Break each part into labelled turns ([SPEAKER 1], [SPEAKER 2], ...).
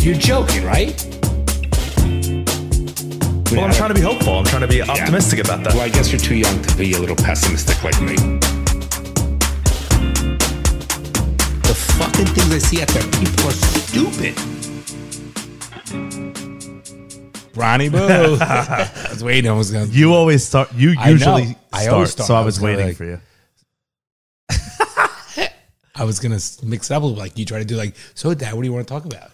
[SPEAKER 1] You're joking, right?
[SPEAKER 2] Well, I'm trying to be hopeful. I'm trying to be optimistic about that.
[SPEAKER 1] Well, I guess you're too young to be a little pessimistic like me. The fucking things I see out there, people are stupid. Ronnie Boo. I was waiting. I was going to.
[SPEAKER 3] You always start. You
[SPEAKER 1] I know.
[SPEAKER 3] usually
[SPEAKER 1] I
[SPEAKER 3] start,
[SPEAKER 1] always start.
[SPEAKER 3] So
[SPEAKER 1] I
[SPEAKER 3] I was
[SPEAKER 1] was gonna,
[SPEAKER 3] waiting
[SPEAKER 1] like-
[SPEAKER 3] for you.
[SPEAKER 1] I was gonna s- mix up with like you try to do like. So, Dad, what do you want to talk about?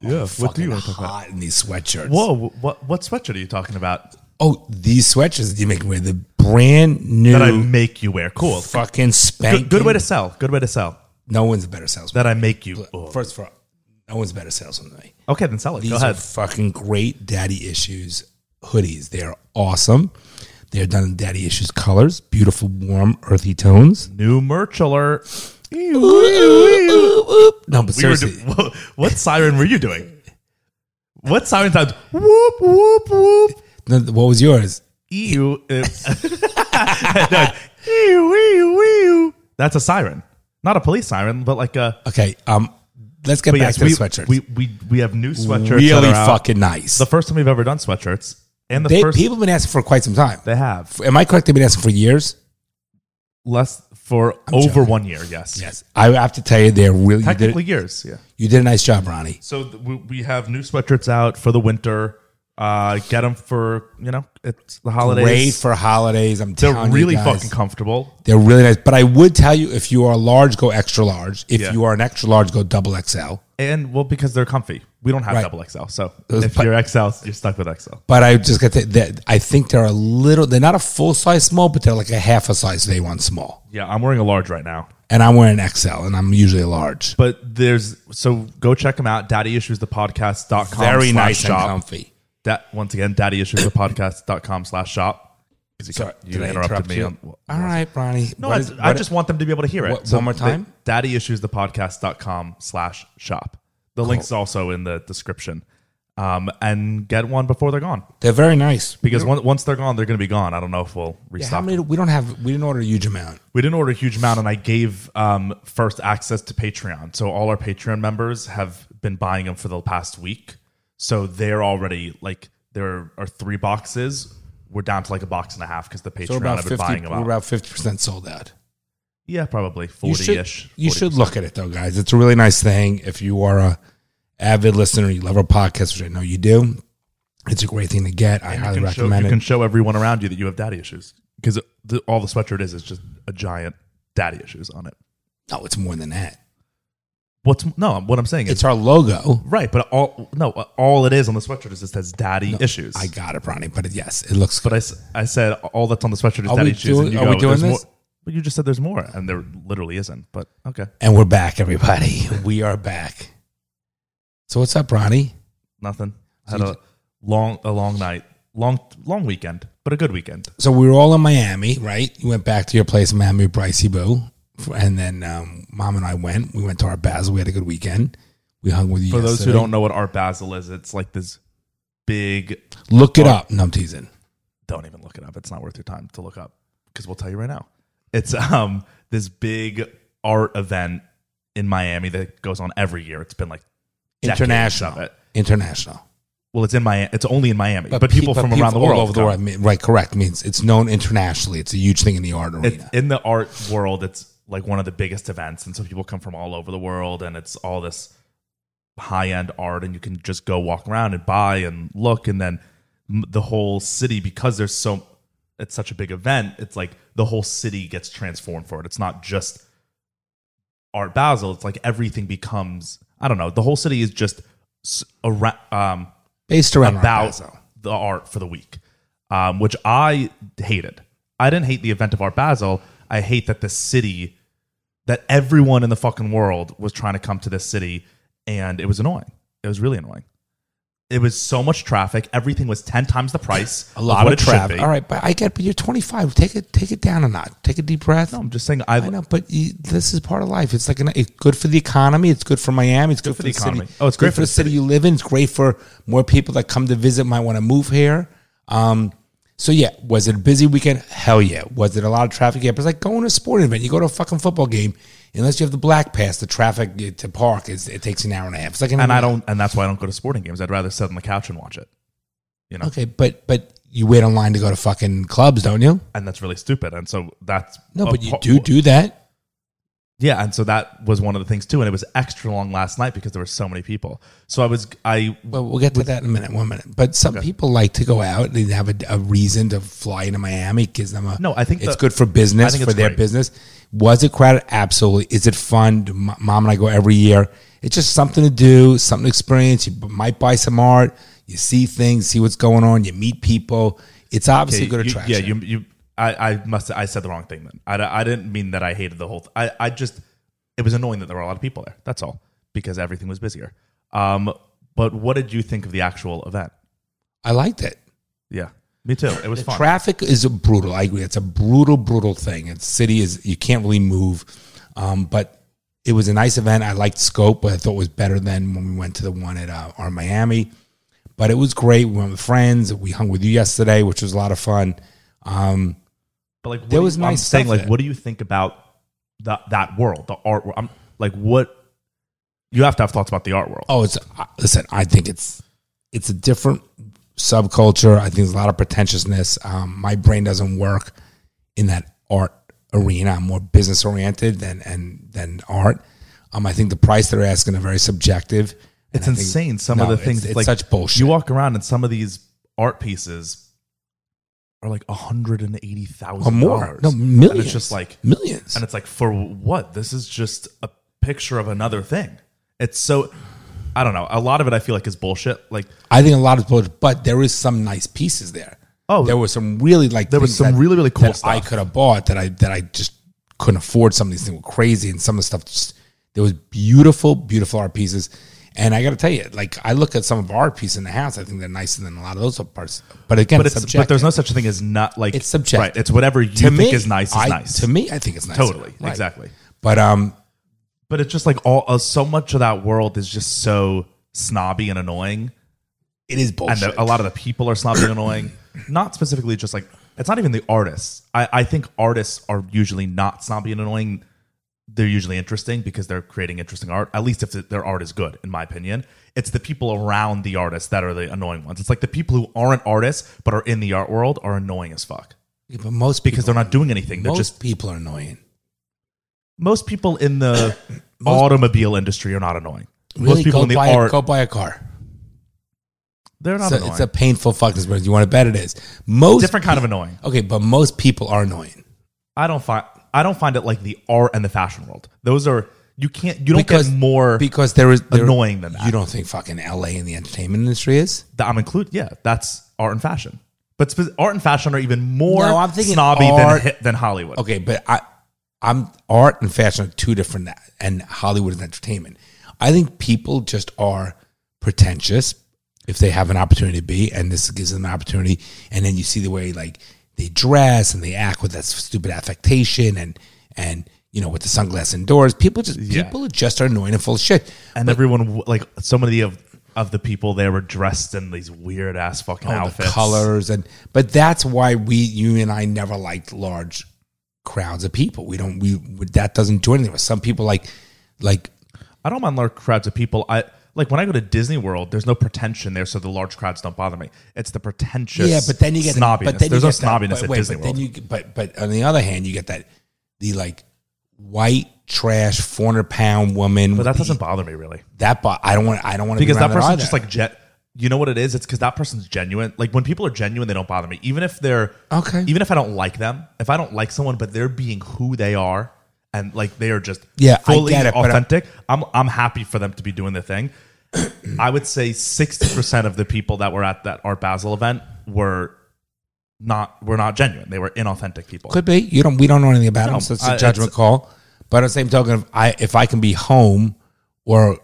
[SPEAKER 3] Yeah. What do you
[SPEAKER 1] Fucking
[SPEAKER 3] want to talk about?
[SPEAKER 1] hot in these sweatshirts?
[SPEAKER 3] Whoa. wh- What what sweatshirt are you talking about
[SPEAKER 1] Oh, these sweatshirts you make me wear the brand new
[SPEAKER 3] that I make you wear? Cool.
[SPEAKER 1] fucking spank.
[SPEAKER 3] Good, good way to sell. Good way to sell.
[SPEAKER 1] No one's a better salesman.
[SPEAKER 3] That I make you. oh.
[SPEAKER 1] First of all, no one's a better salesman than me.
[SPEAKER 3] Okay, then sell it.
[SPEAKER 1] These
[SPEAKER 3] Go
[SPEAKER 1] are
[SPEAKER 3] ahead.
[SPEAKER 1] fucking great daddy issues hoodies. They are awesome. They're done in daddy issues colors, beautiful, warm, earthy tones.
[SPEAKER 3] New merch alert.
[SPEAKER 1] No, but
[SPEAKER 3] We were
[SPEAKER 1] seriously,
[SPEAKER 3] do- wha- what siren were you doing? What siren sounds? Whoop whoop whoop.
[SPEAKER 1] no, what was yours?
[SPEAKER 3] Ew. uh, no, ew, ew, ew. That's a siren, not a police siren, but like a.
[SPEAKER 1] Okay, um, let's get
[SPEAKER 3] But
[SPEAKER 1] back
[SPEAKER 3] yes,
[SPEAKER 1] to
[SPEAKER 3] we,
[SPEAKER 1] the sweatshirts.
[SPEAKER 3] we we we have new sweatshirts. that
[SPEAKER 1] really
[SPEAKER 3] are out.
[SPEAKER 1] fucking nice.
[SPEAKER 3] The first time we've ever done sweatshirts, and the
[SPEAKER 1] they,
[SPEAKER 3] first
[SPEAKER 1] people have been asking for quite some time.
[SPEAKER 3] they have
[SPEAKER 1] Am I correct? They've been asking for years.
[SPEAKER 3] less for over one year. Yes.
[SPEAKER 1] Yes, I have to tell you, they're really you
[SPEAKER 3] Technically
[SPEAKER 1] did,
[SPEAKER 3] years. Yeah.
[SPEAKER 1] you did a nice job, Ronnie.
[SPEAKER 3] So th- we, we have new sweatshirts out for the winter. Uh, get them for you know it's the holidays.
[SPEAKER 1] Great for holidays. I'm
[SPEAKER 3] They're
[SPEAKER 1] telling
[SPEAKER 3] really
[SPEAKER 1] you guys.
[SPEAKER 3] fucking comfortable.
[SPEAKER 1] They're really nice. But I would tell you if you are large, go extra large. If
[SPEAKER 3] Yeah.
[SPEAKER 1] you are an extra large, go double XL.
[SPEAKER 3] And well, because they're comfy. We don't have
[SPEAKER 1] Right.
[SPEAKER 3] double XL, so
[SPEAKER 1] Those
[SPEAKER 3] if
[SPEAKER 1] pla-
[SPEAKER 3] you're XL, you're stuck with XL.
[SPEAKER 1] But I just got to that I think they're a little they're not a full size small, but they're like a half a size they want small.
[SPEAKER 3] Yeah, I'm wearing a large right now.
[SPEAKER 1] And I'm wearing XL and I'm usually a large.
[SPEAKER 3] But there's so go check them out. Daddyissuesthepodcast.com.
[SPEAKER 1] Very
[SPEAKER 3] slash
[SPEAKER 1] nice and
[SPEAKER 3] shop.
[SPEAKER 1] comfy.
[SPEAKER 3] That once again, daddyissuesthepodcast.com slash shop. Because you,
[SPEAKER 1] Sorry,
[SPEAKER 3] kept- you
[SPEAKER 1] did I
[SPEAKER 3] interrupted
[SPEAKER 1] interrupt
[SPEAKER 3] me.
[SPEAKER 1] you?
[SPEAKER 3] on-
[SPEAKER 1] All right, Ronnie.
[SPEAKER 3] no,
[SPEAKER 1] What
[SPEAKER 3] I,
[SPEAKER 1] is-
[SPEAKER 3] I
[SPEAKER 1] what-
[SPEAKER 3] just want them to be able to hear it.
[SPEAKER 1] What- one more time?
[SPEAKER 3] The, daddyissuesthepodcast.com slash shop. The link's also in the description. Um, and get one before they're gone.
[SPEAKER 1] they're very nice.
[SPEAKER 3] Because one, once they're gone, they're going to be gone. I don't know if we'll
[SPEAKER 1] Yeah,
[SPEAKER 3] restock.
[SPEAKER 1] how many we don't have we didn't order a huge amount.
[SPEAKER 3] we didn't order a huge amount and i gave um, first access to patreon so all our patreon members have been buying them for the past week so they're already like there are three boxes we're down to like a box and a half because the patreon
[SPEAKER 1] So we're about
[SPEAKER 3] have been
[SPEAKER 1] fifty
[SPEAKER 3] buying
[SPEAKER 1] we're
[SPEAKER 3] them out.
[SPEAKER 1] about fifty percent sold out.
[SPEAKER 3] yeah probably
[SPEAKER 1] You
[SPEAKER 3] 40-ish
[SPEAKER 1] should, you
[SPEAKER 3] 40.
[SPEAKER 1] should look at it though, guys. It's a really nice thing. If you are a avid listener, you love our podcast, which I know you do. It's a great thing to get. I
[SPEAKER 3] you
[SPEAKER 1] highly
[SPEAKER 3] can, show,
[SPEAKER 1] recommend
[SPEAKER 3] you
[SPEAKER 1] it.
[SPEAKER 3] can show everyone around you that you have daddy issues because the, all the sweatshirt is is just a giant daddy issues on it
[SPEAKER 1] no, it's more than that.
[SPEAKER 3] what's no what i'm saying is
[SPEAKER 1] It's our logo.
[SPEAKER 3] right but all no all it is on the sweatshirt is it says daddy issues
[SPEAKER 1] I got it, Ronnie. But it, yes, it looks
[SPEAKER 3] But
[SPEAKER 1] good.
[SPEAKER 3] I, s- I said all that's on the sweatshirt is
[SPEAKER 1] Are we
[SPEAKER 3] daddy shoes.
[SPEAKER 1] doing-
[SPEAKER 3] and you
[SPEAKER 1] are
[SPEAKER 3] go,
[SPEAKER 1] we doing
[SPEAKER 3] "There's
[SPEAKER 1] this?"
[SPEAKER 3] More. But you just said there's more, and there literally isn't. But okay,
[SPEAKER 1] and we're back, everybody. We are back. So what's up, Ronnie?
[SPEAKER 3] nothing. I had a long a long night, long long weekend, but a good weekend.
[SPEAKER 1] So we were all in Miami, right? You went back to your place in Miami, with Brycey Boo, and then um, Mom and I went. We went to our Basel. We had a good weekend. We hung with you.
[SPEAKER 3] For those who
[SPEAKER 1] yesterday.
[SPEAKER 3] don't know what Art Basel is, it's like this big.
[SPEAKER 1] look it up. No, I'm teasing.
[SPEAKER 3] Don't even look it up. It's not worth your time to look up because we'll tell you right now. It's um this big art event in Miami that goes on every year. It's been like decades of
[SPEAKER 1] international
[SPEAKER 3] it.
[SPEAKER 1] international
[SPEAKER 3] Well, it's in Miami. It's only in Miami, but, people
[SPEAKER 1] pe-
[SPEAKER 3] from
[SPEAKER 1] people
[SPEAKER 3] around the
[SPEAKER 1] all
[SPEAKER 3] world,
[SPEAKER 1] over the
[SPEAKER 3] come.
[SPEAKER 1] world, I mean, right correct means it's known internationally it's a huge thing in the art
[SPEAKER 3] it's
[SPEAKER 1] arena
[SPEAKER 3] in the art world it's like one of the biggest events and so people come from all over the world and it's all this high-end art and you can just go walk around and buy and look and then m- the whole city because there's so it's such a big event it's like the whole city gets transformed for it it's not just art basel it's like everything becomes i don't know the whole city is just s- around um
[SPEAKER 1] based around Art
[SPEAKER 3] about
[SPEAKER 1] Basel.
[SPEAKER 3] the art for the week, um, which I hated. I didn't hate the event of Art Basel. I hate that the city, that everyone in the fucking world was trying to come to this city, and it was annoying. It was really annoying. It was so much traffic. Everything was ten times the price.
[SPEAKER 1] a lot
[SPEAKER 3] what
[SPEAKER 1] of
[SPEAKER 3] it should
[SPEAKER 1] traffic
[SPEAKER 3] be.
[SPEAKER 1] all right but i get but you're 25 take it take it down a notch take a deep breath
[SPEAKER 3] No, I'm just saying. I,
[SPEAKER 1] I know, but you, this is part of life. It's like an, it's good for the economy. It's good for Miami. It's good, for the,
[SPEAKER 3] economy.
[SPEAKER 1] city.
[SPEAKER 3] Oh, it's great
[SPEAKER 1] Good
[SPEAKER 3] for
[SPEAKER 1] for
[SPEAKER 3] the
[SPEAKER 1] the city you live in. It's great for more people that come to visit. Might want to move here. Um, So yeah, was it a busy weekend? Hell yeah. Was it a lot of traffic? Yeah, but it's like going to a sporting event. You go to a fucking football game, unless you have the black pass, the traffic uh, to park is it takes an hour and a half. It's like an
[SPEAKER 3] and I
[SPEAKER 1] hour.
[SPEAKER 3] don't, and that's why I don't go to sporting games. I'd rather sit on the couch and watch it,
[SPEAKER 1] Okay, but but you wait online to go to fucking clubs, don't you?
[SPEAKER 3] and that's really stupid. And so that's
[SPEAKER 1] No,
[SPEAKER 3] a
[SPEAKER 1] but you
[SPEAKER 3] Oh, pa-
[SPEAKER 1] do do that.
[SPEAKER 3] Yeah, and so that was one of the things too, and it was extra long last night because there were so many people. So I was I
[SPEAKER 1] Well, we'll get to that in a minute. One minute. But some people like to go out and have a, a reason to fly into Miami. Gives them a
[SPEAKER 3] No, I think
[SPEAKER 1] it's
[SPEAKER 3] the-
[SPEAKER 1] good for
[SPEAKER 3] I
[SPEAKER 1] business
[SPEAKER 3] think
[SPEAKER 1] for
[SPEAKER 3] it's
[SPEAKER 1] their
[SPEAKER 3] great.
[SPEAKER 1] business. Was it crowded? Absolutely. Is it fun? Do m- Mom and I go every year. It's just something to do, something to experience. You b- might buy some art. You see things, see what's going on. You meet people. It's obviously a good
[SPEAKER 3] you-
[SPEAKER 1] attraction.
[SPEAKER 3] Yeah, you you I I must I said the wrong thing then. I, I didn't mean that I hated the whole. Th- I I just it was annoying that there were a lot of people there. That's all because everything was busier. Um, but what did you think of the actual event?
[SPEAKER 1] I liked it.
[SPEAKER 3] Yeah, me too. It was fun.
[SPEAKER 1] Traffic is brutal. I agree. It's a brutal, brutal thing. It's city is you can't really move. Um, but it was a nice event. I liked scope, but I thought it was better than when we went to the one at uh, our Miami. But it was great. We went with friends. We hung with you yesterday, which was a lot of fun. Um,
[SPEAKER 3] but like, what
[SPEAKER 1] there
[SPEAKER 3] do
[SPEAKER 1] was
[SPEAKER 3] you- I'm
[SPEAKER 1] nice
[SPEAKER 3] saying
[SPEAKER 1] stuff
[SPEAKER 3] like,
[SPEAKER 1] there.
[SPEAKER 3] what do you think about that that world, the art? world? I'm like, what you have to have thoughts about the art world.
[SPEAKER 1] oh, it's uh, listen. I think it's it's a different subculture. I think there's a lot of pretentiousness. Um, my brain doesn't work in that art arena. I'm more business oriented than and than art. Um, I think the price they're asking are very subjective. And
[SPEAKER 3] It's
[SPEAKER 1] I think-
[SPEAKER 3] insane. Some of
[SPEAKER 1] no,
[SPEAKER 3] the
[SPEAKER 1] it's-
[SPEAKER 3] things
[SPEAKER 1] it's,
[SPEAKER 3] like
[SPEAKER 1] such bullshit.
[SPEAKER 3] You walk around and some of these art pieces are like hundred and eighty
[SPEAKER 1] or
[SPEAKER 3] thousand
[SPEAKER 1] Oh, more,
[SPEAKER 3] dollars.
[SPEAKER 1] no millions.
[SPEAKER 3] And it's just like,
[SPEAKER 1] millions.
[SPEAKER 3] and it's like for what? This is just a picture of another thing. It's so, I don't know. A lot of it I feel like is bullshit. Like
[SPEAKER 1] I think a lot of bullshit, but there is some nice pieces there.
[SPEAKER 3] Oh.
[SPEAKER 1] there was some really like
[SPEAKER 3] There was
[SPEAKER 1] things
[SPEAKER 3] some really, really cool
[SPEAKER 1] that I
[SPEAKER 3] stuff.
[SPEAKER 1] could have bought that I that I just couldn't afford. Some of these things were crazy, and some of the stuff just there was beautiful, beautiful art pieces. And I got to tell you, like I look at some of our pieces in the house, I think they're nicer than a lot of those other parts. But again,
[SPEAKER 3] but
[SPEAKER 1] it's,
[SPEAKER 3] it's
[SPEAKER 1] subjective.
[SPEAKER 3] but there's no such thing as not like
[SPEAKER 1] It's subjective.
[SPEAKER 3] Right. It's whatever you think is nice is
[SPEAKER 1] I-
[SPEAKER 3] nice.
[SPEAKER 1] To me, I think it's nice.
[SPEAKER 3] totally exactly.
[SPEAKER 1] But um,
[SPEAKER 3] But it's just like all uh, so much of that world is just so snobby and annoying.
[SPEAKER 1] it is bullshit.
[SPEAKER 3] and a, a lot of the people are snobby and annoying. Not specifically just like it's not even the artists. I, I think artists are usually not snobby and annoying. They're usually interesting because they're creating interesting art. At least if th- their art is good, in my opinion, it's the people around the artist that are the annoying ones. It's like the people who aren't artists but are in the art world are annoying as fuck
[SPEAKER 1] but most
[SPEAKER 3] because
[SPEAKER 1] people,
[SPEAKER 3] they're not doing anything. They're
[SPEAKER 1] most
[SPEAKER 3] just
[SPEAKER 1] people are annoying.
[SPEAKER 3] most people in the automobile industry are not annoying.
[SPEAKER 1] Really,
[SPEAKER 3] most people
[SPEAKER 1] go
[SPEAKER 3] in the
[SPEAKER 1] buy a-
[SPEAKER 3] art
[SPEAKER 1] go buy a car.
[SPEAKER 3] they're not
[SPEAKER 1] So
[SPEAKER 3] annoying.
[SPEAKER 1] it's a painful fucking experience. You want to bet it is. Most
[SPEAKER 3] different kind of annoying.
[SPEAKER 1] Okay, but most people are annoying
[SPEAKER 3] I don't find I don't find it like the art and the fashion world. Those are you can't you don't
[SPEAKER 1] Because-
[SPEAKER 3] get more
[SPEAKER 1] because there is there,
[SPEAKER 3] annoying than that.
[SPEAKER 1] You don't think fucking L.A. in the entertainment industry is?
[SPEAKER 3] That I'm included. Yeah, that's art and fashion. But spe- art and fashion are even more
[SPEAKER 1] No, I'm thinking
[SPEAKER 3] snobby than
[SPEAKER 1] art-
[SPEAKER 3] than than Hollywood.
[SPEAKER 1] Okay, but I, I'm art and fashion are two different, and Hollywood is entertainment. I think people just are pretentious if they have an opportunity to be, and this gives them an opportunity. And then you see the way like they dress and they act with that stupid affectation, and and you know with the sunglasses indoors, people just people just are annoying and full of shit.
[SPEAKER 3] And everyone w- like so many of of the people there were dressed in these weird ass fucking
[SPEAKER 1] all
[SPEAKER 3] outfits.
[SPEAKER 1] Oh, the colors and but that's why we you and I never liked large crowds of people. We don't we that doesn't do anything. But some people like like
[SPEAKER 3] I don't mind large crowds of people. I like when I go to Disney World. There's no pretension there, so the large crowds don't bother me. It's the pretentious.
[SPEAKER 1] yeah, but then you get the-
[SPEAKER 3] snobbiness.
[SPEAKER 1] But then
[SPEAKER 3] there's
[SPEAKER 1] you
[SPEAKER 3] no
[SPEAKER 1] get that-
[SPEAKER 3] snobbiness
[SPEAKER 1] but
[SPEAKER 3] at
[SPEAKER 1] wait,
[SPEAKER 3] Disney
[SPEAKER 1] but
[SPEAKER 3] World.
[SPEAKER 1] Then you get- but but on the other hand, you get that the like white trash 400 pound woman
[SPEAKER 3] but that
[SPEAKER 1] with the-
[SPEAKER 3] doesn't bother me really.
[SPEAKER 1] that bo- i don't want i don't want to
[SPEAKER 3] because
[SPEAKER 1] be
[SPEAKER 3] that
[SPEAKER 1] around
[SPEAKER 3] person's
[SPEAKER 1] either.
[SPEAKER 3] just like jet. You know what it is? It's because that person's genuine. Like when people are genuine, they don't bother me. Even if they're
[SPEAKER 1] Okay.
[SPEAKER 3] Even if I don't like them, if I don't like someone, but they're being who they are and like they are just
[SPEAKER 1] Yeah, I
[SPEAKER 3] fully
[SPEAKER 1] get it, but I-
[SPEAKER 3] authentic. I'm I'm happy for them to be doing the thing. I would say sixty percent of the people that were at that Art Basel event were not were not genuine. They were inauthentic people.
[SPEAKER 1] Could be. You don't. We don't know anything about them, so it's
[SPEAKER 3] I-
[SPEAKER 1] a
[SPEAKER 3] it's-
[SPEAKER 1] judgment call. But at the same token, if I if I can be home or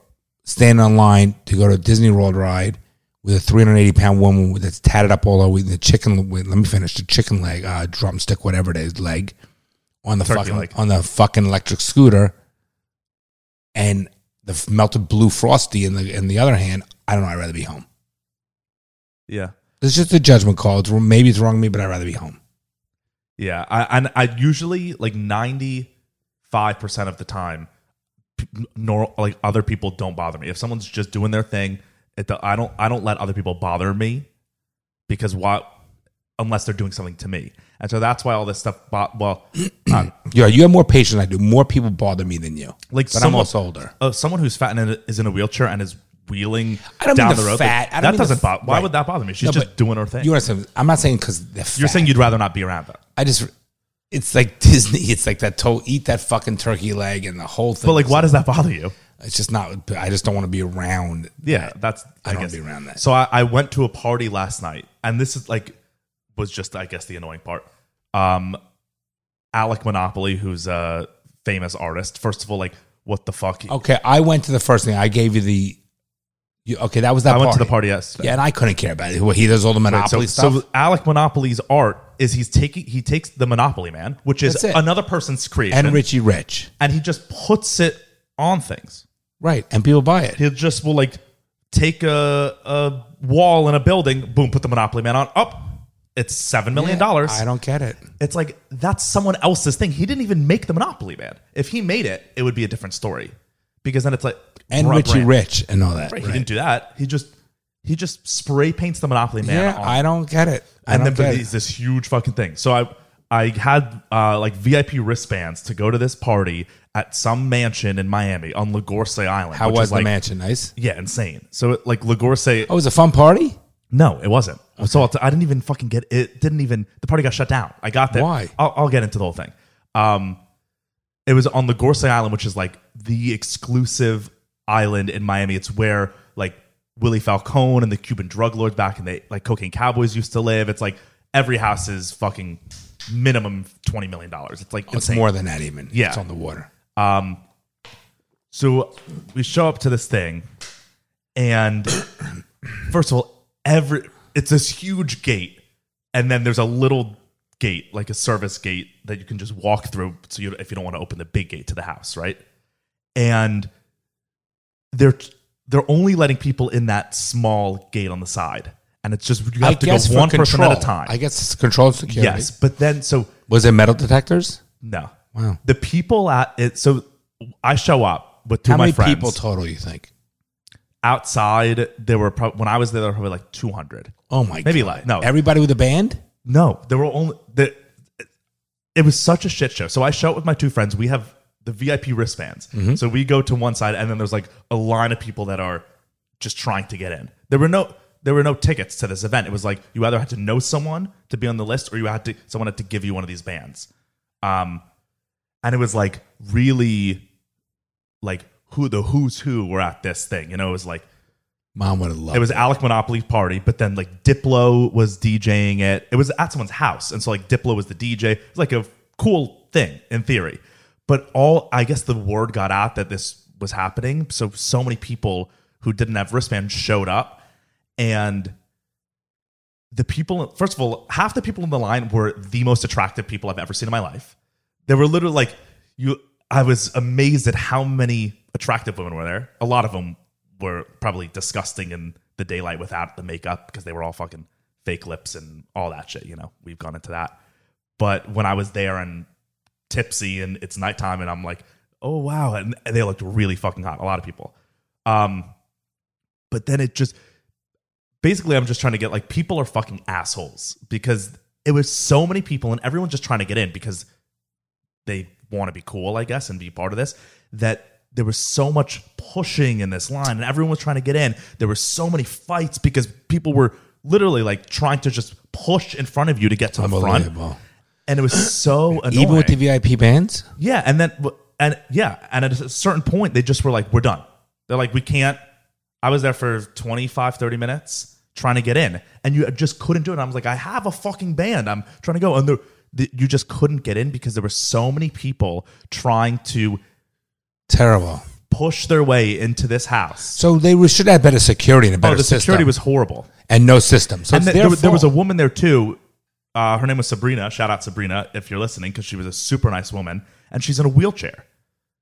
[SPEAKER 1] stand online to go to a Disney World ride with a 380 pound woman with- that's tatted up all over with the chicken. With, let me finish the chicken leg, uh, drumstick, whatever it is, leg on the
[SPEAKER 3] Turkey
[SPEAKER 1] fucking
[SPEAKER 3] leg.
[SPEAKER 1] on the fucking electric scooter, and the f- melted blue frosty in the in the other hand. I don't know. I'd rather be home.
[SPEAKER 3] yeah.
[SPEAKER 1] It's just a judgment call. It's, maybe it's wrong of me, but I'd rather be home.
[SPEAKER 3] Yeah, I, and I usually like ninety five percent of the time, p- nor like other people don't bother me. If someone's just doing their thing, it, I don't I don't let other people bother me because what unless they're doing something to me, and so that's why all this stuff. Bo- well, uh,
[SPEAKER 1] Yeah, you have more patience than I do. More people bother me than you.
[SPEAKER 3] like
[SPEAKER 1] but I'm
[SPEAKER 3] someone,
[SPEAKER 1] also older.
[SPEAKER 3] uh, someone who's fat and is in a wheelchair and is wheeling
[SPEAKER 1] I don't
[SPEAKER 3] down
[SPEAKER 1] mean
[SPEAKER 3] the
[SPEAKER 1] the
[SPEAKER 3] road.
[SPEAKER 1] fat. I don't
[SPEAKER 3] that
[SPEAKER 1] mean the
[SPEAKER 3] doesn't
[SPEAKER 1] f-
[SPEAKER 3] bother. Why
[SPEAKER 1] right.
[SPEAKER 3] would that bother me? She's
[SPEAKER 1] No,
[SPEAKER 3] just
[SPEAKER 1] but
[SPEAKER 3] doing her thing.
[SPEAKER 1] You
[SPEAKER 3] You're,
[SPEAKER 1] understand? I'm not saying because they're fat.
[SPEAKER 3] saying you'd rather not be around them.
[SPEAKER 1] I just it's like Disney. It's like that toe eat that fucking turkey leg and the whole thing.
[SPEAKER 3] But like, why does that bother you?
[SPEAKER 1] It's just not. I just don't want to be around.
[SPEAKER 3] Yeah, that's.
[SPEAKER 1] I don't wanna
[SPEAKER 3] guess.
[SPEAKER 1] be around that.
[SPEAKER 3] So I, I went to a party last night, and this is like was just I guess the annoying part. Um, Alec Monopoly, who's a famous artist. First of all, like what the fuck?
[SPEAKER 1] Okay, I went to the first thing. I gave you the. You, okay, that was that.
[SPEAKER 3] I went to the party yesterday.
[SPEAKER 1] Yeah, and I couldn't care about it. Well, He does all the
[SPEAKER 3] So,
[SPEAKER 1] monopoly stuff.
[SPEAKER 3] so Alec Monopoly's art is he's taking he takes the Monopoly Man, which is
[SPEAKER 1] That's it.
[SPEAKER 3] another person's creation,
[SPEAKER 1] and Richie Rich,
[SPEAKER 3] and he just puts it on things.
[SPEAKER 1] right? And people buy it.
[SPEAKER 3] He'll just will like take a a wall in a building, boom, put the Monopoly Man on. Up, it's seven million dollars.
[SPEAKER 1] I don't get it.
[SPEAKER 3] It's like that's someone else's thing. He didn't even make the Monopoly Man. If he made it, it would be a different story. Because then it's like
[SPEAKER 1] And
[SPEAKER 3] bruh,
[SPEAKER 1] Richie
[SPEAKER 3] brand.
[SPEAKER 1] Rich and all that.
[SPEAKER 3] Right,
[SPEAKER 1] Right,
[SPEAKER 3] He didn't do that. He just he just spray paints the Monopoly Man
[SPEAKER 1] Yeah,
[SPEAKER 3] on
[SPEAKER 1] I don't get it. I
[SPEAKER 3] and
[SPEAKER 1] don't
[SPEAKER 3] then but
[SPEAKER 1] get it.
[SPEAKER 3] these this huge fucking thing. So I I had uh, like VIP wristbands to go to this party at some mansion in Miami on Lagorce Island.
[SPEAKER 1] How
[SPEAKER 3] which
[SPEAKER 1] was
[SPEAKER 3] is
[SPEAKER 1] the
[SPEAKER 3] like,
[SPEAKER 1] mansion? Nice.
[SPEAKER 3] Yeah, insane. So it, like Lagorce,
[SPEAKER 1] Oh, it was a fun party.
[SPEAKER 3] no, it wasn't. So I'll t- I didn't even fucking get it. Didn't even the party got shut down. I got there.
[SPEAKER 1] Why?
[SPEAKER 3] I'll, I'll get into the whole thing. Um, it was on Lagorce Island, which is like the exclusive island in Miami. It's where like Willie Falcone and the Cuban drug lords back in the like cocaine cowboys used to live. It's like every house is fucking minimum twenty million dollars. It's like
[SPEAKER 1] It's
[SPEAKER 3] insane.
[SPEAKER 1] more than that even.
[SPEAKER 3] Yeah.
[SPEAKER 1] it's on the water.
[SPEAKER 3] Um, So we show up to this thing, and first of all, every it's this huge gate, and then there's a little gate, like a service gate that you can just walk through. So you, if you don't want to open the big gate to the house, right? And they're they're only letting people in that small gate on the side, and it's just you have to go
[SPEAKER 1] for
[SPEAKER 3] one person at a
[SPEAKER 1] control.
[SPEAKER 3] time.
[SPEAKER 1] I guess it's control and security.
[SPEAKER 3] yes, but then so
[SPEAKER 1] Was it metal detectors?
[SPEAKER 3] no,
[SPEAKER 1] Wow.
[SPEAKER 3] the people at it. So I show up with two
[SPEAKER 1] How
[SPEAKER 3] of my
[SPEAKER 1] many
[SPEAKER 3] friends
[SPEAKER 1] people total you think?
[SPEAKER 3] outside there were prob- when I was there there were probably like 200
[SPEAKER 1] Oh my
[SPEAKER 3] maybe
[SPEAKER 1] god.
[SPEAKER 3] like no
[SPEAKER 1] Everybody with a band?
[SPEAKER 3] no there were only the, it was such a shit show so I show up with my two friends we have the VIP wristbands so we go to one side and then there's like a line of people that are just trying to get in there were no there were no tickets to this event it was like you either had to know someone to be on the list or you had to someone had to give you one of these bands um and it was like really like who the who's who were at this thing you know it was like
[SPEAKER 1] Mom would have loved
[SPEAKER 3] it was Alec Monopoly's party, but then like Diplo was DJing it. It was at someone's house, and so like Diplo was the DJ. It was like a cool thing in theory, but all I guess the word got out that this was happening, so so many people who didn't have wristbands showed up, and the people. First of all, half the people in the line were the most attractive people I've ever seen in my life. They were literally like you. I was amazed at how many attractive women were there. A lot of them were probably disgusting in the daylight without the makeup because they were all fucking fake lips and all that shit. You know, we've gone into that. But when I was there and tipsy and it's nighttime and I'm like, oh wow, and and they looked really fucking hot. A lot of people. Um, but then it just basically I'm just trying to get like people are fucking assholes because it was so many people and everyone's just trying to get in because they want to be cool, I guess, and be part of this. That there was so much pushing in this line, and everyone was trying to get in. There were so many fights because people were literally like trying to just push in front of you to get to the front,
[SPEAKER 1] Unbelievable.
[SPEAKER 3] and it was so annoying.
[SPEAKER 1] Even with the VIP bands?
[SPEAKER 3] Yeah, and then and yeah, and at a certain point they just were like we're done. They're like we can't I was there for 25 30 minutes trying to get in and you just couldn't do it. I was like I have a fucking band. I'm trying to go and the, the, you just couldn't get in because there were so many people trying to
[SPEAKER 1] Terrible.
[SPEAKER 3] push their way into this house.
[SPEAKER 1] So they were- should have better security and a better
[SPEAKER 3] Oh, the
[SPEAKER 1] system.
[SPEAKER 3] security was horrible.
[SPEAKER 1] and no system. So
[SPEAKER 3] and
[SPEAKER 1] it's
[SPEAKER 3] th- there,
[SPEAKER 1] their
[SPEAKER 3] was- there was a
[SPEAKER 1] fault.
[SPEAKER 3] woman there too. Uh, her name was Sabrina. Shout out Sabrina if you're listening because she was a super nice woman and she's in a wheelchair.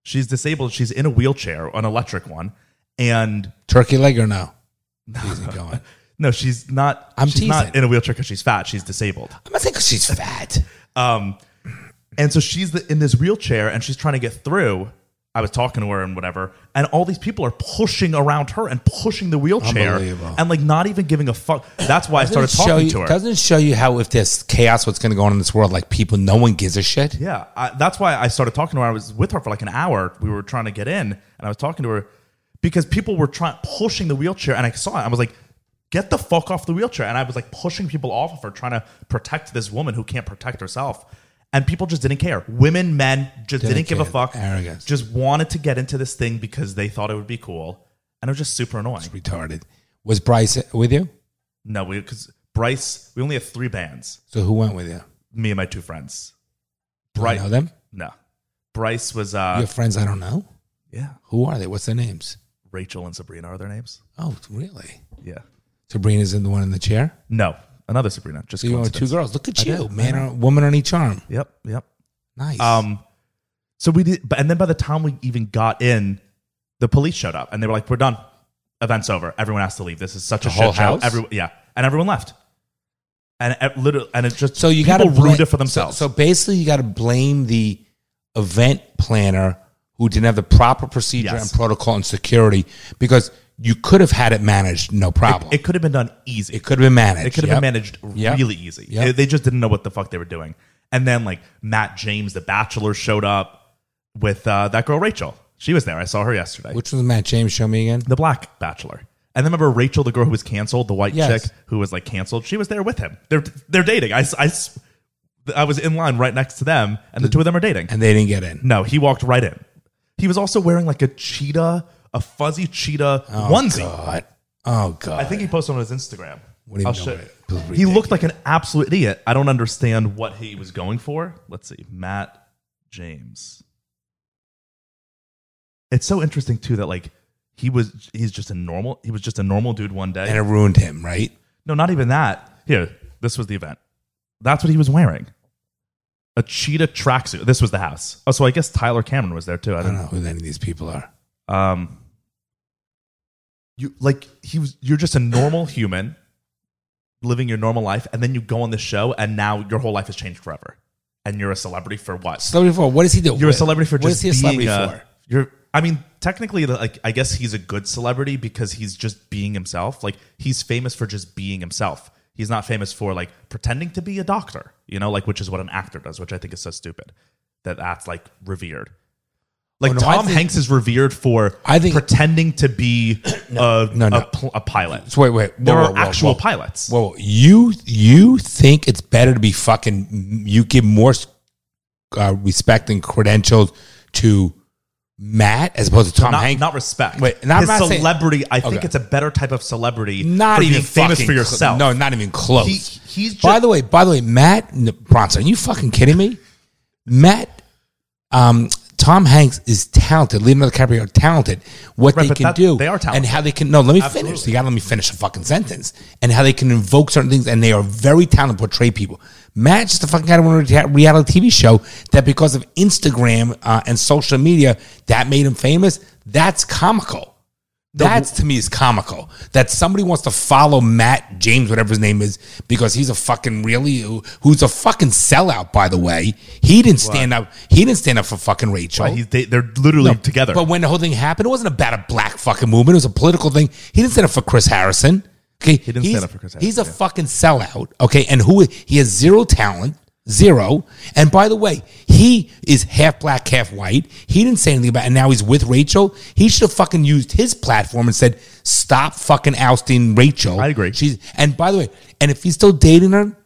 [SPEAKER 3] She's disabled. She's in a wheelchair, an electric one, and
[SPEAKER 1] turkey leg or no? Easy going.
[SPEAKER 3] No, she's not.
[SPEAKER 1] I'm
[SPEAKER 3] she's not
[SPEAKER 1] teasing.
[SPEAKER 3] in a wheelchair because she's fat. She's disabled.
[SPEAKER 1] I'm not saying 'cause she's fat.
[SPEAKER 3] Um, and so she's the, in this wheelchair and she's trying to get through. I was talking to her and whatever, and all these people are pushing around her and pushing the wheelchair
[SPEAKER 1] Unbelievable.
[SPEAKER 3] and like not even giving a fuck. That's why I started
[SPEAKER 1] Doesn't it show
[SPEAKER 3] talking
[SPEAKER 1] you,
[SPEAKER 3] to her.
[SPEAKER 1] Doesn't it show you how if there's chaos, what's going to go on in this world? Like people, no one gives a shit.
[SPEAKER 3] Yeah, I, that's why I started talking to her. I was with her for like an hour. We were trying to get in, and I was talking to her because people were trying pushing the wheelchair, and I saw it. I was like, "Get the fuck off the wheelchair!" And I was like pushing people off of her, trying to protect this woman who can't protect herself. And people just didn't care. Women, men, just didn't,
[SPEAKER 1] Didn't
[SPEAKER 3] give a
[SPEAKER 1] care.
[SPEAKER 3] fuck.
[SPEAKER 1] Arrogance.
[SPEAKER 3] Just wanted to get into this thing because they thought it would be cool, and it was just super annoying.
[SPEAKER 1] Retarded. Was Bryce with you?
[SPEAKER 3] No, we because Bryce, we only have three bands.
[SPEAKER 1] So who went with you?
[SPEAKER 3] Me and my two friends.
[SPEAKER 1] Do
[SPEAKER 3] Bryce,
[SPEAKER 1] You know them?
[SPEAKER 3] no, Bryce was uh,
[SPEAKER 1] Your friends I don't know.
[SPEAKER 3] yeah.
[SPEAKER 1] Who are they? What's their names?
[SPEAKER 3] Rachel and Sabrina are their names.
[SPEAKER 1] Oh, really?
[SPEAKER 3] Yeah.
[SPEAKER 1] Sabrina's in the one in the chair.
[SPEAKER 3] No, another Sabrina. Just
[SPEAKER 1] So you want two
[SPEAKER 3] coincidence.
[SPEAKER 1] girls. Look at
[SPEAKER 3] I
[SPEAKER 1] you,
[SPEAKER 3] know,
[SPEAKER 1] man, or, woman on each arm.
[SPEAKER 3] Yep, yep.
[SPEAKER 1] Nice.
[SPEAKER 3] Um, so we did, but and then by the time we even got in, the police showed up and they were like, "We're done. Event's over. Everyone has to leave. This is such a
[SPEAKER 1] whole
[SPEAKER 3] shit show."
[SPEAKER 1] house?
[SPEAKER 3] Every- yeah, and everyone left. And it literally, and it just
[SPEAKER 1] so you got
[SPEAKER 3] people
[SPEAKER 1] to
[SPEAKER 3] ruined it for themselves.
[SPEAKER 1] So, so basically, you got to blame the event planner who didn't have the proper procedure
[SPEAKER 3] Yes.
[SPEAKER 1] and protocol and security because you could have had it managed, no problem.
[SPEAKER 3] it could have been done easy.
[SPEAKER 1] It could have been managed.
[SPEAKER 3] It could have
[SPEAKER 1] Yep.
[SPEAKER 3] been managed
[SPEAKER 1] Yep.
[SPEAKER 3] really easy.
[SPEAKER 1] Yep.
[SPEAKER 3] They- They just didn't know what the fuck they were doing. And then like Matt James, the Bachelor, showed up with uh, that girl Rachel. She was there. I saw her yesterday.
[SPEAKER 1] Which was Matt James? Show me again.
[SPEAKER 3] the Black Bachelor. And then remember Rachel, the girl who was canceled, the white
[SPEAKER 1] Yes.
[SPEAKER 3] chick who was like canceled. She was there with him. They're they're dating. I, s- I s- I was in line right next to them, and the two of them are dating.
[SPEAKER 1] And they didn't get in.
[SPEAKER 3] No, he walked right in. He was also wearing like a cheetah, a fuzzy cheetah onesie.
[SPEAKER 1] God. Oh God.
[SPEAKER 3] I think he posted on his Instagram.
[SPEAKER 1] What do you
[SPEAKER 3] I'll
[SPEAKER 1] mean, no,
[SPEAKER 3] show-
[SPEAKER 1] it was
[SPEAKER 3] He
[SPEAKER 1] ridiculous.
[SPEAKER 3] looked like an absolute idiot. I don't understand what he was going for. Let's see, Matt James. It's so interesting too that like he was he's just a normal he was just a normal dude one day.
[SPEAKER 1] and it ruined him, right?
[SPEAKER 3] no, not even that. Here, this was the event. That's what he was wearing. A cheetah tracksuit. This was the house. Oh, so I guess Tyler Cameron was there too. I
[SPEAKER 1] I don't
[SPEAKER 3] don't
[SPEAKER 1] know who any of these people are.
[SPEAKER 3] know. Um, you like he was. You're just a normal human living your normal life, and then you go on this show, and now your whole life has changed forever, and you're a celebrity for what?
[SPEAKER 1] Celebrity for what does he do?
[SPEAKER 3] You're a celebrity for
[SPEAKER 1] what is
[SPEAKER 3] just
[SPEAKER 1] he a
[SPEAKER 3] being
[SPEAKER 1] celebrity
[SPEAKER 3] a-
[SPEAKER 1] for?
[SPEAKER 3] You're. I mean, technically, like I guess he's a good celebrity because he's just being himself. Like he's famous for just being himself. He's not famous for like pretending to be a doctor, you know, like which is what an actor does, which I think is so stupid that that's like revered. Like
[SPEAKER 1] Oh, no, I
[SPEAKER 3] Tom
[SPEAKER 1] think-
[SPEAKER 3] Hanks is revered for
[SPEAKER 1] I think-
[SPEAKER 3] pretending to be a,
[SPEAKER 1] no, no.
[SPEAKER 3] a pl- a pilot.
[SPEAKER 1] So wait, wait. Whoa,
[SPEAKER 3] there
[SPEAKER 1] whoa,
[SPEAKER 3] are
[SPEAKER 1] whoa,
[SPEAKER 3] actual
[SPEAKER 1] whoa.
[SPEAKER 3] pilots.
[SPEAKER 1] Well, you you think it's better to be fucking? You give more uh, respect and credentials to Matt as opposed to Tom
[SPEAKER 3] not,
[SPEAKER 1] Hanks.
[SPEAKER 3] not respect.
[SPEAKER 1] Wait, not-
[SPEAKER 3] His
[SPEAKER 1] I'm not saying-
[SPEAKER 3] celebrity. I think
[SPEAKER 1] Okay.
[SPEAKER 3] it's a better type of celebrity.
[SPEAKER 1] Not
[SPEAKER 3] for
[SPEAKER 1] even
[SPEAKER 3] being famous
[SPEAKER 1] fucking
[SPEAKER 3] for
[SPEAKER 1] cl-
[SPEAKER 3] yourself.
[SPEAKER 1] no, not even close.
[SPEAKER 3] He- he's
[SPEAKER 1] by
[SPEAKER 3] just-
[SPEAKER 1] the way, by the way, Matt no, Bronson. Are you fucking kidding me? Matt, um, Tom Hanks is talented. Leonardo DiCaprio are talented. What
[SPEAKER 3] Right,
[SPEAKER 1] they
[SPEAKER 3] but
[SPEAKER 1] can
[SPEAKER 3] that-
[SPEAKER 1] do,
[SPEAKER 3] they are
[SPEAKER 1] and
[SPEAKER 3] talented.
[SPEAKER 1] how they can. No, let me finish.
[SPEAKER 3] Absolutely.
[SPEAKER 1] You gotta let me finish a fucking sentence. And how they can invoke certain things, and they are very talented. Portray people. Matt's just a fucking guy on a rea- reality TV show that because of Instagram uh, and social media that made him famous. That's comical. That's to me is comical. That somebody wants to follow Matt James, whatever his name is, because he's a fucking really who- who's a fucking sellout. By the way, he didn't stand up. He didn't stand up for fucking Rachel.
[SPEAKER 3] He's, they, they're literally together.
[SPEAKER 1] But when the whole thing happened, it wasn't about a black fucking movement. It was a political thing. He didn't stand up for Chris Harrison. Okay, he
[SPEAKER 3] didn't stand up for Chris
[SPEAKER 1] He's a
[SPEAKER 3] Harrison, yeah.
[SPEAKER 1] fucking sellout. Okay, and who he has zero talent, zero. And by the way, he is half black, half white. He didn't say anything about, it, and now he's with Rachel. He should have fucking used his platform and said, "Stop fucking ousting Rachel."
[SPEAKER 3] I agree.
[SPEAKER 1] She's and by the way, and if he's still dating her.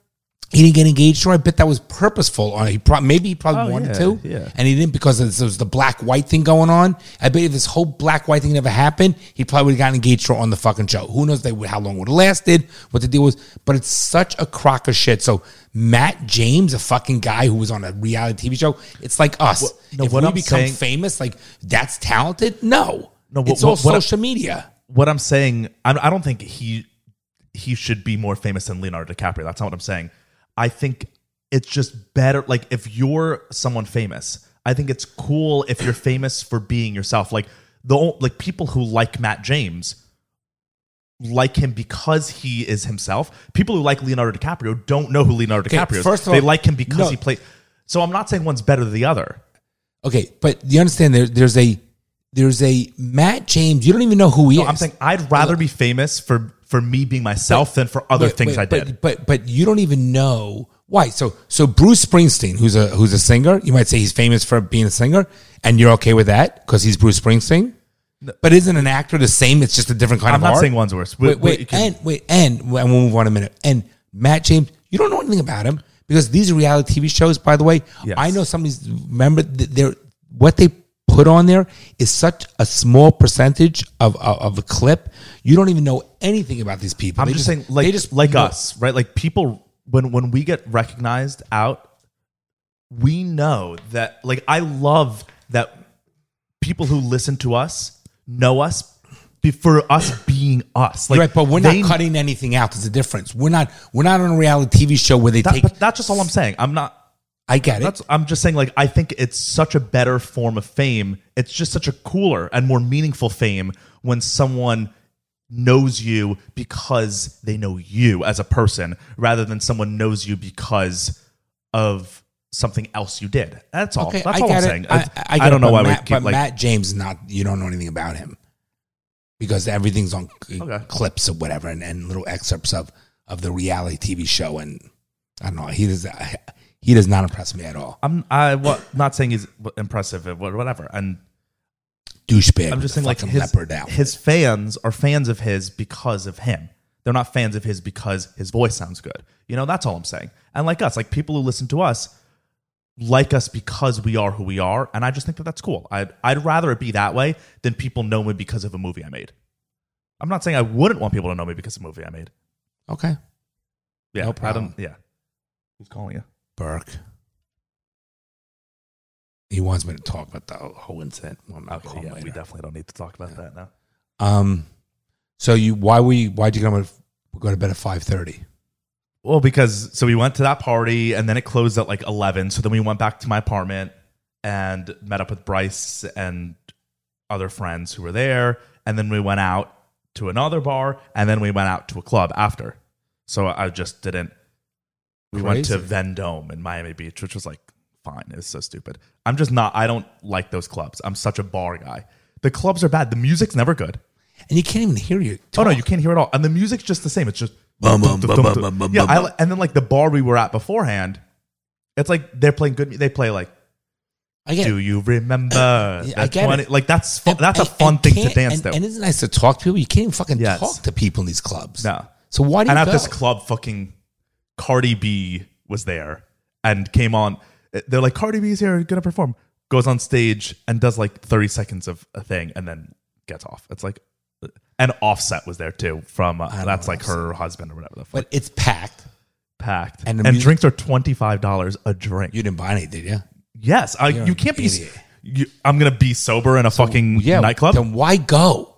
[SPEAKER 1] He didn't get engaged to her. I bet that was purposeful. Or he pro- maybe he probably
[SPEAKER 3] Oh,
[SPEAKER 1] wanted
[SPEAKER 3] yeah,
[SPEAKER 1] to
[SPEAKER 3] yeah.
[SPEAKER 1] and he didn't because there was the black white thing going on. I bet if this whole black white thing never happened, he probably would have gotten engaged to her on the fucking show. Who knows they would, how long it would have lasted, what the deal was. But it's such a crock of shit. So Matt James, a fucking guy who was on a reality TV show, it's like us.
[SPEAKER 3] no,
[SPEAKER 1] if
[SPEAKER 3] what
[SPEAKER 1] we
[SPEAKER 3] I'm
[SPEAKER 1] become
[SPEAKER 3] saying-
[SPEAKER 1] famous, like that's talented. No,
[SPEAKER 3] No, what-
[SPEAKER 1] it's all
[SPEAKER 3] what- what I-
[SPEAKER 1] social media.
[SPEAKER 3] what I'm saying, I'm, I don't think he he should be more famous than Leonardo DiCaprio. That's not what I'm saying. I think it's just better. Like if you're someone famous, I think it's cool if you're famous for being yourself. Like the ol- like people who like Matt James like him because he is himself. People who like Leonardo DiCaprio don't know who Leonardo
[SPEAKER 1] Okay,
[SPEAKER 3] DiCaprio is.
[SPEAKER 1] first of
[SPEAKER 3] they
[SPEAKER 1] all-
[SPEAKER 3] like him because
[SPEAKER 1] no.
[SPEAKER 3] he plays. So I'm not saying one's better than the other.
[SPEAKER 1] Okay, but you understand there, there's a there's a Matt James. You don't even know who he
[SPEAKER 3] No,
[SPEAKER 1] is.
[SPEAKER 3] I'm saying I'd rather be famous for for me being myself than for other
[SPEAKER 1] Wait,
[SPEAKER 3] things
[SPEAKER 1] wait,
[SPEAKER 3] I did.
[SPEAKER 1] But, but but you don't even know why. So so Bruce Springsteen, who's a who's a singer, you might say he's famous for being a singer, and you're okay with that because he's Bruce Springsteen. But isn't an actor the same? It's just a different kind
[SPEAKER 3] I'm
[SPEAKER 1] of
[SPEAKER 3] not
[SPEAKER 1] art.
[SPEAKER 3] saying one's worse. We-
[SPEAKER 1] Wait,
[SPEAKER 3] we
[SPEAKER 1] wait,
[SPEAKER 3] can-
[SPEAKER 1] and wait, and and we'll move on a minute. And Matt James, you don't know anything about him because these reality TV shows, by the way,
[SPEAKER 3] Yes.
[SPEAKER 1] I know some of these. Remember, th- they're what they put on there is such a small percentage of of, of a clip. You don't even know anything about these people.
[SPEAKER 3] I'm
[SPEAKER 1] They
[SPEAKER 3] just, saying, like,
[SPEAKER 1] they
[SPEAKER 3] like
[SPEAKER 1] know-
[SPEAKER 3] us, right? Like people, when when we get recognized out, we know that. Like, I love that people who listen to us know us be- for us being us. Like,
[SPEAKER 1] Right, but we're
[SPEAKER 3] they-
[SPEAKER 1] not cutting anything out. There's a difference. We're not. We're not on a reality TV show where they
[SPEAKER 3] That,
[SPEAKER 1] take.
[SPEAKER 3] but that's just all I'm saying. I'm not.
[SPEAKER 1] I get it.
[SPEAKER 3] That's, I'm just saying, like, I think it's such a better form of fame. It's just such a cooler and more meaningful fame when someone knows you because they know you as a person rather than someone knows you because of something else you did. That's all. that's all I'm saying.
[SPEAKER 1] I,
[SPEAKER 3] I,
[SPEAKER 1] I,
[SPEAKER 3] I
[SPEAKER 1] get
[SPEAKER 3] don't
[SPEAKER 1] it,
[SPEAKER 3] know why
[SPEAKER 1] but Matt,
[SPEAKER 3] we keep
[SPEAKER 1] but
[SPEAKER 3] like.
[SPEAKER 1] Matt James is not. You don't know anything about him because everything's on c-
[SPEAKER 3] Okay.
[SPEAKER 1] clips or whatever, and, and little excerpts of of the reality TV show. And I don't know. He does. He does not impress me at all.
[SPEAKER 3] I'm I, well, not saying he's impressive, but whatever. And
[SPEAKER 1] Douchebag.
[SPEAKER 3] I'm
[SPEAKER 1] with
[SPEAKER 3] just
[SPEAKER 1] the
[SPEAKER 3] saying, like
[SPEAKER 1] fucking
[SPEAKER 3] his,
[SPEAKER 1] leopard out.
[SPEAKER 3] his fans are fans of his because of him. They're not fans of his because his voice sounds good. You know, that's all I'm saying. And like us, like people who listen to us, like us because we are who we are. And I just think that that's cool. I'd, I'd rather it be that way than people know me because of a movie I made. I'm not saying I wouldn't want people to know me because of a movie I made.
[SPEAKER 1] okay,
[SPEAKER 3] Yeah,
[SPEAKER 1] No
[SPEAKER 3] I
[SPEAKER 1] problem.
[SPEAKER 3] don't. Yeah, who's calling you?
[SPEAKER 1] Burke. He wants me to talk about the whole incident. Well, I'll call
[SPEAKER 3] Okay,
[SPEAKER 1] him
[SPEAKER 3] yeah, we
[SPEAKER 1] later.
[SPEAKER 3] definitely don't need to talk about that now.
[SPEAKER 1] Um, so you why were you why'd you come to go to bed at five thirty?
[SPEAKER 3] Well, because so we went to that party and then it closed at like 11. So then we went back to my apartment and met up with Bryce and other friends who were there. And then we went out to another bar and then we went out to a club after. So I just didn't. We went to Vendome in Miami Beach, which was like fine. It was so stupid. I'm just not, I don't like those clubs. I'm such a bar guy. The clubs are bad. The music's never good.
[SPEAKER 1] and you can't even hear you.
[SPEAKER 3] Oh no, you can't hear it all. And the music's just the same. It's just
[SPEAKER 1] Bum, bum, bum, bum, bum, bum,
[SPEAKER 3] yeah.
[SPEAKER 1] bum.
[SPEAKER 3] I, li- and then like the bar we were at beforehand, it's like they're playing good. mu- They play like
[SPEAKER 1] I get
[SPEAKER 3] "Do
[SPEAKER 1] it.
[SPEAKER 3] You Remember?"
[SPEAKER 1] Yeah, I
[SPEAKER 3] That's
[SPEAKER 1] get it.
[SPEAKER 3] Like that's fu-
[SPEAKER 1] And-
[SPEAKER 3] that's
[SPEAKER 1] and-
[SPEAKER 3] a fun
[SPEAKER 1] and
[SPEAKER 3] thing to
[SPEAKER 1] can't-
[SPEAKER 3] dance
[SPEAKER 1] and,
[SPEAKER 3] to.
[SPEAKER 1] And it's nice to talk to people. You can't even fucking
[SPEAKER 3] Yes.
[SPEAKER 1] talk to people in these clubs.
[SPEAKER 3] no,
[SPEAKER 1] So why do
[SPEAKER 3] and
[SPEAKER 1] you
[SPEAKER 3] at
[SPEAKER 1] go?
[SPEAKER 3] this club, fucking Cardi B was there and came on. Uh, They're like Cardi B's here, gonna perform. Goes on stage and does like thirty seconds of a thing, and then gets off. It's like, and Offset was there too. From uh, that's like her husband or whatever the fuck.
[SPEAKER 1] but it's packed.
[SPEAKER 3] packed.
[SPEAKER 1] And
[SPEAKER 3] And,
[SPEAKER 1] the music-
[SPEAKER 3] drinks are twenty five dollars a drink.
[SPEAKER 1] You didn't buy any, did you?
[SPEAKER 3] yes, I, you can't be.
[SPEAKER 1] idiot.
[SPEAKER 3] You, I'm gonna be sober in a fucking nightclub.
[SPEAKER 1] Then why go?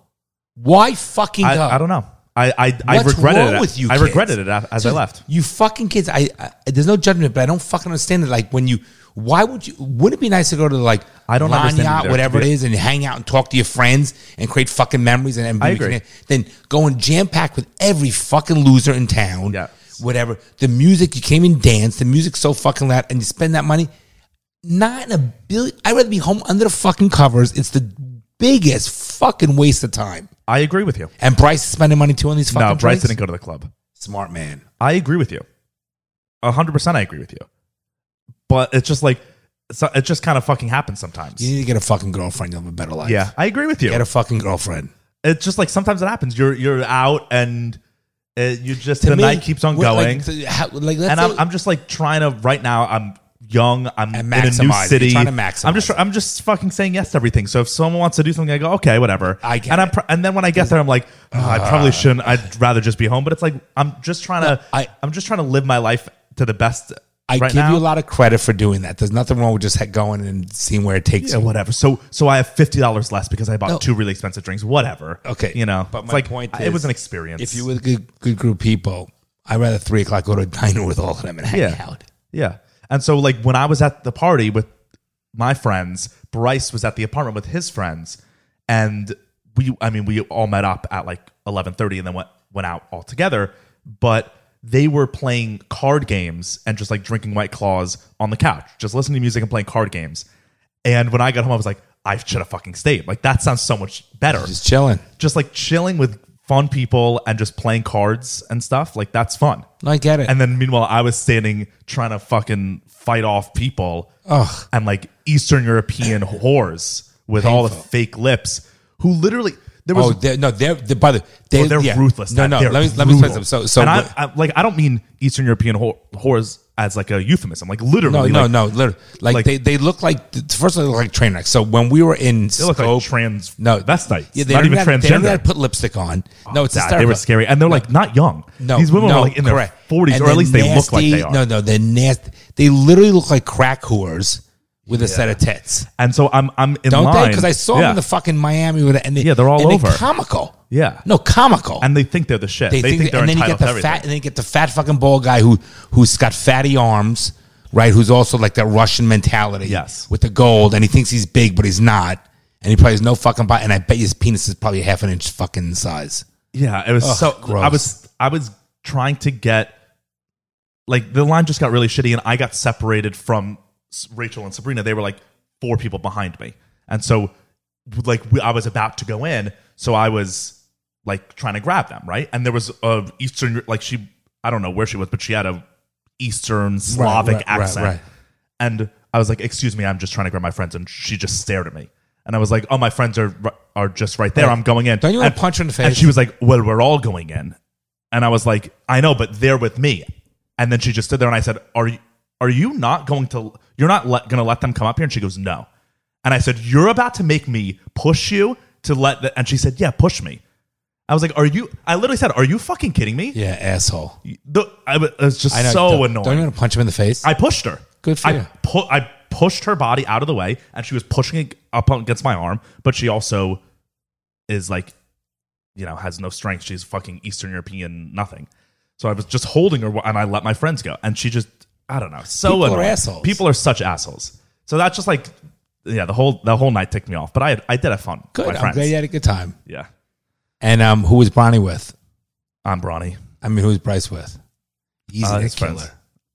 [SPEAKER 1] Why fucking
[SPEAKER 3] I,
[SPEAKER 1] go?
[SPEAKER 3] I don't know. I I, I
[SPEAKER 1] What's
[SPEAKER 3] regretted
[SPEAKER 1] wrong
[SPEAKER 3] it.
[SPEAKER 1] with you
[SPEAKER 3] I
[SPEAKER 1] kids?
[SPEAKER 3] regretted it a- as I left.
[SPEAKER 1] You fucking kids. I, I there's no judgment, but I don't fucking understand it. Like when you, why would you? Wouldn't it be nice to go to like
[SPEAKER 3] I don't understand
[SPEAKER 1] Lanyard,
[SPEAKER 3] either.
[SPEAKER 1] whatever it
[SPEAKER 3] Yeah.
[SPEAKER 1] is, and hang out and talk to your friends and create fucking memories and, and
[SPEAKER 3] I agree.
[SPEAKER 1] then go and jam pack with every fucking loser in town.
[SPEAKER 3] Yes.
[SPEAKER 1] Whatever the music, you came and danced. The music's so fucking loud, and you spend that money. Not in a billion. I'd rather be home under the fucking covers. It's the biggest fucking waste of time.
[SPEAKER 3] I agree with you.
[SPEAKER 1] And Bryce is spending money too on these fucking.
[SPEAKER 3] No, Bryce
[SPEAKER 1] drinks?
[SPEAKER 3] didn't go to the club.
[SPEAKER 1] Smart man.
[SPEAKER 3] I agree with you. A hundred percent, I agree with you. But it's just like so it just kind of fucking happens sometimes.
[SPEAKER 1] You need to get a fucking girlfriend. You'll have a better life.
[SPEAKER 3] Yeah, I agree with you.
[SPEAKER 1] Get a fucking girlfriend.
[SPEAKER 3] it's just like sometimes it happens. You're you're out and it, you just the
[SPEAKER 1] me,
[SPEAKER 3] night keeps on
[SPEAKER 1] what-
[SPEAKER 3] going.
[SPEAKER 1] Like, th- how, like, let's
[SPEAKER 3] and
[SPEAKER 1] say,
[SPEAKER 3] I'm, I'm just like trying to right now. I'm young. I'm
[SPEAKER 1] And
[SPEAKER 3] in a new
[SPEAKER 1] maximize it.
[SPEAKER 3] city.
[SPEAKER 1] You're trying to maximize
[SPEAKER 3] I'm just I'm just fucking saying yes to everything. So if someone wants to do something, I go okay, whatever.
[SPEAKER 1] I get
[SPEAKER 3] and I'm
[SPEAKER 1] it. Uh,
[SPEAKER 3] pr- and then when I get there, I'm like "Oh, I probably shouldn't. I'd rather just be home. But it's like I'm just trying to
[SPEAKER 1] I-
[SPEAKER 3] I, am just trying to live my life to the best.
[SPEAKER 1] I
[SPEAKER 3] right
[SPEAKER 1] give
[SPEAKER 3] now.
[SPEAKER 1] you a lot of credit for doing that. There's nothing wrong with just he- going and seeing where it takes
[SPEAKER 3] Yeah,
[SPEAKER 1] you.
[SPEAKER 3] whatever. So so I have fifty dollars less because I bought
[SPEAKER 1] No.
[SPEAKER 3] two really expensive drinks. Whatever.
[SPEAKER 1] Okay,
[SPEAKER 3] you know.
[SPEAKER 1] but
[SPEAKER 3] it's
[SPEAKER 1] my
[SPEAKER 3] like,
[SPEAKER 1] point
[SPEAKER 3] it was
[SPEAKER 1] is,
[SPEAKER 3] an experience.
[SPEAKER 1] If you're with a good, good group of people, I'd rather three o'clock go to a diner with all of them and hang
[SPEAKER 3] Yeah.
[SPEAKER 1] out.
[SPEAKER 3] Yeah. And so like when I was at the party with my friends, Bryce was at the apartment with his friends and we I mean we all met up at like 11:30 and then went went out all together, but they were playing card games and just like drinking white claws on the couch, just listening to music and playing card games. And when I got home I was like I should have fucking stayed. Like that sounds so much better.
[SPEAKER 1] Just chilling.
[SPEAKER 3] Just like chilling with fun people and just playing cards and stuff. Like that's fun.
[SPEAKER 1] No, I get it.
[SPEAKER 3] And then meanwhile, I was standing trying to fucking fight off people
[SPEAKER 1] Ugh.
[SPEAKER 3] and like Eastern European whores with all the
[SPEAKER 1] Painful.
[SPEAKER 3] fake lips who literally there
[SPEAKER 1] oh,
[SPEAKER 3] was
[SPEAKER 1] they're, no, they're, they're by the they,
[SPEAKER 3] oh, they're
[SPEAKER 1] yeah.
[SPEAKER 3] ruthless.
[SPEAKER 1] No,
[SPEAKER 3] man.
[SPEAKER 1] no.
[SPEAKER 3] They're
[SPEAKER 1] let me let me explain
[SPEAKER 3] brutal.
[SPEAKER 1] something. So, so
[SPEAKER 3] and I,
[SPEAKER 1] what-
[SPEAKER 3] I like I don't mean Eastern European whore, whores as like a euphemism. Like literally,
[SPEAKER 1] no, no,
[SPEAKER 3] like,
[SPEAKER 1] no. Literally, like,
[SPEAKER 3] like-
[SPEAKER 1] they they look like first of all, they look like train wrecks. So when we were in
[SPEAKER 3] They look
[SPEAKER 1] scope-
[SPEAKER 3] like trans
[SPEAKER 1] no,
[SPEAKER 3] vestites.
[SPEAKER 1] Yeah, they
[SPEAKER 3] not
[SPEAKER 1] don't
[SPEAKER 3] even
[SPEAKER 1] have- They don't have
[SPEAKER 3] transgender.
[SPEAKER 1] to put lipstick on. No, it's
[SPEAKER 3] Nah, they were
[SPEAKER 1] hysterical.
[SPEAKER 3] scary, and they're like not young.
[SPEAKER 1] No,
[SPEAKER 3] these women
[SPEAKER 1] no,
[SPEAKER 3] were like in
[SPEAKER 1] correct.
[SPEAKER 3] their forties,
[SPEAKER 1] And
[SPEAKER 3] or at
[SPEAKER 1] they're
[SPEAKER 3] least they look like they
[SPEAKER 1] nasty-
[SPEAKER 3] are.
[SPEAKER 1] No, no, they're nasty. They literally look like crack whores with a set of tits,
[SPEAKER 3] And so I'm I'm in
[SPEAKER 1] don't they?
[SPEAKER 3] line
[SPEAKER 1] Because I saw them
[SPEAKER 3] Yeah.
[SPEAKER 1] in the fucking Miami with it, and they,
[SPEAKER 3] Yeah, they're all
[SPEAKER 1] and
[SPEAKER 3] over.
[SPEAKER 1] comical.
[SPEAKER 3] Yeah.
[SPEAKER 1] no, comical.
[SPEAKER 3] and they think they're the shit.
[SPEAKER 1] they, think,
[SPEAKER 3] they're
[SPEAKER 1] and then you
[SPEAKER 3] entitled
[SPEAKER 1] get
[SPEAKER 3] to
[SPEAKER 1] the
[SPEAKER 3] everything.
[SPEAKER 1] fat, and then you get the fat fucking bald guy who who's got fatty arms, right? Who's also like that Russian mentality,
[SPEAKER 3] Yes.
[SPEAKER 1] with the gold, and he thinks he's big, but he's not, and he probably has no fucking body, and I bet his penis is probably half an inch fucking size.
[SPEAKER 3] Yeah, it was so.
[SPEAKER 1] gross.
[SPEAKER 3] I was I was trying to get like the line just got really shitty, and I got separated from S- Rachel and Sabrina. They were like four people behind me, and so like we, I was about to go in, so I was like trying to grab them, right? And there was a Eastern like she I don't know where she was, but she had a Eastern Slavic
[SPEAKER 1] right, right,
[SPEAKER 3] accent,
[SPEAKER 1] right.
[SPEAKER 3] and I was like, "Excuse me, I'm just trying to grab my friends," and she just stared at me. And I was like, "Oh, my friends are r- are just right there. I'm going in."
[SPEAKER 1] Don't you wanna
[SPEAKER 3] And-
[SPEAKER 1] punch her in the
[SPEAKER 3] And
[SPEAKER 1] face?
[SPEAKER 3] she was like, "Well, we're all going in," and I was like, "I know, but they're with me." And then she just stood there, and I said, "Are you are you not going to? You're not let, going to let them come up here?" And she goes, "No." And I said, "You're about to make me push you to let." The, and she said, "Yeah, push me." I was like, "Are you?" I literally said, "Are you fucking kidding me?"
[SPEAKER 1] Yeah, asshole.
[SPEAKER 3] The- I was I was just
[SPEAKER 1] I know.
[SPEAKER 3] so
[SPEAKER 1] don't,
[SPEAKER 3] annoying.
[SPEAKER 1] Don't you want to punch him in the face?
[SPEAKER 3] I pushed her.
[SPEAKER 1] Good for
[SPEAKER 3] I
[SPEAKER 1] you.
[SPEAKER 3] Pu- I pushed her body out of the way, and she was pushing it up against my arm. But she also is like, you know, has no strength. She's fucking Eastern European, nothing. So I was just holding her, and I let my friends go, and she just, I don't know, so
[SPEAKER 1] People are
[SPEAKER 3] annoying.
[SPEAKER 1] assholes.
[SPEAKER 3] People are such assholes. So that's just like, yeah, the whole the whole night ticked me off. But I had, I did have fun. with
[SPEAKER 1] Good.
[SPEAKER 3] my
[SPEAKER 1] I'm
[SPEAKER 3] friends.
[SPEAKER 1] glad you had a good time.
[SPEAKER 3] yeah,
[SPEAKER 1] And um, who was Bronny with?
[SPEAKER 3] I'm Bronny.
[SPEAKER 1] I mean, who was Bryce with? Easy
[SPEAKER 3] Uh,
[SPEAKER 1] to
[SPEAKER 3] his
[SPEAKER 1] killer.
[SPEAKER 3] friends.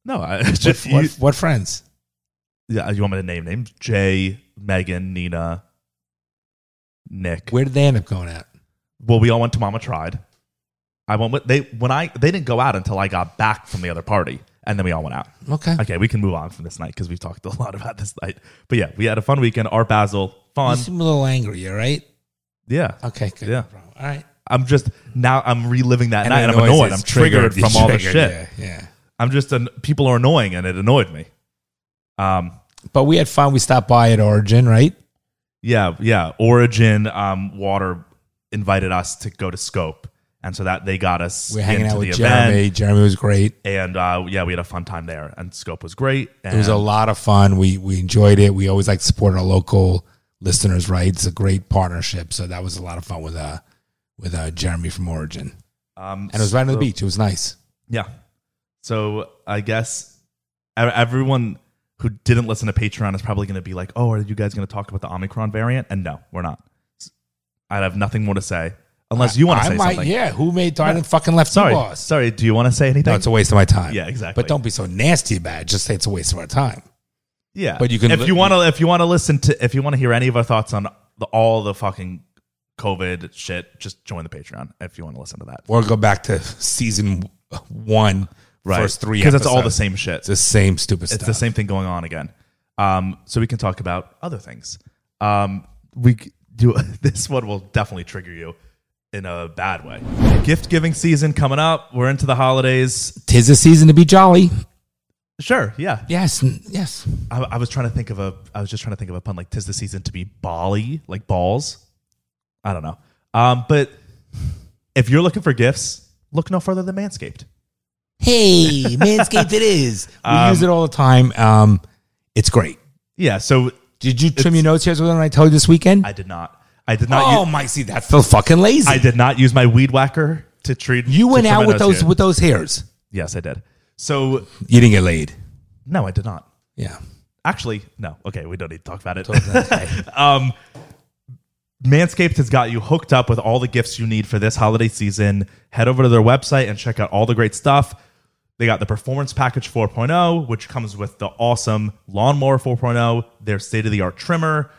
[SPEAKER 3] No, I
[SPEAKER 1] What,
[SPEAKER 3] just
[SPEAKER 1] what,
[SPEAKER 3] you,
[SPEAKER 1] what friends?
[SPEAKER 3] yeah. You want me to name names? Jay, Megan, Nina, Nick.
[SPEAKER 1] Where did they end up going at?
[SPEAKER 3] Well, we all went to Mama Tried. I went with they when I they didn't go out until I got back from the other party, and then we all went out.
[SPEAKER 1] Okay.
[SPEAKER 3] Okay, we can move on from this night because we've talked a lot about this night. But yeah, we had a fun weekend. Art Basel,
[SPEAKER 1] You
[SPEAKER 3] fun.
[SPEAKER 1] seem a little angry, all right?
[SPEAKER 3] Yeah,
[SPEAKER 1] Okay, good.
[SPEAKER 3] Yeah.
[SPEAKER 1] bro. All right.
[SPEAKER 3] I'm just now I'm reliving that night, and I'm
[SPEAKER 1] the noise
[SPEAKER 3] annoyed.
[SPEAKER 1] is
[SPEAKER 3] I'm triggered,
[SPEAKER 1] You're
[SPEAKER 3] from all the
[SPEAKER 1] triggered,
[SPEAKER 3] shit.
[SPEAKER 1] Yeah, yeah.
[SPEAKER 3] I'm just an, people are annoying, and it annoyed me. Um,
[SPEAKER 1] But we had fun. We stopped by at Origin, right?
[SPEAKER 3] Yeah, yeah. Origin um, Water invited us to go to Scope, and so that they got us
[SPEAKER 1] We were hanging
[SPEAKER 3] into
[SPEAKER 1] out
[SPEAKER 3] the
[SPEAKER 1] with
[SPEAKER 3] event.
[SPEAKER 1] Jeremy. Jeremy was great.
[SPEAKER 3] and uh, yeah, we had a fun time there. And Scope was great. And
[SPEAKER 1] It was a lot of fun. We we enjoyed it. We always like to support our local listeners, right? It's a great partnership. So that was a lot of fun with uh with uh Jeremy from Origin.
[SPEAKER 3] um,
[SPEAKER 1] And it was right on the
[SPEAKER 3] so-
[SPEAKER 1] beach. It was nice.
[SPEAKER 3] Yeah. So I guess e- everyone who didn't listen to Patreon is probably going to be like, "Oh, are you guys going to talk about the Omicron variant?" And no, we're not. I'd have nothing more to say unless you want to
[SPEAKER 1] I
[SPEAKER 3] say
[SPEAKER 1] might,
[SPEAKER 3] something.
[SPEAKER 1] yeah. Who made I didn't fucking left
[SPEAKER 3] Sorry,
[SPEAKER 1] you boss?
[SPEAKER 3] sorry. Do you want to say anything?
[SPEAKER 1] No, it's a waste of my time.
[SPEAKER 3] Yeah, exactly.
[SPEAKER 1] But don't be so nasty about it. Just say it's a waste of our time.
[SPEAKER 3] Yeah,
[SPEAKER 1] But you can
[SPEAKER 3] if
[SPEAKER 1] li-
[SPEAKER 3] you want to if you want to listen to if you want to hear any of our thoughts on the, all the fucking COVID shit, just join the Patreon if you want to listen to that.
[SPEAKER 1] Or go back to season one, first three
[SPEAKER 3] because it's all the
[SPEAKER 1] episodes.
[SPEAKER 3] same shit.
[SPEAKER 1] It's the same stupid
[SPEAKER 3] it's
[SPEAKER 1] stuff.
[SPEAKER 3] the same thing going on again. Um, so we can talk about other things. Um, we c- do this one will definitely trigger you in a bad way. Gift giving season coming up. We're into the holidays.
[SPEAKER 1] Tis the season to be jolly.
[SPEAKER 3] Sure, yeah.
[SPEAKER 1] Yes, n- yes.
[SPEAKER 3] I, I was trying to think of a. I was just trying to think of a pun like "tis the season to be bally," like balls. I don't know. Um, but if you're looking for gifts, look no further than Manscaped.
[SPEAKER 1] Hey, Manscaped it is. We use it all the time. Um, it's great.
[SPEAKER 3] Yeah. So
[SPEAKER 1] Did you trim your nose hairs with them I told you this weekend?
[SPEAKER 3] I did not. I did not.
[SPEAKER 1] oh,
[SPEAKER 3] u-
[SPEAKER 1] my, see, that's so fucking lazy.
[SPEAKER 3] I did not use my weed whacker to treat.
[SPEAKER 1] you
[SPEAKER 3] to
[SPEAKER 1] went
[SPEAKER 3] trim
[SPEAKER 1] out
[SPEAKER 3] my
[SPEAKER 1] with
[SPEAKER 3] nose
[SPEAKER 1] those
[SPEAKER 3] hair.
[SPEAKER 1] with those hairs.
[SPEAKER 3] yes, I did. So
[SPEAKER 1] You didn't get laid.
[SPEAKER 3] no, I did not.
[SPEAKER 1] Yeah.
[SPEAKER 3] Actually, no. Okay, we don't need to talk about it.
[SPEAKER 1] Okay.
[SPEAKER 3] um, Manscaped has got you hooked up with all the gifts you need for this holiday season. Head over to their website and check out all the great stuff. They got the Performance Package 4.0, which comes with the awesome Lawnmower 4.0, their state of the art trimmer.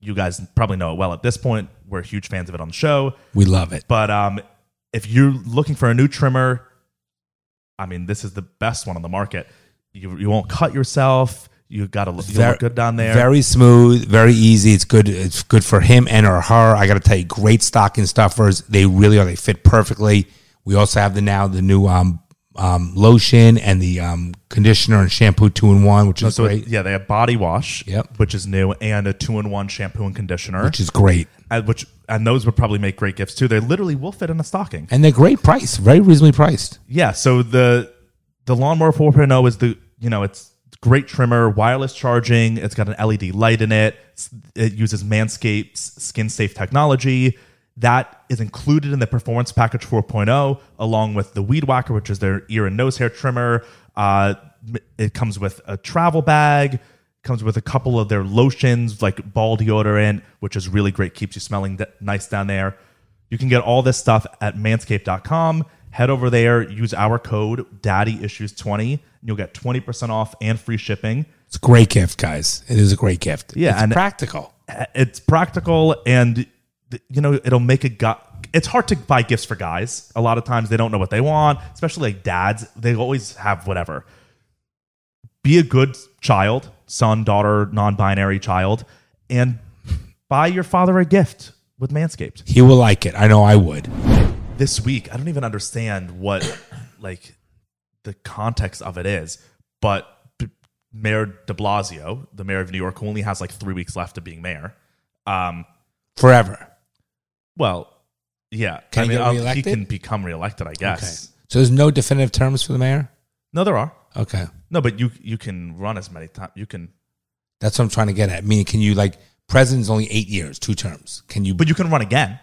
[SPEAKER 3] You guys probably know it well at this point. We're huge fans of it on the show.
[SPEAKER 1] We love it.
[SPEAKER 3] But um, if you're looking for a new trimmer, I mean, this is the best one on the market. You, you won't cut yourself. You got to look, you'll
[SPEAKER 1] Ver-
[SPEAKER 3] look good down there.
[SPEAKER 1] Very smooth, very easy. It's good. It's good for him and or her. I got to tell you, great stocking stuffers. They really are. They fit perfectly. We also have the now the new um, um, lotion and the um, conditioner and shampoo two in one, which is
[SPEAKER 3] so
[SPEAKER 1] great.
[SPEAKER 3] it- yeah, they have body wash,
[SPEAKER 1] Yep.
[SPEAKER 3] which is new, and a two-in-one shampoo and conditioner,
[SPEAKER 1] which is great,
[SPEAKER 3] and, which and those would probably make great gifts too. They literally will fit in a stocking.
[SPEAKER 1] and they're great price, very reasonably priced.
[SPEAKER 3] Yeah, so the the lawnmower 4.0 is the you know it's great trimmer, wireless charging. It's got an LED light in it. It's- It uses Manscaped's skin safe technology. That is included in the Performance Package 4.0, along with the Weed Whacker, which is their ear and nose hair trimmer. Uh, m- it comes with a travel bag. Comes with a couple of their lotions, like ball deodorant, which is really great. Keeps you smelling d- nice down there. You can get all this stuff at manscaped.com. Head over there, use our code DaddyIssues20, and you'll get 20% off and free shipping.
[SPEAKER 1] It's a great gift, guys. It is a great gift.
[SPEAKER 3] Yeah,
[SPEAKER 1] it's
[SPEAKER 3] and-
[SPEAKER 1] practical.
[SPEAKER 3] Eh, It's practical and you know, it'll make a guy it's hard to buy gifts for guys. A lot of times they don't know what they want, especially like dads. They always have whatever. Be a good child, son, daughter, non-binary child, and buy your father a gift with Manscaped.
[SPEAKER 1] He will like it. I know I would.
[SPEAKER 3] this week i don't even understand what like the context of it is but B- mayor de blasio the mayor of new york who only has like three weeks left of being mayor um
[SPEAKER 1] Forever.
[SPEAKER 3] well yeah
[SPEAKER 1] Can he get
[SPEAKER 3] um, he
[SPEAKER 1] reelected?
[SPEAKER 3] can become reelected i guess
[SPEAKER 1] So there's no definitive terms for the mayor?
[SPEAKER 3] no there are
[SPEAKER 1] Okay.
[SPEAKER 3] no but you you can run as many times you can
[SPEAKER 1] That's what I'm trying to get at. Meaning, can you like president's only eight years, two terms? Can you
[SPEAKER 3] but you can run again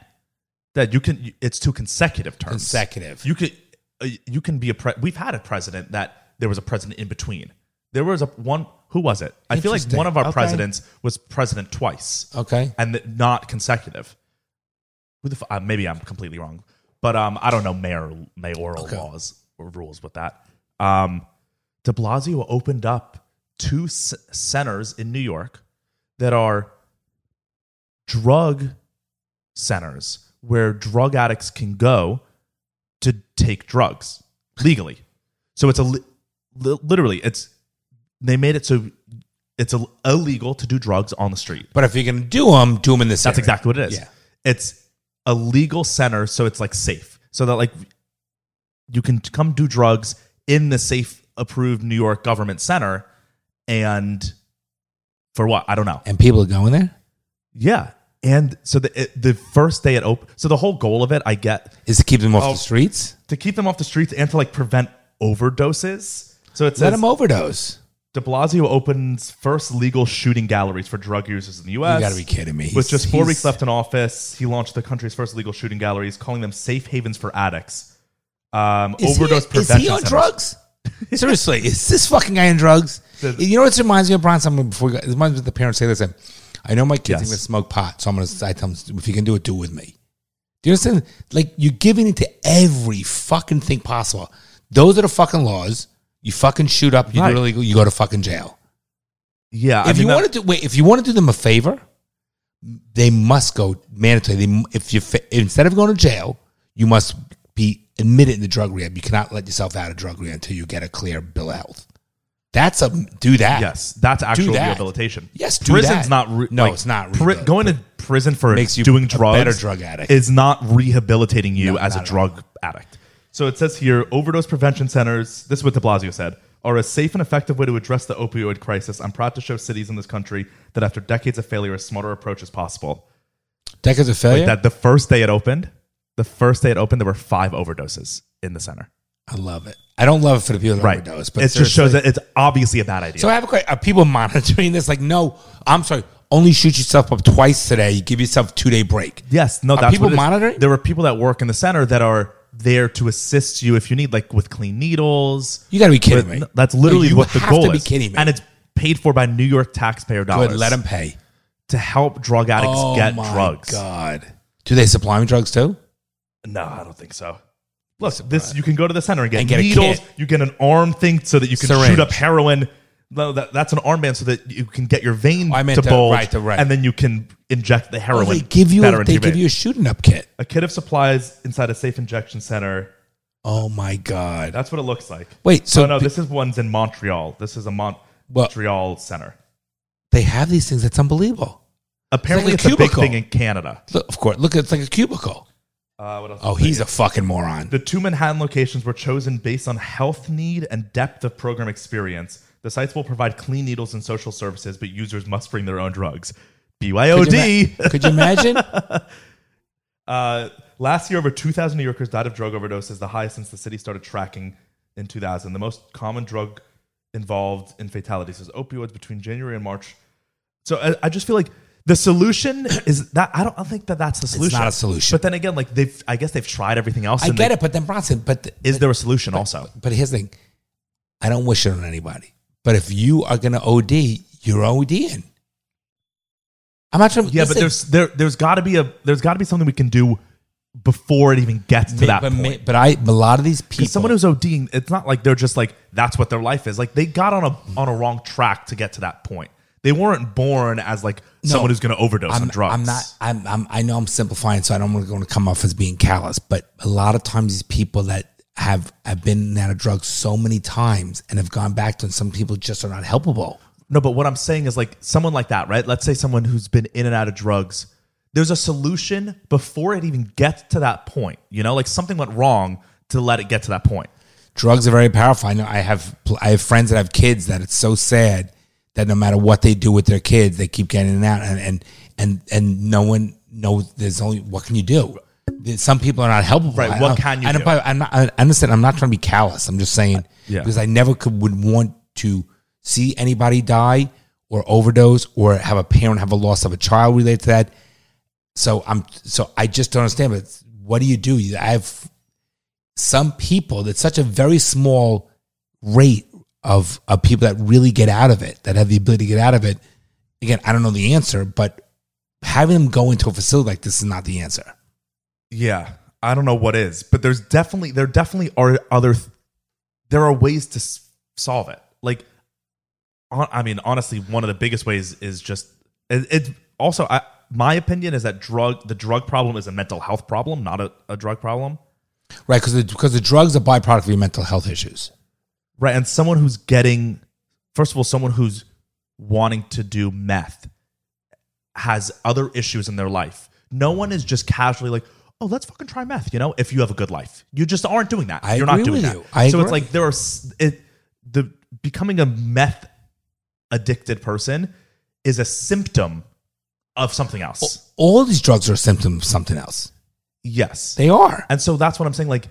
[SPEAKER 3] that you can it's two consecutive terms
[SPEAKER 1] consecutive?
[SPEAKER 3] You could uh, you can be a pre- we've had a president that there was a president in between. There was a one who was it? I feel like
[SPEAKER 1] Interesting.
[SPEAKER 3] one of our
[SPEAKER 1] Okay.
[SPEAKER 3] presidents was president twice
[SPEAKER 1] okay.
[SPEAKER 3] and th- not consecutive. Who the f- uh, maybe I'm completely wrong, but um I don't know mayor mayoral
[SPEAKER 1] Okay.
[SPEAKER 3] laws or rules with that. Um De Blasio opened up two s- centers in New York that are drug centers where drug addicts can go to take drugs legally. So it's a li- li- literally it's they made it so it's a, illegal to do drugs on the street.
[SPEAKER 1] But if you're gonna do them, do them in this.
[SPEAKER 3] That's
[SPEAKER 1] area.
[SPEAKER 3] exactly what it is.
[SPEAKER 1] Yeah.
[SPEAKER 3] It's a legal center, so it's like safe, so that like you can come do drugs in the safe, approved New York government center, and for what I don't know.
[SPEAKER 1] And people are going there.
[SPEAKER 3] Yeah, and so the it, the first day it opened, so the whole goal of it, I get
[SPEAKER 1] Is to keep them off
[SPEAKER 3] Oh.
[SPEAKER 1] the streets.
[SPEAKER 3] to keep them off the streets and to like prevent overdoses. So it
[SPEAKER 1] Let
[SPEAKER 3] says
[SPEAKER 1] them overdose.
[SPEAKER 3] De Blasio opens first legal shooting galleries for drug users in the U.S.
[SPEAKER 1] You gotta be kidding me.
[SPEAKER 3] With just four
[SPEAKER 1] He's-
[SPEAKER 3] weeks left in office, he launched the country's first legal shooting galleries, calling them safe havens for addicts. Um,
[SPEAKER 1] Is he-
[SPEAKER 3] overdose
[SPEAKER 1] is
[SPEAKER 3] prevention.
[SPEAKER 1] he on
[SPEAKER 3] centers.
[SPEAKER 1] drugs? Seriously, is this fucking guy on drugs? You know what this reminds me of, Brian? Something before we go, it reminds me of the parents say, "Listen, I know my kids are
[SPEAKER 3] Yes.
[SPEAKER 1] going to smoke pot, so I'm going to. I tell them if you can do it, do it with me." Do you understand? Like you're giving into every fucking thing possible. Those are the fucking laws. You fucking shoot up. You
[SPEAKER 3] Right.
[SPEAKER 1] do illegal. You go to fucking jail.
[SPEAKER 3] Yeah. I
[SPEAKER 1] if
[SPEAKER 3] mean,
[SPEAKER 1] you
[SPEAKER 3] that-
[SPEAKER 1] want to do wait, if you want to do them a favor, they must go mandatory. They, m- if you fa- instead of going to jail, you must be admitted in the drug rehab. You cannot let yourself out of drug rehab until you get a clear bill of health. That's a do that.
[SPEAKER 3] Yes, that's actual
[SPEAKER 1] that.
[SPEAKER 3] rehabilitation.
[SPEAKER 1] Yes, do that.
[SPEAKER 3] prison's not. Re-
[SPEAKER 1] No,
[SPEAKER 3] like,
[SPEAKER 1] it's not
[SPEAKER 3] pri-
[SPEAKER 1] rehabil-
[SPEAKER 3] going to prison for
[SPEAKER 1] Makes you
[SPEAKER 3] doing
[SPEAKER 1] a
[SPEAKER 3] drugs.
[SPEAKER 1] better drug addict.
[SPEAKER 3] is not rehabilitating you as a
[SPEAKER 1] not at
[SPEAKER 3] drug addict. So it says here, overdose prevention centers. This is what De Blasio said. Are a safe and effective way to address the opioid crisis. I'm proud to show cities in this country that after decades of failure, a smarter approach is possible.
[SPEAKER 1] That is a failure.
[SPEAKER 3] That the first day it opened, the first day it opened, there were five overdoses in the center.
[SPEAKER 1] I love it. I don't love it for the people that
[SPEAKER 3] Right.
[SPEAKER 1] overdose,
[SPEAKER 3] it
[SPEAKER 1] but
[SPEAKER 3] just shows that it's obviously a bad idea.
[SPEAKER 1] So I have a question: Are people monitoring this? Like, no, I'm sorry. Only shoot yourself up twice today. You give yourself two day break.
[SPEAKER 3] Yes, no,
[SPEAKER 1] Are
[SPEAKER 3] that's
[SPEAKER 1] people
[SPEAKER 3] what it is.
[SPEAKER 1] monitoring?
[SPEAKER 3] There are people that work in the center that are there to assist you if you need, like with clean needles.
[SPEAKER 1] You got to be kidding
[SPEAKER 3] But
[SPEAKER 1] me.
[SPEAKER 3] no, That's literally
[SPEAKER 1] You
[SPEAKER 3] what the
[SPEAKER 1] have
[SPEAKER 3] goal
[SPEAKER 1] to be
[SPEAKER 3] is.
[SPEAKER 1] kidding me.
[SPEAKER 3] And it's paid for by New York taxpayer dollars.
[SPEAKER 1] Good, let them pay.
[SPEAKER 3] to help drug addicts get drugs.
[SPEAKER 1] Oh God. Do they supply me drugs too?
[SPEAKER 3] No, I don't think so. Look, this you can go to the center and get,
[SPEAKER 1] And get a
[SPEAKER 3] needles.
[SPEAKER 1] kit.
[SPEAKER 3] You get an arm thing so that you can
[SPEAKER 1] Syringe.
[SPEAKER 3] shoot up heroin. No, that, that's an armband so that you can get your vein
[SPEAKER 1] Oh, I meant
[SPEAKER 3] to
[SPEAKER 1] to-
[SPEAKER 3] bulge,
[SPEAKER 1] right, to right.
[SPEAKER 3] and then you can inject the heroin.
[SPEAKER 1] Oh, they give you
[SPEAKER 3] better
[SPEAKER 1] a,
[SPEAKER 3] into
[SPEAKER 1] they
[SPEAKER 3] your
[SPEAKER 1] give
[SPEAKER 3] vein.
[SPEAKER 1] you a shooting up kit.
[SPEAKER 3] a kit of supplies inside a safe injection center.
[SPEAKER 1] Oh my god.
[SPEAKER 3] That's what it looks like.
[SPEAKER 1] Wait, so
[SPEAKER 3] oh, no,
[SPEAKER 1] be-
[SPEAKER 3] this is one's in Montreal. This is a Mon-
[SPEAKER 1] Well-
[SPEAKER 3] Montreal center.
[SPEAKER 1] they have these things that's unbelievable.
[SPEAKER 3] Apparently,
[SPEAKER 1] like
[SPEAKER 3] it's
[SPEAKER 1] a
[SPEAKER 3] a, big
[SPEAKER 1] cubicle.
[SPEAKER 3] thing in Canada.
[SPEAKER 1] Look, of course, look it's like a cubicle.
[SPEAKER 3] Uh, what else
[SPEAKER 1] Oh,
[SPEAKER 3] is there?
[SPEAKER 1] he's a fucking moron.
[SPEAKER 3] The two Manhattan locations were chosen based on health need and depth of program experience. The sites will provide clean needles and social services, but users must bring their own drugs.
[SPEAKER 1] Could you,
[SPEAKER 3] BYOD.
[SPEAKER 1] ima- could you imagine?
[SPEAKER 3] Uh, last year, over 2,000 New Yorkers died of drug overdoses, the highest since the city started tracking in 2000. The most common drug involved in fatalities is opioids between January and March. So I, I just feel like the solution is that I don't, I don't think that that's the solution.
[SPEAKER 1] not a solution.
[SPEAKER 3] But then again, like they've, I guess they've tried everything else.
[SPEAKER 1] I
[SPEAKER 3] and
[SPEAKER 1] get
[SPEAKER 3] they-
[SPEAKER 1] it, but then Bronson, but the-
[SPEAKER 3] Is there a solution also?
[SPEAKER 1] but here's the thing. I don't wish it on anybody. But if you are gonna OD, you're ODing. I'm not trying to
[SPEAKER 3] Yeah, but there's there there's got to be a there's got to be something we can do before it even gets to that
[SPEAKER 1] but,
[SPEAKER 3] point.
[SPEAKER 1] but I but a lot of these people
[SPEAKER 3] 'Cause someone who's ODing, it's not like they're just like that's what their life is. Like they got on a on a wrong track to get to that point. They weren't born as like someone who's going to overdose
[SPEAKER 1] I'm,
[SPEAKER 3] on drugs.
[SPEAKER 1] I'm not. I'm, I'm. I know I'm simplifying, so I don't want to come off as being callous. But a lot of times, these people that have have been out of drugs so many times and have gone back to, and some people just are not helpable.
[SPEAKER 3] No, but what I'm saying is like someone like that, right? Let's say someone who's been in and out of drugs. There's a solution before it even gets to that point. You know, like something went wrong to let it get to that point.
[SPEAKER 1] Drugs are very powerful. I know. I have. pl- I have friends that have kids that it's so sad that no matter what they do with their kids, they keep getting in and out, and and and and no one knows. There's only what can you do. There's- Some people are not helpable.
[SPEAKER 3] Right,
[SPEAKER 1] I
[SPEAKER 3] what
[SPEAKER 1] don't-
[SPEAKER 3] can you
[SPEAKER 1] I don't
[SPEAKER 3] do?
[SPEAKER 1] probably- I'm not, I understand. I'm not trying to be callous. I'm just saying
[SPEAKER 3] Yeah.
[SPEAKER 1] because I never could would want to see anybody die or overdose or have a parent have a loss of a child related to that. So I'm so I just don't understand. But it's- what do you do? You- I have some people that's such a very small rate of of people that really get out of it that have the ability to get out of it. Again, I don't know the answer, but having them go into a facility like this is not the answer.
[SPEAKER 3] Yeah, I don't know what is, but there's definitely there definitely are other th- there are ways to s- solve it. Like, hon- I mean, honestly, one of the biggest ways is just it. it also, I, my opinion is that drug the drug problem is a mental health problem, not a, a drug problem.
[SPEAKER 1] Right, because because the drugs are byproduct of your mental health issues.
[SPEAKER 3] Right. And someone who's getting, first of all, someone who's wanting to do meth has other issues in their life. No one is just casually like, oh, let's fucking try meth, you know, if you have a good life. You just aren't doing that.
[SPEAKER 1] I
[SPEAKER 3] You're
[SPEAKER 1] agree
[SPEAKER 3] not doing
[SPEAKER 1] with
[SPEAKER 3] that.
[SPEAKER 1] you. I
[SPEAKER 3] so it's
[SPEAKER 1] agree.
[SPEAKER 3] like there are, s- it, the becoming a meth addicted person is a symptom of something else.
[SPEAKER 1] All these drugs are a symptom of something else.
[SPEAKER 3] yes.
[SPEAKER 1] They are.
[SPEAKER 3] and so that's what I'm saying. Like,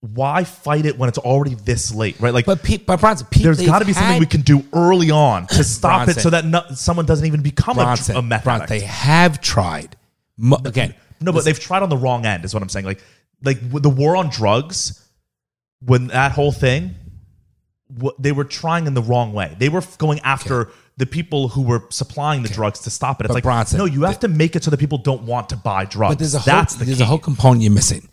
[SPEAKER 3] why fight it when it's already this late, right? Like,
[SPEAKER 1] But pe- but Bronson, people
[SPEAKER 3] There's got to be something we can do early on to stop it
[SPEAKER 1] Bronson.
[SPEAKER 3] so that no, someone doesn't even become a,
[SPEAKER 1] Bronson,
[SPEAKER 3] tr- a meth
[SPEAKER 1] Bronson,
[SPEAKER 3] addict.
[SPEAKER 1] they have tried. Mo- again,
[SPEAKER 3] No, but they've tried on the wrong end, is what I'm saying. Like, like with the war on drugs, when that whole thing, what, they were trying in the wrong way. They were f- going after the people who were supplying the drugs to stop it. It's
[SPEAKER 1] But
[SPEAKER 3] like,
[SPEAKER 1] Bronson,
[SPEAKER 3] no, you have to make it so that people don't want to buy drugs.
[SPEAKER 1] but there's a whole,
[SPEAKER 3] That's the
[SPEAKER 1] there's
[SPEAKER 3] key.
[SPEAKER 1] a whole component you're missing.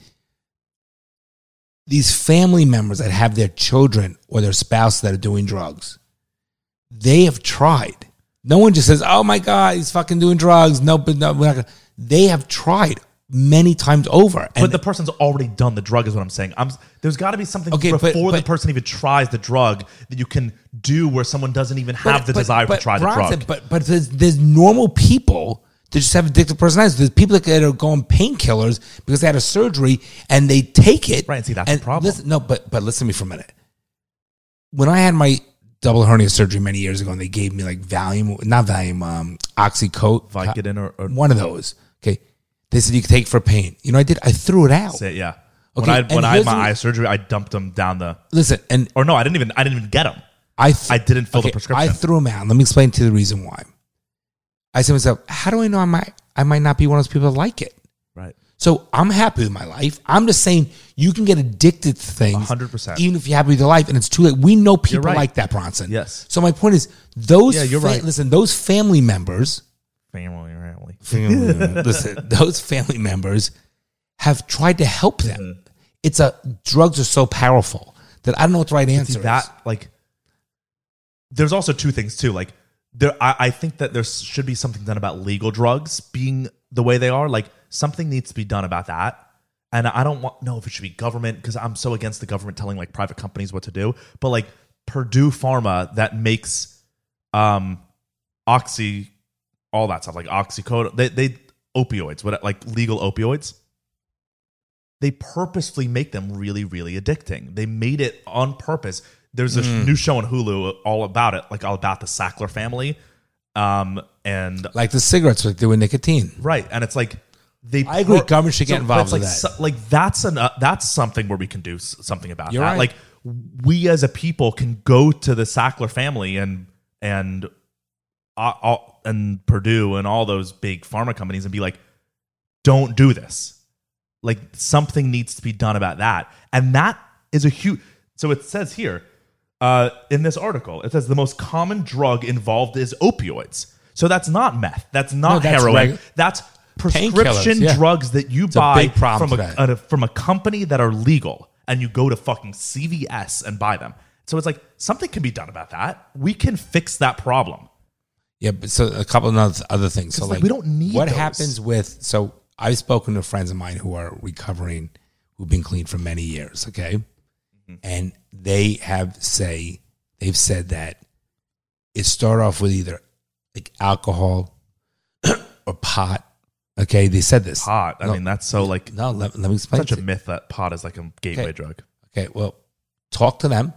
[SPEAKER 1] These family members that have their children or their spouse that are doing drugs, they have tried. No one just says, "Oh my God, he's fucking doing drugs." No, but no, we're not gonna. They have tried many times over, and
[SPEAKER 3] but the person's already done the drug is what I'm saying. I'm there's got to be something
[SPEAKER 1] Okay, but-
[SPEAKER 3] before the
[SPEAKER 1] but-
[SPEAKER 3] person even tries the drug that you can do where someone doesn't even have the desire to try the
[SPEAKER 1] Bronson,
[SPEAKER 3] drug.
[SPEAKER 1] But but there's, there's normal people that just have addictive personalities. There's people that are going painkillers because they had a surgery and they take it.
[SPEAKER 3] Right, see, that's the
[SPEAKER 1] and
[SPEAKER 3] problem.
[SPEAKER 1] Listen, no, but but listen to me for a minute. When I had my double hernia surgery many years ago, and they gave me like Valium, not Valium, um, Oxycodone,
[SPEAKER 3] Vicodin or- or-
[SPEAKER 1] one of those. Okay, they said you can take it for pain. You know, I did. I threw it out.
[SPEAKER 3] That's it, yeah. when
[SPEAKER 1] Okay,
[SPEAKER 3] I
[SPEAKER 1] and
[SPEAKER 3] when I had
[SPEAKER 1] here's
[SPEAKER 3] my
[SPEAKER 1] the-
[SPEAKER 3] eye surgery, I dumped them down the
[SPEAKER 1] Listen, and
[SPEAKER 3] or no, I didn't even I didn't even get them.
[SPEAKER 1] I th-
[SPEAKER 3] I didn't fill the prescription.
[SPEAKER 1] I threw them out. Let me explain to you the reason why. I said to myself, how do I know I might I might not be one of those people that like it?
[SPEAKER 3] Right.
[SPEAKER 1] So I'm happy with my life. I'm just saying you can get addicted to things
[SPEAKER 3] 100%.
[SPEAKER 1] even if you're happy with your life and it's too late. We know people
[SPEAKER 3] right.
[SPEAKER 1] like that, Bronson.
[SPEAKER 3] Yes.
[SPEAKER 1] So my point is those
[SPEAKER 3] Yeah, you're
[SPEAKER 1] fa-
[SPEAKER 3] right.
[SPEAKER 1] listen, those family members
[SPEAKER 3] Family, family.
[SPEAKER 1] Family member. Listen, those family members have tried to help them.
[SPEAKER 3] Mm-hmm.
[SPEAKER 1] It's a drugs are so powerful that I don't know what the right
[SPEAKER 3] See,
[SPEAKER 1] answer is.
[SPEAKER 3] that like there's also two things too like there I, I think that there should be something done about legal drugs being the way they are like something needs to be done about that and i don't want know if it should be government because i'm so against the government telling like private companies what to do but like purdue pharma that makes um oxy all that stuff like oxycodone they, they opioids what like legal opioids they purposefully make them really, really addicting. They made it on purpose. There's a new show on Hulu all about it, like all about the Sackler family. Um, and
[SPEAKER 1] Like the cigarettes, like they were nicotine.
[SPEAKER 3] right, and it's like they.
[SPEAKER 1] I agree, government should get involved
[SPEAKER 3] that's like,
[SPEAKER 1] with that.
[SPEAKER 3] so- like that's an uh, that's something where we can do s- something about
[SPEAKER 1] You're right.
[SPEAKER 3] that. Like we as a people can go to the Sackler family and and uh, all, and Purdue and all those big pharma companies and be like, don't do this. Like something needs to be done about that, and that is a huge. So it says here uh, in this article, it says the most common drug involved is opioids. So that's not meth. That's not
[SPEAKER 1] that's
[SPEAKER 3] heroin.
[SPEAKER 1] reg-
[SPEAKER 3] that's prescription
[SPEAKER 1] Painkillers, yeah.
[SPEAKER 3] drugs that you
[SPEAKER 1] a
[SPEAKER 3] buy
[SPEAKER 1] big problem
[SPEAKER 3] from
[SPEAKER 1] today.
[SPEAKER 3] a, a from a company that are legal, and you go to fucking CVS and buy them. So it's like something can be done about that. We can fix that problem.
[SPEAKER 1] Yeah, but so a couple of noth- other things. So
[SPEAKER 3] It's
[SPEAKER 1] like,
[SPEAKER 3] like we don't need
[SPEAKER 1] what
[SPEAKER 3] those.
[SPEAKER 1] happens with. So I've spoken to friends of mine who are recovering, who've been clean for many years. Okay, and they have say they've said that it started off with either like alcohol or pot. Okay, they said this.
[SPEAKER 3] Pot. I
[SPEAKER 1] No.
[SPEAKER 3] mean, that's so like
[SPEAKER 1] No, let, let me explain.
[SPEAKER 3] such a
[SPEAKER 1] to you.
[SPEAKER 3] myth that pot is like a gateway
[SPEAKER 1] Okay.
[SPEAKER 3] drug.
[SPEAKER 1] Okay, well, talk to them.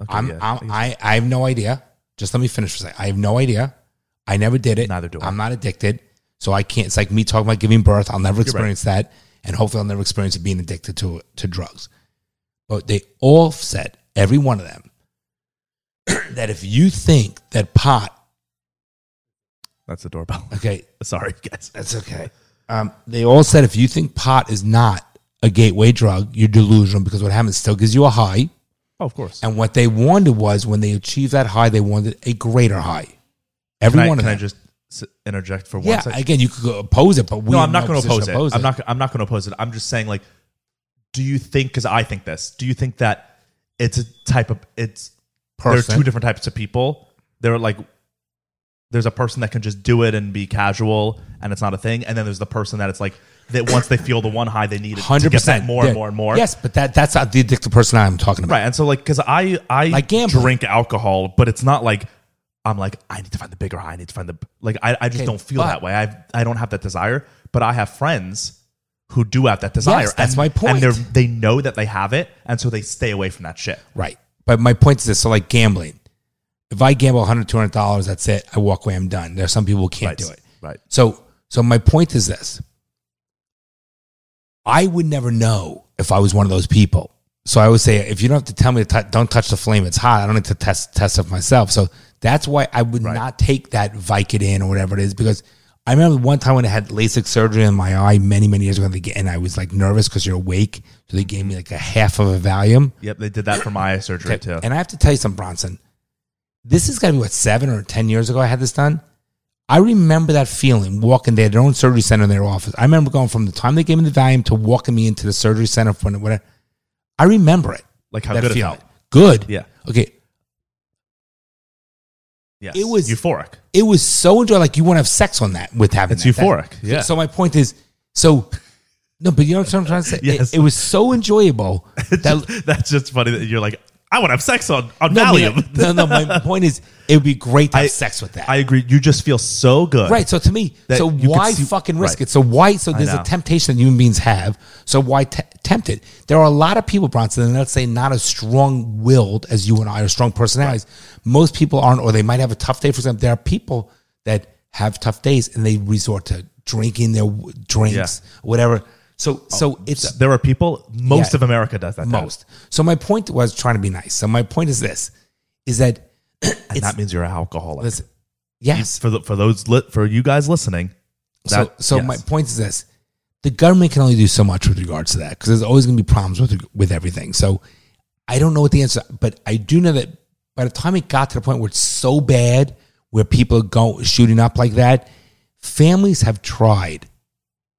[SPEAKER 3] Okay,
[SPEAKER 1] I'm,
[SPEAKER 3] yeah.
[SPEAKER 1] I'm I, I have no idea. Just let me finish for a second. I have no idea. I never did it.
[SPEAKER 3] Neither do I.
[SPEAKER 1] I'm not addicted, so I can't. It's like me talking about giving birth. I'll never
[SPEAKER 3] right.
[SPEAKER 1] experience that, and hopefully, I'll never experience being addicted to to drugs. But they all said, every one of them, that if you think that pot,
[SPEAKER 3] that's the doorbell.
[SPEAKER 1] okay,
[SPEAKER 3] Sorry, guys.
[SPEAKER 1] that's okay. Um, they all said if you think pot is not a gateway drug, you're delusional because what happens it still gives you a high.
[SPEAKER 3] Oh, of course.
[SPEAKER 1] And what they wanted was when they achieved that high, they wanted a greater high. Every
[SPEAKER 3] Can I,
[SPEAKER 1] one of
[SPEAKER 3] can I
[SPEAKER 1] them.
[SPEAKER 3] just s- interject for one
[SPEAKER 1] yeah,
[SPEAKER 3] second?
[SPEAKER 1] again, you could go oppose it, but we
[SPEAKER 3] no,
[SPEAKER 1] are
[SPEAKER 3] I'm not
[SPEAKER 1] in
[SPEAKER 3] going to
[SPEAKER 1] position
[SPEAKER 3] oppose it. I'm not. I'm not going to oppose it. I'm just saying, like, do you think? Because I think this. Do you think that it's a type of it's there are
[SPEAKER 1] Person.
[SPEAKER 3] two different types of people. There are like there's a person that can just do it and be casual, and it's not a thing. And then there's the person that it's like that once they feel the one high, they need it to
[SPEAKER 1] Hundred
[SPEAKER 3] get that
[SPEAKER 1] percent
[SPEAKER 3] more and more and more.
[SPEAKER 1] Yes, but that that's not the addictive person I'm talking about.
[SPEAKER 3] Right. And so like cuz I I
[SPEAKER 1] Like gambling.
[SPEAKER 3] drink alcohol, but it's not like I'm like I need to find the bigger high, I need to find the like I, I just
[SPEAKER 1] Okay,
[SPEAKER 3] don't feel
[SPEAKER 1] but-
[SPEAKER 3] that way. I I don't have that desire, but I have friends who do have that desire.
[SPEAKER 1] that's
[SPEAKER 3] and,
[SPEAKER 1] my point.
[SPEAKER 3] And they are they know that they have it, and so they stay away from that shit.
[SPEAKER 1] Right. But my point is this: so like gambling, if I gamble 100 200 dollars, that's it. I walk away. I'm done. There are some people who can't
[SPEAKER 3] Right.
[SPEAKER 1] do it.
[SPEAKER 3] Right.
[SPEAKER 1] So so my point is this: I would never know if I was one of those people. So I would say, if you don't have to tell me to t- don't touch the flame, it's hot. I don't need to test test it myself. So that's why I would not take that Vicodin or whatever it is because. I remember one time when I had LASIK surgery in my eye many, many years ago, and they ga- and I was like nervous because you're awake. So they gave me like a half of a Valium.
[SPEAKER 3] Yep, they did that for my eye surgery too.
[SPEAKER 1] And I have to tell you something, Bronson. This is got to be what seven or ten years ago I had this done. I remember that feeling walking. They had their own surgery center in their office. I remember going from the time they gave me the Valium to walking me into the surgery center for whatever. I remember it.
[SPEAKER 3] like how
[SPEAKER 1] that
[SPEAKER 3] good it
[SPEAKER 1] feeling.
[SPEAKER 3] felt.
[SPEAKER 1] Good.
[SPEAKER 3] Yeah.
[SPEAKER 1] Okay.
[SPEAKER 3] Yes.
[SPEAKER 1] It was-
[SPEAKER 3] euphoric.
[SPEAKER 1] It was so enjoyable. Like you want to have sex on that with having
[SPEAKER 3] It's
[SPEAKER 1] that. That-
[SPEAKER 3] euphoric, yeah.
[SPEAKER 1] So my point is, so no, but you know what I'm trying to say. It-
[SPEAKER 3] Yes.
[SPEAKER 1] it was so enjoyable that
[SPEAKER 3] That's just funny that you're like I want to have sex on on
[SPEAKER 1] no, uh,
[SPEAKER 3] Valium.
[SPEAKER 1] but- no, no. My point is, it would be great to have
[SPEAKER 3] I-
[SPEAKER 1] sex with that.
[SPEAKER 3] I agree. You just feel so good.
[SPEAKER 1] Right. So to me,
[SPEAKER 3] That
[SPEAKER 1] so
[SPEAKER 3] you could
[SPEAKER 1] why
[SPEAKER 3] see-
[SPEAKER 1] fucking risk it?
[SPEAKER 3] right.
[SPEAKER 1] So why? So there's a
[SPEAKER 3] know.
[SPEAKER 1] temptation that human beings have. So why te- tempt it? There are a lot of people, Bronson, and let's say not as strong willed as you and I, or strong personalities. Most people aren't, or they might have a tough day. For example, there are people that have tough days and they resort to drinking their w- drinks, whatever. So,
[SPEAKER 3] Oh,
[SPEAKER 1] so it's
[SPEAKER 3] There are people. Most
[SPEAKER 1] Yeah.
[SPEAKER 3] of America does that.
[SPEAKER 1] most. So my point was trying to be nice. So my point is this: is that
[SPEAKER 3] and that means you're an alcoholic.
[SPEAKER 1] listen, yes,
[SPEAKER 3] for the, for those li- for you guys listening.
[SPEAKER 1] So,
[SPEAKER 3] that-
[SPEAKER 1] so
[SPEAKER 3] yes.
[SPEAKER 1] my point is this: the government can only do so much with regards to that because there's always going to be problems with with everything. So, I don't know what the answer, but I do know that by the time it got to the point where it's so bad, where people go shooting up like that, Families have tried,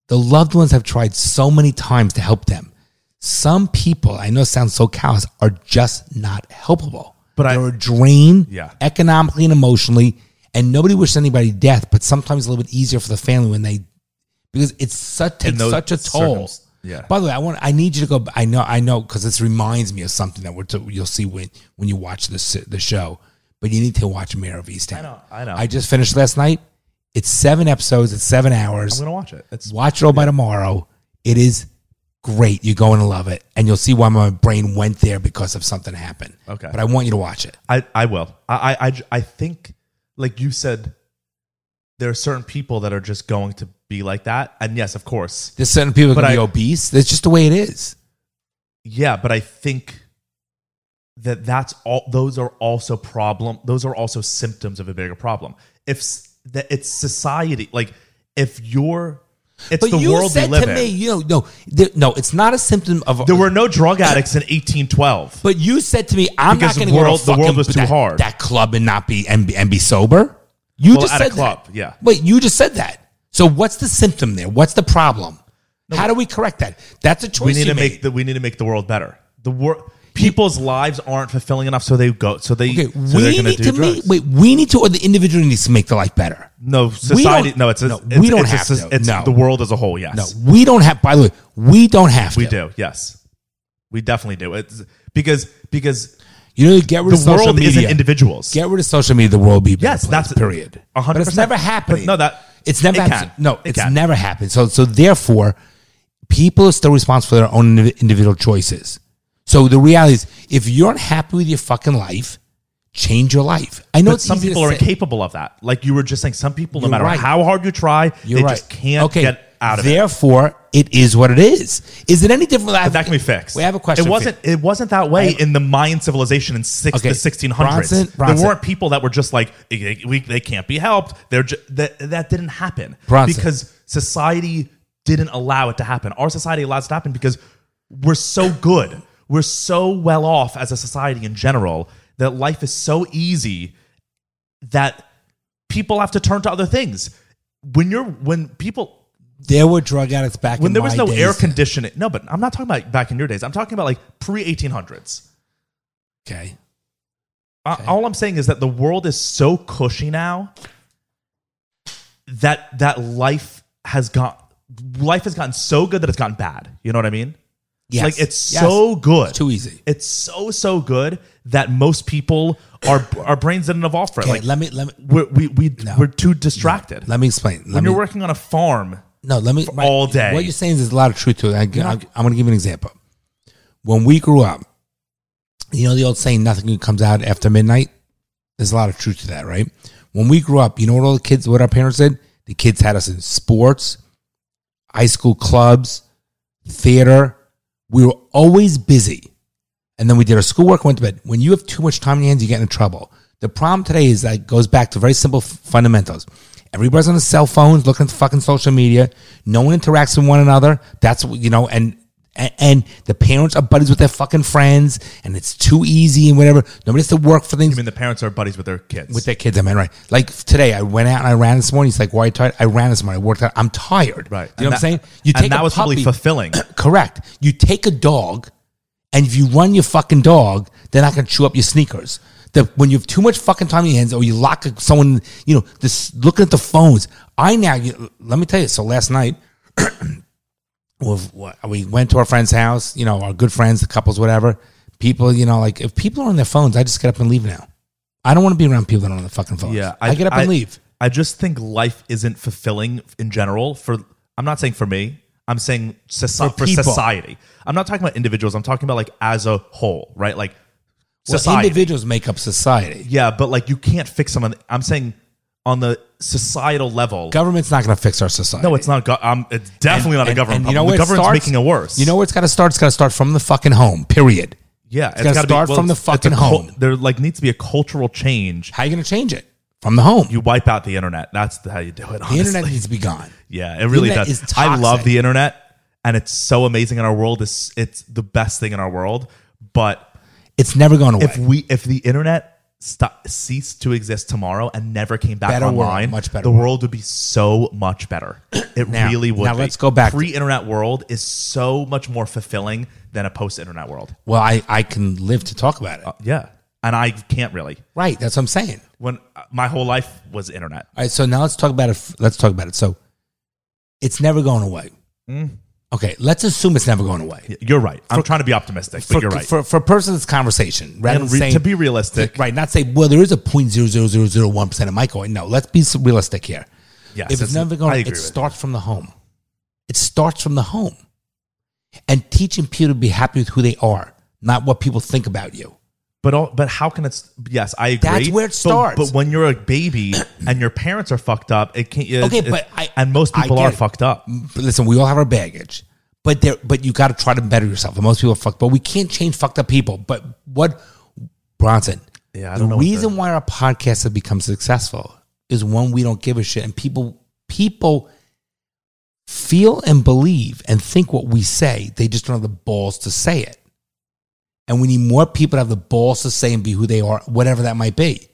[SPEAKER 1] the loved ones have tried so many times to help them. Some people, I know it sounds so callous, are just not helpable.
[SPEAKER 3] But I-
[SPEAKER 1] they're a drain
[SPEAKER 3] Yeah.
[SPEAKER 1] economically and emotionally. And nobody wishes anybody death, but sometimes it's a little bit easier for the family when they because it's such takes
[SPEAKER 3] those
[SPEAKER 1] such a toll.
[SPEAKER 3] circums- yeah.
[SPEAKER 1] By the way, I want I need you to go. I know I know because this reminds me of something that we're to, you'll see when when you watch this the show. But you need to watch Mayor of Easttown. I
[SPEAKER 3] know, I know.
[SPEAKER 1] I just finished last night. It's seven episodes. It's seven hours.
[SPEAKER 3] I'm gonna watch it. It's
[SPEAKER 1] Watch it all by tomorrow. It is great. You're going to love it, and you'll see why my brain went there because of something happened.
[SPEAKER 3] Okay.
[SPEAKER 1] but I want you to watch it.
[SPEAKER 3] I, I will. I, I- I, j- I think, like you said, there are certain people that are just going to be like that. And yes, of course.
[SPEAKER 1] There's certain people that
[SPEAKER 3] But
[SPEAKER 1] can be
[SPEAKER 3] I-
[SPEAKER 1] obese. That's just the way it is.
[SPEAKER 3] Yeah, but I think that that's all, those are also problem, those are also symptoms of a bigger problem. If s- that it's society, like if you're, it's
[SPEAKER 1] But
[SPEAKER 3] the
[SPEAKER 1] you
[SPEAKER 3] world
[SPEAKER 1] said
[SPEAKER 3] we live
[SPEAKER 1] to
[SPEAKER 3] in.
[SPEAKER 1] me, you know, no, there, no, it's not a symptom of.
[SPEAKER 3] there were no drug addicts in 1812.
[SPEAKER 1] But you said to me, I'm
[SPEAKER 3] Because
[SPEAKER 1] not going to
[SPEAKER 3] the
[SPEAKER 1] go to
[SPEAKER 3] world- the
[SPEAKER 1] fucking-
[SPEAKER 3] world was too
[SPEAKER 1] that,
[SPEAKER 3] hard.
[SPEAKER 1] That club and not be and be, and be sober. You
[SPEAKER 3] Well,
[SPEAKER 1] just
[SPEAKER 3] at a
[SPEAKER 1] said
[SPEAKER 3] club,
[SPEAKER 1] that.
[SPEAKER 3] yeah.
[SPEAKER 1] Wait, you just said that. So what's the symptom there? What's the problem? How do we correct that? That's a choice.
[SPEAKER 3] we need to make
[SPEAKER 1] make.
[SPEAKER 3] the we need to make the world better. The world people's lives aren't fulfilling enough, so they go so they
[SPEAKER 1] Okay,
[SPEAKER 3] so they're
[SPEAKER 1] we
[SPEAKER 3] gonna
[SPEAKER 1] need
[SPEAKER 3] do
[SPEAKER 1] to
[SPEAKER 3] drugs.
[SPEAKER 1] make. Wait, we need to, or the individual needs to make the life better.
[SPEAKER 3] no society.
[SPEAKER 1] don't-
[SPEAKER 3] No, it's, a,
[SPEAKER 1] no,
[SPEAKER 3] it's
[SPEAKER 1] we don't
[SPEAKER 3] it's a
[SPEAKER 1] have
[SPEAKER 3] soc-
[SPEAKER 1] to.
[SPEAKER 3] It's
[SPEAKER 1] No.
[SPEAKER 3] the world as a whole. Yes,
[SPEAKER 1] No, we don't have. By the way, we don't have.
[SPEAKER 3] we
[SPEAKER 1] to.
[SPEAKER 3] do. Yes, we definitely do. It's because because
[SPEAKER 1] You know, get rid
[SPEAKER 3] the
[SPEAKER 1] of social
[SPEAKER 3] world
[SPEAKER 1] media.
[SPEAKER 3] isn't individuals.
[SPEAKER 1] Get rid of social media. The world will be a better
[SPEAKER 3] Yes,
[SPEAKER 1] place,
[SPEAKER 3] that's-
[SPEAKER 1] period.
[SPEAKER 3] a hundred
[SPEAKER 1] But it's
[SPEAKER 3] percent.
[SPEAKER 1] never happened.
[SPEAKER 3] But no, that-
[SPEAKER 1] it's never
[SPEAKER 3] it
[SPEAKER 1] happened.
[SPEAKER 3] can.
[SPEAKER 1] No,
[SPEAKER 3] It
[SPEAKER 1] it's
[SPEAKER 3] can.
[SPEAKER 1] never happened. So so therefore, people are still responsible for their own indiv- individual choices. So the reality is, if you're not happy with your fucking life, change your life. I know
[SPEAKER 3] But
[SPEAKER 1] it's
[SPEAKER 3] some
[SPEAKER 1] easy to
[SPEAKER 3] people are
[SPEAKER 1] say.
[SPEAKER 3] incapable of that. Like you were just saying, some people, no
[SPEAKER 1] You're
[SPEAKER 3] matter
[SPEAKER 1] right.
[SPEAKER 3] how hard you try,
[SPEAKER 1] You're
[SPEAKER 3] they
[SPEAKER 1] right.
[SPEAKER 3] just can't
[SPEAKER 1] okay.
[SPEAKER 3] get out of it.
[SPEAKER 1] Therefore, it is what it is. Is it any different?
[SPEAKER 3] But that can be fixed.
[SPEAKER 1] We have a question.
[SPEAKER 3] It
[SPEAKER 1] for you.
[SPEAKER 3] wasn't. It wasn't that way in the Mayan civilization in six,
[SPEAKER 1] Okay,
[SPEAKER 3] the 1600s.
[SPEAKER 1] Bronson- Bronson.
[SPEAKER 3] There weren't people that were just like "Eh, we, they can't be helped. They're ju- that that didn't happen
[SPEAKER 1] Bronson.
[SPEAKER 3] because society didn't allow it to happen. Our society allows it to happen because we're so good. We're so well off as a society in general that life is so easy that people have to turn to other things. When you're when people
[SPEAKER 1] There were drug addicts back
[SPEAKER 3] when
[SPEAKER 1] in
[SPEAKER 3] there was
[SPEAKER 1] my
[SPEAKER 3] no air
[SPEAKER 1] days.
[SPEAKER 3] conditioning. No, but I'm not talking about back in your days. I'm talking about like pre 1800s.
[SPEAKER 1] Okay.
[SPEAKER 3] Uh, All I'm saying is that the world is so cushy now that that life has got life has gotten so good that it's gotten bad. You know what I mean?
[SPEAKER 1] Yes.
[SPEAKER 3] Like it's
[SPEAKER 1] Yes.
[SPEAKER 3] so good.
[SPEAKER 1] It's too easy.
[SPEAKER 3] It's so so good that most people our our brains didn't evolve for it.
[SPEAKER 1] Okay.
[SPEAKER 3] Like
[SPEAKER 1] let me let me
[SPEAKER 3] we're, we we we're too distracted.
[SPEAKER 1] let me explain. Let
[SPEAKER 3] when
[SPEAKER 1] me,
[SPEAKER 3] you're working on a farm,
[SPEAKER 1] No, let me
[SPEAKER 3] all day.
[SPEAKER 1] What you're saying is there's a lot of truth to it. I, am going to give you an example. When we grew up, you know the old saying, "Nothing good comes out after midnight." There's a lot of truth to that, right? When we grew up, you know what all the kids, what our parents did? The kids had us in sports, high school clubs, theater. We were always busy. And then we did our schoolwork, went to bed. When you have too much time in your hands, you get into trouble. The problem today is that it goes back to very simple f- fundamentals. Everybody's on their cell phones, looking at fucking social media. No one interacts with one another. That's what, you know, and, and and the parents are buddies with their fucking friends, and it's too easy and whatever. Nobody has to work for things
[SPEAKER 3] I mean, the parents are buddies with their kids.
[SPEAKER 1] with their kids. I mean, right? Like today, I went out and I ran this morning. He's like, "Why are you tired?" I ran this morning. I worked out. I'm tired.
[SPEAKER 3] right.
[SPEAKER 1] You know what
[SPEAKER 3] And
[SPEAKER 1] I'm
[SPEAKER 3] that-
[SPEAKER 1] saying? You
[SPEAKER 3] and
[SPEAKER 1] take
[SPEAKER 3] that
[SPEAKER 1] a
[SPEAKER 3] was probably
[SPEAKER 1] puppy-
[SPEAKER 3] fulfilling.
[SPEAKER 1] Correct. You take a dog, and if you run your fucking dog, they're not going to chew up your sneakers. The, when you have too much fucking time in your hands, or you lock a- someone, you know, this looking at the phones. I now, you, let me tell you. So last night, we've- we went to our friend's house. You know, our good friends, the couples, whatever. People, you know, like if people are on their phones, I just get up and leave now. I don't want to be around people that are on the fucking phones.
[SPEAKER 3] Yeah,
[SPEAKER 1] I, get up and leave.
[SPEAKER 3] I just think life isn't fulfilling in general. For I'm not saying for me. I'm saying soci-
[SPEAKER 1] For
[SPEAKER 3] for,
[SPEAKER 1] people.
[SPEAKER 3] society. I'm not talking about individuals. I'm talking about like as a whole, right? Like
[SPEAKER 1] Well,
[SPEAKER 3] society.
[SPEAKER 1] individuals make up society.
[SPEAKER 3] yeah, but like you can't fix someone. I'm saying on the societal level.
[SPEAKER 1] Government's not going to fix our society.
[SPEAKER 3] no, it's not. Go- um, it's definitely not a government.
[SPEAKER 1] you know
[SPEAKER 3] problem.
[SPEAKER 1] where
[SPEAKER 3] the
[SPEAKER 1] it
[SPEAKER 3] government's
[SPEAKER 1] starts?
[SPEAKER 3] making it worse.
[SPEAKER 1] You know where it's got to start? It's got to start from the fucking home. Period.
[SPEAKER 3] yeah,
[SPEAKER 1] gotta
[SPEAKER 3] gotta
[SPEAKER 1] start from the
[SPEAKER 3] it's- it's a
[SPEAKER 1] fucking
[SPEAKER 3] cul-
[SPEAKER 1] home.
[SPEAKER 3] there like needs to be a cultural change.
[SPEAKER 1] How you going to change it from the home?
[SPEAKER 3] You wipe out the internet. That's the- how you do it.
[SPEAKER 1] the
[SPEAKER 3] Honestly.
[SPEAKER 1] internet needs to be gone.
[SPEAKER 3] Yeah, it really
[SPEAKER 1] internet
[SPEAKER 3] does.
[SPEAKER 1] is
[SPEAKER 3] I love
[SPEAKER 1] toxic.
[SPEAKER 3] the internet, and it's so amazing in our world. It's it's the best thing in our world. But
[SPEAKER 1] It's never going away.
[SPEAKER 3] if we if the internet stop, ceased to exist tomorrow and never came back
[SPEAKER 1] Better world,
[SPEAKER 3] online,
[SPEAKER 1] much better
[SPEAKER 3] the
[SPEAKER 1] world.
[SPEAKER 3] world. would be so much better. It
[SPEAKER 1] Now-
[SPEAKER 3] really would.
[SPEAKER 1] now
[SPEAKER 3] be.
[SPEAKER 1] let's go back to-
[SPEAKER 3] Pre-internet world is so much more fulfilling than a post-internet world. Uh,
[SPEAKER 1] Well, I, I can live to talk about it.
[SPEAKER 3] Yeah, and I can't really.
[SPEAKER 1] right. That's what I'm saying.
[SPEAKER 3] When uh, my whole life was internet,
[SPEAKER 1] All right. So now let's talk about it. f- Let's talk about it. So it's never going away.
[SPEAKER 3] Mm.
[SPEAKER 1] Okay. Let's assume it's never going away.
[SPEAKER 3] you're right. I'm trying to be optimistic,
[SPEAKER 1] For,
[SPEAKER 3] but you're right.
[SPEAKER 1] for, for purpose of this conversation, rather
[SPEAKER 3] and
[SPEAKER 1] than
[SPEAKER 3] re-
[SPEAKER 1] saying,
[SPEAKER 3] to be realistic,
[SPEAKER 1] right, not say, well, there is a 0.00001% of might going. No, let's be s- realistic here. if
[SPEAKER 3] Yes,
[SPEAKER 1] it's
[SPEAKER 3] that's-
[SPEAKER 1] never going,
[SPEAKER 3] I
[SPEAKER 1] to
[SPEAKER 3] agree
[SPEAKER 1] it
[SPEAKER 3] with you.
[SPEAKER 1] starts from the home. It starts from the home, and teaching people to be happy with who they are, not what people think about you.
[SPEAKER 3] But all, but how can it? st- Yes, I agree.
[SPEAKER 1] That's where it
[SPEAKER 3] But-
[SPEAKER 1] starts.
[SPEAKER 3] But, when you're a baby and your parents are fucked up, it can't. It,
[SPEAKER 1] Okay,
[SPEAKER 3] it-
[SPEAKER 1] but I-
[SPEAKER 3] and most
[SPEAKER 1] I
[SPEAKER 3] people
[SPEAKER 1] get
[SPEAKER 3] are
[SPEAKER 1] it.
[SPEAKER 3] fucked up.
[SPEAKER 1] But listen, we all have our baggage, but there, but you got to try to better yourself. And most people are fucked, but we can't change fucked up people. But what, Bronson?
[SPEAKER 3] Yeah, I
[SPEAKER 1] the
[SPEAKER 3] don't know what
[SPEAKER 1] reason why our podcast has become successful is one we don't give a shit, and people people feel and believe and think what we say. They just don't have the balls to say it. And we need more people to have the balls to say and be who they are, whatever that might be.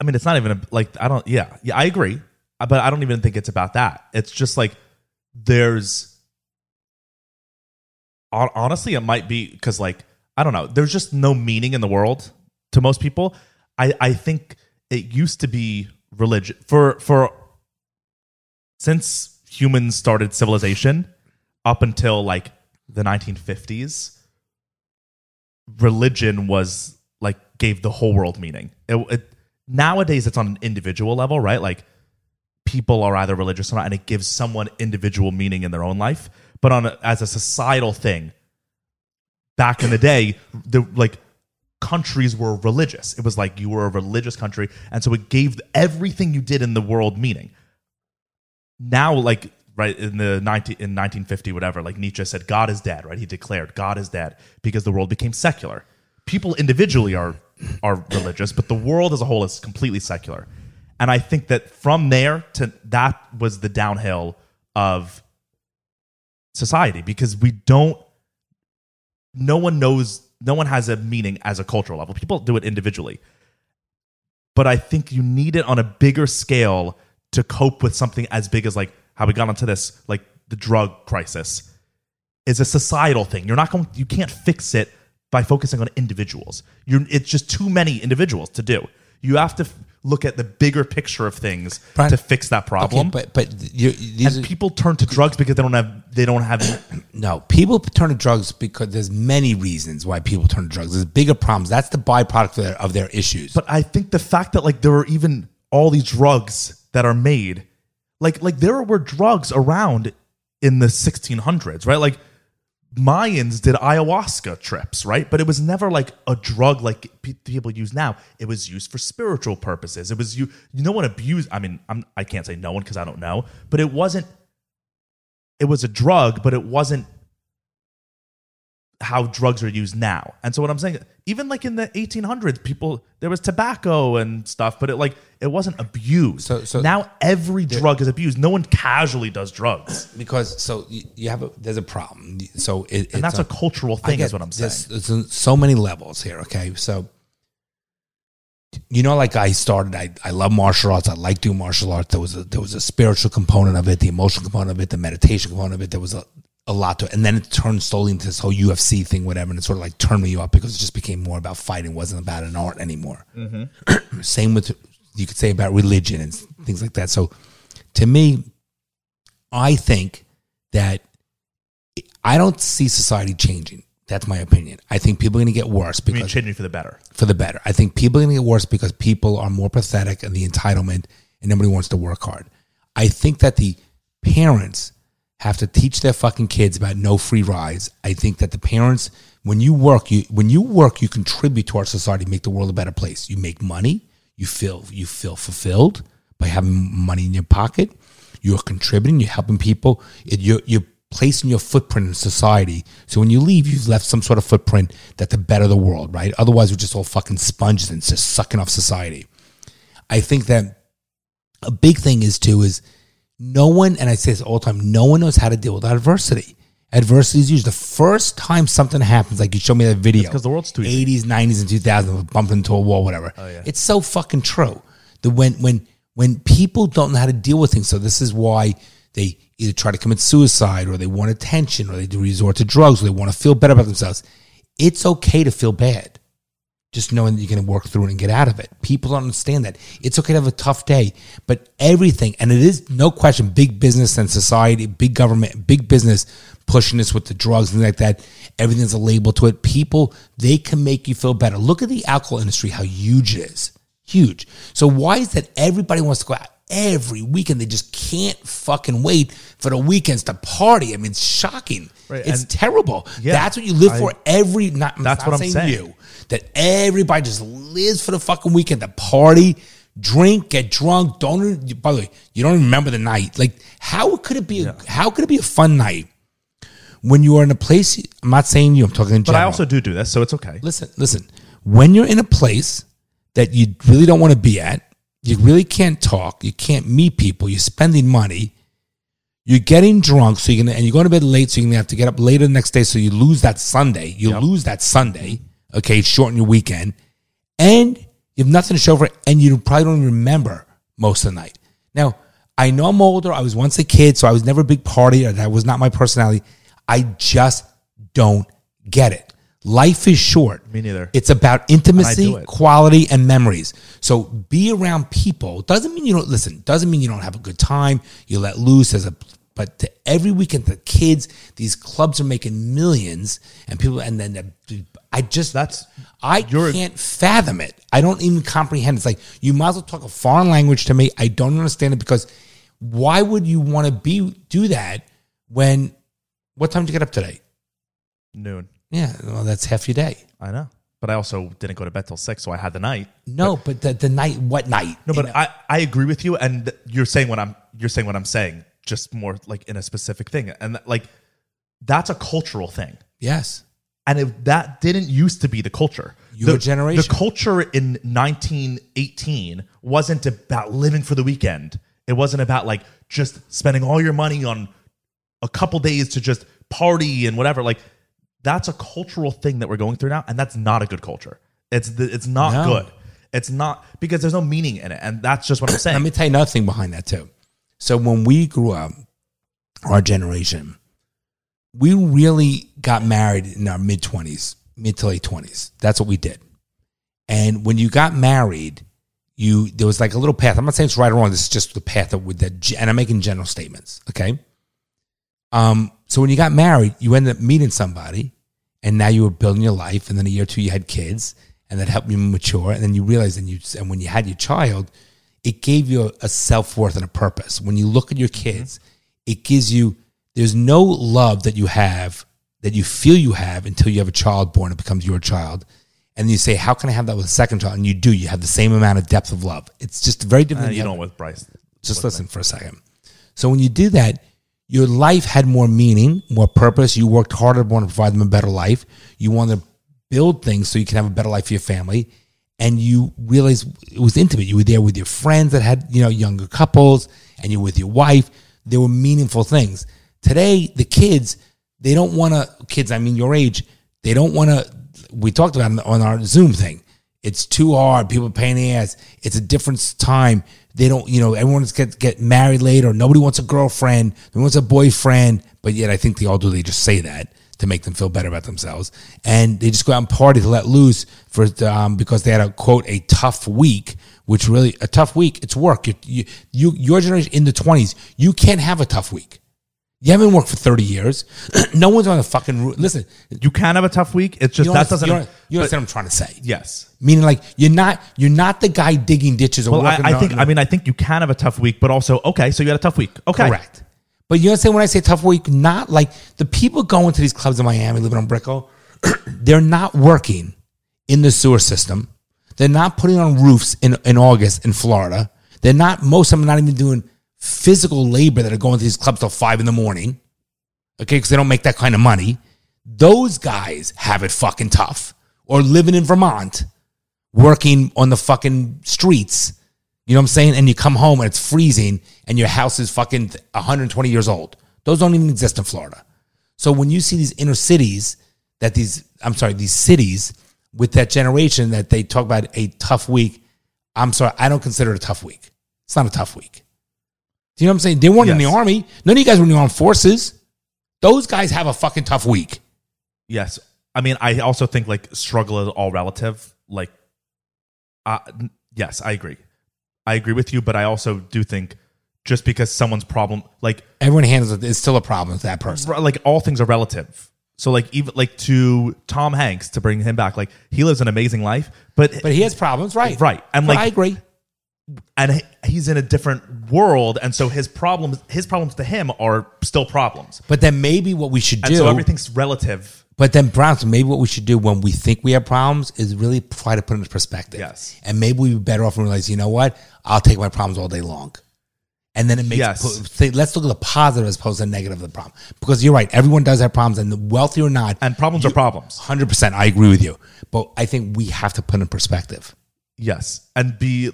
[SPEAKER 3] I mean, it's not even a, like I don't. Yeah, yeah, I agree. Uh, But I don't even think it's about that. It's just like there's. hon- Honestly, it might be because like I don't know. There's just no meaning in the world to most people. I I think it used to be religion for for since humans started civilization up until like the 1950s religion was like gave the whole world meaning it, it, nowadays it's on an individual level right like people are either religious or not and it gives someone individual meaning in their own life but on a, as a societal thing back in the day the like countries were religious it was like you were a religious country and so it gave everything you did in the world meaning now like right in the 19 in 1950 whatever like nietzsche said god is dead right he declared god is dead because the world became secular people individually are are religious but the world as a whole is completely secular and i think that from there to that was the downhill of society because we don't no one knows no one has a meaning as a cultural level people do it individually but I think you need it on a bigger scale to cope with something as big as like how we got onto this, like the drug crisis, is a societal thing. You're not going, you can't fix it by focusing on individuals. You're, it's just too many individuals to do. You have to f- look at the bigger picture of things
[SPEAKER 1] Brian-
[SPEAKER 3] to fix that
[SPEAKER 1] Okay,
[SPEAKER 3] problem.
[SPEAKER 1] but but you these
[SPEAKER 3] and
[SPEAKER 1] are-
[SPEAKER 3] people turn to drugs because they don't have, they don't have.
[SPEAKER 1] No, people turn to drugs because there's many reasons why people turn to drugs. There's bigger problems. That's the byproduct of their, of their issues.
[SPEAKER 3] But I think the fact that like there are even all these drugs that are made, like like there were drugs around in the 1600s, right? Like Mayans did ayahuasca trips, right? But it was never like a drug like pe- people use now. It was used for spiritual purposes. It was you. No one abused. I mean, I'm, I can't say no one because I don't know. But it wasn't. It was a drug, but it wasn't how drugs are used now. And so what I'm saying, even like in the 1800s, people there was tobacco and stuff, but it like it wasn't abused.
[SPEAKER 1] So- so-
[SPEAKER 3] now every drug is abused. No one casually does drugs,
[SPEAKER 1] because so you, you have a, there's a problem. So it, it's
[SPEAKER 3] and that's a, cultural
[SPEAKER 1] I
[SPEAKER 3] thing,
[SPEAKER 1] get
[SPEAKER 3] is what I'm saying.
[SPEAKER 1] there's- there's so many levels here. Okay, so you know, like I started, I, I love martial arts. I like doing martial arts. There was a, there was a spiritual component of it, the emotional component of it, the meditation component of it. There was a, a lot to it, and then it turned slowly into this whole UFC thing, whatever. And it sort of like turned me up because it just became more about fighting, It wasn't about an art anymore. Same with you could say about religion and things like that. So to me, I think that I don't see society changing. That's my opinion. I think people are going to get worse
[SPEAKER 3] I mean,
[SPEAKER 1] because
[SPEAKER 3] changing for the better.
[SPEAKER 1] for the better. I think people are going to get worse because people are more pathetic and the entitlement, and nobody wants to work hard. I think that the parents have to teach their fucking kids about no free rides. I think that the parents, when you work, you when you work, you contribute to our society, make the world a better place. You make money, you feel you feel fulfilled by having money in your pocket. You're contributing, you're helping people. It- You're, you're placing your footprint in society. So when you leave, you've left some sort of footprint that to better the world, right? Otherwise, we're just all fucking sponges and just sucking off society. I think that a big thing is too is no one, and I say this all the time, no one knows how to deal with adversity. adversity is huge. The first time something happens, like you showed me that video,
[SPEAKER 3] because the world's too easy.
[SPEAKER 1] eighties, nineties, and two thousand, bumping into a wall, whatever. It's so fucking true. That when when when people don't know how to deal with things, so this is why they either try to commit suicide, or they want attention, or they do resort to drugs, or they want to feel better about themselves. It's okay to feel bad just knowing that you're going to work through it and get out of it. People don't understand that. It's okay to have a tough day, but everything, and it is no question, big business and society, big government, big business pushing us with the drugs and like that. Everything's a label to it. People, they can make you feel better. Look at the alcohol industry, how huge it is. Huge. So why is that everybody wants to go out every weekend? They just can't fucking wait for the weekends to party. I mean, it's shocking.
[SPEAKER 3] Right,
[SPEAKER 1] It's
[SPEAKER 3] and-
[SPEAKER 1] terrible.
[SPEAKER 3] Yeah,
[SPEAKER 1] that's what you live
[SPEAKER 3] I-
[SPEAKER 1] for every not that's what I'm saying. You that everybody just lives for the fucking weekend, the party, drink, get drunk. Don't. By the way, you don't remember the night. Like, how could it be? A, how could it be a fun night when you are in a place? I'm not saying you. I'm talking in
[SPEAKER 3] But
[SPEAKER 1] general.
[SPEAKER 3] I also do do this, so it's okay.
[SPEAKER 1] listen, listen. When you're in a place that you really don't want to be at, you really can't talk. You can't meet people. You're spending money. You're getting drunk, so you're gonna and you're going to bed late, so you're gonna have to get up later the next day. So you lose that Sunday. You lose that Sunday. Okay, shorten your weekend, and you have nothing to show for it, and you probably don't even remember most of the night. Now, I know I'm older. I was once a kid, so I was never a big party. Or that was not my personality. I just don't get it. Life is short.
[SPEAKER 3] Me neither.
[SPEAKER 1] It's about intimacy,
[SPEAKER 3] do it.
[SPEAKER 1] quality, and memories. So be around people. Doesn't mean you don't listen. Doesn't mean you don't have a good time. You let loose as a. But to every weekend, the kids, these clubs are making millions, and people, and then the, I just
[SPEAKER 3] That's-
[SPEAKER 1] I
[SPEAKER 3] you're-
[SPEAKER 1] can't fathom it. I don't even comprehend. It's like you might as well talk a foreign language to me. I don't understand it because why would you want to be do that when? What time did you get up today?
[SPEAKER 3] Noon.
[SPEAKER 1] Yeah, well, that's half your day.
[SPEAKER 3] I know. But I also didn't go to bed till six, so I had the night.
[SPEAKER 1] No, but, the, the night, what night?
[SPEAKER 3] No,
[SPEAKER 1] In
[SPEAKER 3] but
[SPEAKER 1] a-
[SPEAKER 3] I, I agree with you, and th- you're saying what I'm you're saying what I'm saying, just more like in a specific thing, and that, like that's a cultural thing,
[SPEAKER 1] yes,
[SPEAKER 3] and if that didn't used to be the culture,
[SPEAKER 1] Your
[SPEAKER 3] the,
[SPEAKER 1] generation.
[SPEAKER 3] the culture in 1918 wasn't about living for the weekend. It wasn't about like just spending all your money on a couple days to just party and whatever. Like that's a cultural thing that we're going through now, and that's not a good culture. It's the, it's not
[SPEAKER 1] No.
[SPEAKER 3] good. It's not because there's no meaning in it, and that's just what I'm saying.
[SPEAKER 1] let me tell you another thing behind that too. So when we grew up, our generation, we really got married in our mid twenties, mid to late twenties. That's what we did. And when you got married, you there was like a little path. I'm not saying it's right or wrong. This is just the path that would that, and I'm making general statements. Okay. Um. So when you got married, you ended up meeting somebody, and now you were building your life. And then a year or two, you had kids, and that helped you mature. And then you realized, and you and when you had your child, it gave you a, a self worth and a purpose. When you look at your kids, it gives you. There's no love that you have that you feel you have until you have a child born. It becomes your child. And you say, how can I have that with a second child? And you do. You have the same amount of depth of love. It's just very different.
[SPEAKER 3] Uh,
[SPEAKER 1] than
[SPEAKER 3] you
[SPEAKER 1] the
[SPEAKER 3] don't
[SPEAKER 1] other-
[SPEAKER 3] with Bryce.
[SPEAKER 1] just listen for a second. So when you did that, your life had more meaning, more purpose. You worked harder, want to provide them a better life. You want to build things so you can have a better life for your family. And you realized it was intimate. You were there with your friends that had, you know, younger couples, and you were with your wife. There were meaningful things. Today, the kids, they don't want to, kids, I mean your age, they don't want to, we talked about it on our Zoom thing. It's too hard. People are paying the ass. It's a different time. They don't, you know, everyone's get get married later. Nobody wants a girlfriend. Nobody wants a boyfriend. But yet, I think they all do. They just say that to make them feel better about themselves, and they just go out and party to let loose for um, because they had a quote a tough week, which really a tough week. It's work. You, you, you your generation in the twenties, you can't have a tough week. You haven't worked for thirty years. no one's on the fucking roof. Listen,
[SPEAKER 3] You can have a tough week. It's just
[SPEAKER 1] you
[SPEAKER 3] that
[SPEAKER 1] understand-
[SPEAKER 3] doesn't.
[SPEAKER 1] you understand- you
[SPEAKER 3] but-
[SPEAKER 1] understand what I'm trying to say.
[SPEAKER 3] yes.
[SPEAKER 1] Meaning, like you're not you're not the guy digging ditches or
[SPEAKER 3] Well, I,
[SPEAKER 1] working
[SPEAKER 3] I
[SPEAKER 1] on-
[SPEAKER 3] think. I mean, I think you can have a tough week, but also okay. So you had a tough week. Okay.
[SPEAKER 1] correct. But you understand when I say tough week, not like the people going to these clubs in Miami, living on Brickell, they're not working in the sewer system. They're not putting on roofs in, in August in Florida. They're not most of them are not even doing physical labor that are going to these clubs till five in the morning. okay, because they don't make that kind of money. Those guys have it fucking tough or living in Vermont, working on the fucking streets. You know what I'm saying? And you come home and it's freezing and your house is fucking 120 years old. Those don't even exist in Florida. So when you see these inner cities that these, I'm sorry, these cities with that generation that they talk about a tough week, I'm sorry, I don't consider it a tough week. It's not a tough week. Do you know what I'm saying? They weren't in
[SPEAKER 3] Yes.
[SPEAKER 1] the army. None of you guys were in the armed forces. Those guys have a fucking tough week.
[SPEAKER 3] Yes. I mean, I also think like struggle is all relative. Like, uh, n- yes, I agree. I agree with you, but I also do think just because someone's problem, like,
[SPEAKER 1] Everyone handles it. It's still a problem with that person.
[SPEAKER 3] r- like all things are relative. So like even like to Tom Hanks to bring him back, like he lives an amazing life, but
[SPEAKER 1] But he has problems, right?
[SPEAKER 3] Right. And,
[SPEAKER 1] But
[SPEAKER 3] like-
[SPEAKER 1] I agree.
[SPEAKER 3] and he- he's in a different world, and so his problems his problems to him are still problems,
[SPEAKER 1] But then maybe what we should
[SPEAKER 3] and
[SPEAKER 1] do.
[SPEAKER 3] so everything's relative.
[SPEAKER 1] But then, Browns, maybe what we should do when we think we have problems is really try to put them into perspective.
[SPEAKER 3] Yes.
[SPEAKER 1] And maybe we'd be better off and realize, you know what? I'll take my problems all day long. And then it makes,
[SPEAKER 3] Yes.
[SPEAKER 1] po- think- let's look at the positive as opposed to the negative of the problem. Because you're right, everyone does have problems, and the wealthy or not,
[SPEAKER 3] And problems are problems.
[SPEAKER 1] 100%, I agree with you. But I think we have to put it in perspective.
[SPEAKER 3] Yes, and be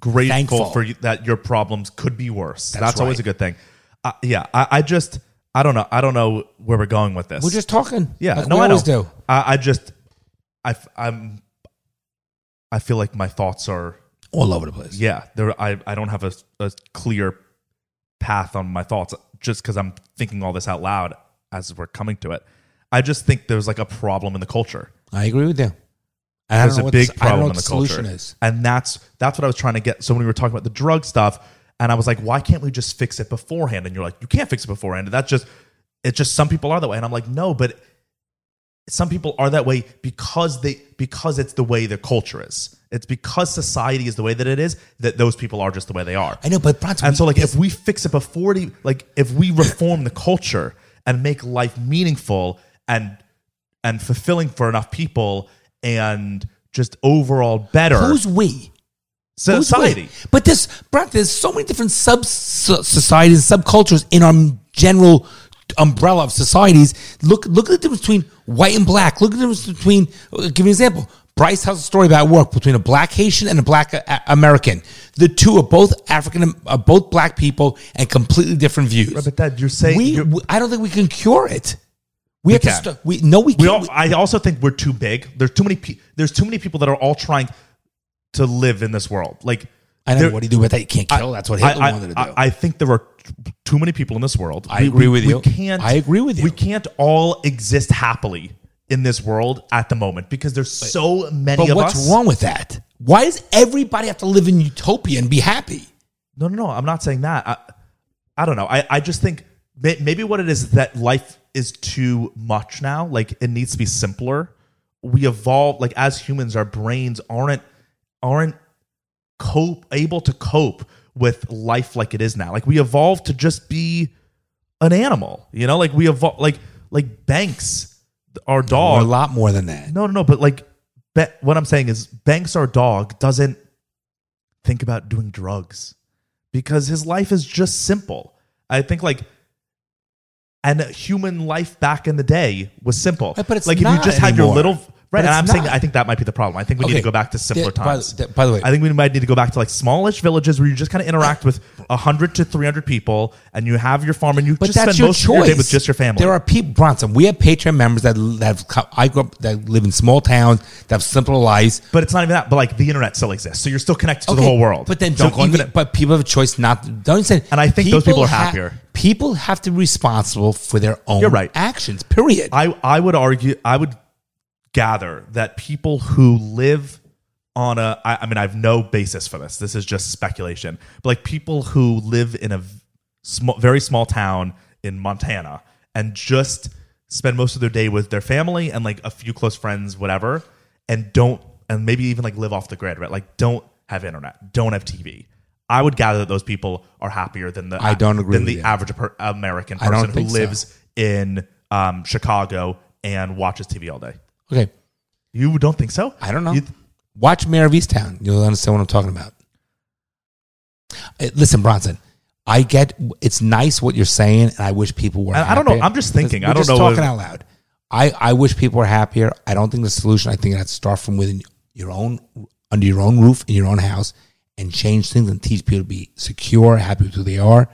[SPEAKER 3] grateful
[SPEAKER 1] Thankful.
[SPEAKER 3] for you, that your problems could be worse. That's, always
[SPEAKER 1] right.
[SPEAKER 3] a good thing. Uh, yeah, I, I just I don't know I don't know where we're going with this.
[SPEAKER 1] We're just talking.
[SPEAKER 3] yeah,
[SPEAKER 1] like
[SPEAKER 3] no,
[SPEAKER 1] we
[SPEAKER 3] I
[SPEAKER 1] always
[SPEAKER 3] know.
[SPEAKER 1] do.
[SPEAKER 3] I, I just I f- I'm I feel like my thoughts are
[SPEAKER 1] All over the place.
[SPEAKER 3] yeah there I I don't have a, a clear path on my thoughts just because I'm thinking all this out loud as we're coming to it. I just think there's like a problem in the culture.
[SPEAKER 1] I agree with you. And I don't
[SPEAKER 3] There's
[SPEAKER 1] know
[SPEAKER 3] a
[SPEAKER 1] what
[SPEAKER 3] big
[SPEAKER 1] the- I don't know
[SPEAKER 3] problem
[SPEAKER 1] what
[SPEAKER 3] in the
[SPEAKER 1] the
[SPEAKER 3] culture,
[SPEAKER 1] solution is.
[SPEAKER 3] and that's that's what I was trying to get. So when we were talking about the drug stuff, and I was like, why can't we just fix it beforehand? And you're like, you can't fix it beforehand. That's just it's just some people are that way, and I'm like, no, but some people are that way because they because it's the way their culture is. It's because society is the way that it is that those people are just the way they are.
[SPEAKER 1] I know, but Bronson,
[SPEAKER 3] And so, like, if we fix it before, it, e- like, if we reform the culture and make life meaningful and and fulfilling for enough people, and just overall better
[SPEAKER 1] who's we?
[SPEAKER 3] so-
[SPEAKER 1] Who's
[SPEAKER 3] society.
[SPEAKER 1] we? But this, Brent, there's so many different sub so- societies, subcultures in our general umbrella of societies. Look, look at the difference between white and black. Look at the difference between. uh, Give me an example. Bryce tells a story about work between a black Haitian and a black uh, uh, American. The two are both African, are both black people, and completely different views.
[SPEAKER 3] But that you're saying
[SPEAKER 1] we,
[SPEAKER 3] you're-
[SPEAKER 1] we- I don't think we can cure it. We, have
[SPEAKER 3] can.
[SPEAKER 1] to. St- we no, we
[SPEAKER 3] we
[SPEAKER 1] can't.
[SPEAKER 3] all, I also think we're too big. There's too many. Pe- there's too many people that are all trying to live in this world. Like,
[SPEAKER 1] I know
[SPEAKER 3] there-
[SPEAKER 1] what do you do with that? You can't kill. That's what Hitler
[SPEAKER 3] I, I-
[SPEAKER 1] wanted to do.
[SPEAKER 3] I, I think there are t- too many people in this world.
[SPEAKER 1] I agree with you.
[SPEAKER 3] We can't.
[SPEAKER 1] I agree with you.
[SPEAKER 3] We can't all exist happily in this world at the moment because there's so many
[SPEAKER 1] But
[SPEAKER 3] of
[SPEAKER 1] what's
[SPEAKER 3] us.
[SPEAKER 1] wrong with that? Why does everybody have to live in utopia and be happy?
[SPEAKER 3] No, no, no. I'm not saying that. I, I don't know. I, I just think may, maybe what it is is that life is too much now. Like it needs to be simpler. We evolve. Like as humans, our brains aren't aren't cope able to cope with life like it is now. Like we evolved to just be an animal. You know, like we evolve. Like like Banks, our
[SPEAKER 1] Or a
[SPEAKER 3] dog.
[SPEAKER 1] lot more than that.
[SPEAKER 3] No, no, no. But like, ba- what I'm saying is, Banks, our dog, doesn't think about doing drugs because his life is just simple. I think like, and human life back in the day was simple.
[SPEAKER 1] Right, but it's
[SPEAKER 3] like if
[SPEAKER 1] not
[SPEAKER 3] you just had your
[SPEAKER 1] anymore.
[SPEAKER 3] little
[SPEAKER 1] But
[SPEAKER 3] right. And
[SPEAKER 1] it's
[SPEAKER 3] I'm saying
[SPEAKER 1] not.
[SPEAKER 3] I think that might be the problem. I think we need
[SPEAKER 1] Okay.
[SPEAKER 3] to go back to simpler
[SPEAKER 1] Th- by the-
[SPEAKER 3] times.
[SPEAKER 1] th- by the way-
[SPEAKER 3] I think we might need to go back to like smallish villages where you just kind of interact with hundred to three hundred people, and you have your farm, and you
[SPEAKER 1] But
[SPEAKER 3] just
[SPEAKER 1] that's
[SPEAKER 3] spend
[SPEAKER 1] your
[SPEAKER 3] most
[SPEAKER 1] choice.
[SPEAKER 3] of your day with just your family.
[SPEAKER 1] There are people, Bronson. We have Patreon members that that have, come- I grew up that live in small towns that have simple lives.
[SPEAKER 3] But it's not even that. But like the internet still exists, so you're still connected to the
[SPEAKER 1] Okay,
[SPEAKER 3] whole world.
[SPEAKER 1] But then
[SPEAKER 3] So
[SPEAKER 1] don't go
[SPEAKER 3] even
[SPEAKER 1] even, but people have a choice not. Don't understand.
[SPEAKER 3] And I think those people are
[SPEAKER 1] ha-
[SPEAKER 3] happier.
[SPEAKER 1] people have to be responsible for their own
[SPEAKER 3] You're right.
[SPEAKER 1] actions. Period.
[SPEAKER 3] I I would argue I would gather that people who live on a I, I mean I have no basis for this. This is just speculation. But like people who live in a v- small, very small town in Montana and just spend most of their day with their family and like a few close friends, whatever, and don't and maybe even like live off the grid, right? Like don't have internet, don't have TV. I would gather that those people are happier than the
[SPEAKER 1] I don't agree
[SPEAKER 3] than
[SPEAKER 1] with
[SPEAKER 3] the
[SPEAKER 1] you.
[SPEAKER 3] average per- American
[SPEAKER 1] I don't
[SPEAKER 3] person who
[SPEAKER 1] think so.
[SPEAKER 3] lives in um, Chicago and watches TV all day.
[SPEAKER 1] okay,
[SPEAKER 3] You don't think so?
[SPEAKER 1] I don't know.
[SPEAKER 3] You th-
[SPEAKER 1] Watch Mayor of Easttown. You'll understand what I'm talking about. Uh, Listen, Bronson, I get it's nice what you're saying, and I wish people were.
[SPEAKER 3] I- I don't know.
[SPEAKER 1] happier.
[SPEAKER 3] I'm just thinking.
[SPEAKER 1] We're
[SPEAKER 3] I don't
[SPEAKER 1] just
[SPEAKER 3] know
[SPEAKER 1] Talking
[SPEAKER 3] what-
[SPEAKER 1] out loud. I, I wish people were happier. I don't think the solution. I think it has to start from within your own, under your own roof in your own house, and change things and teach people to be secure, happy with who they are.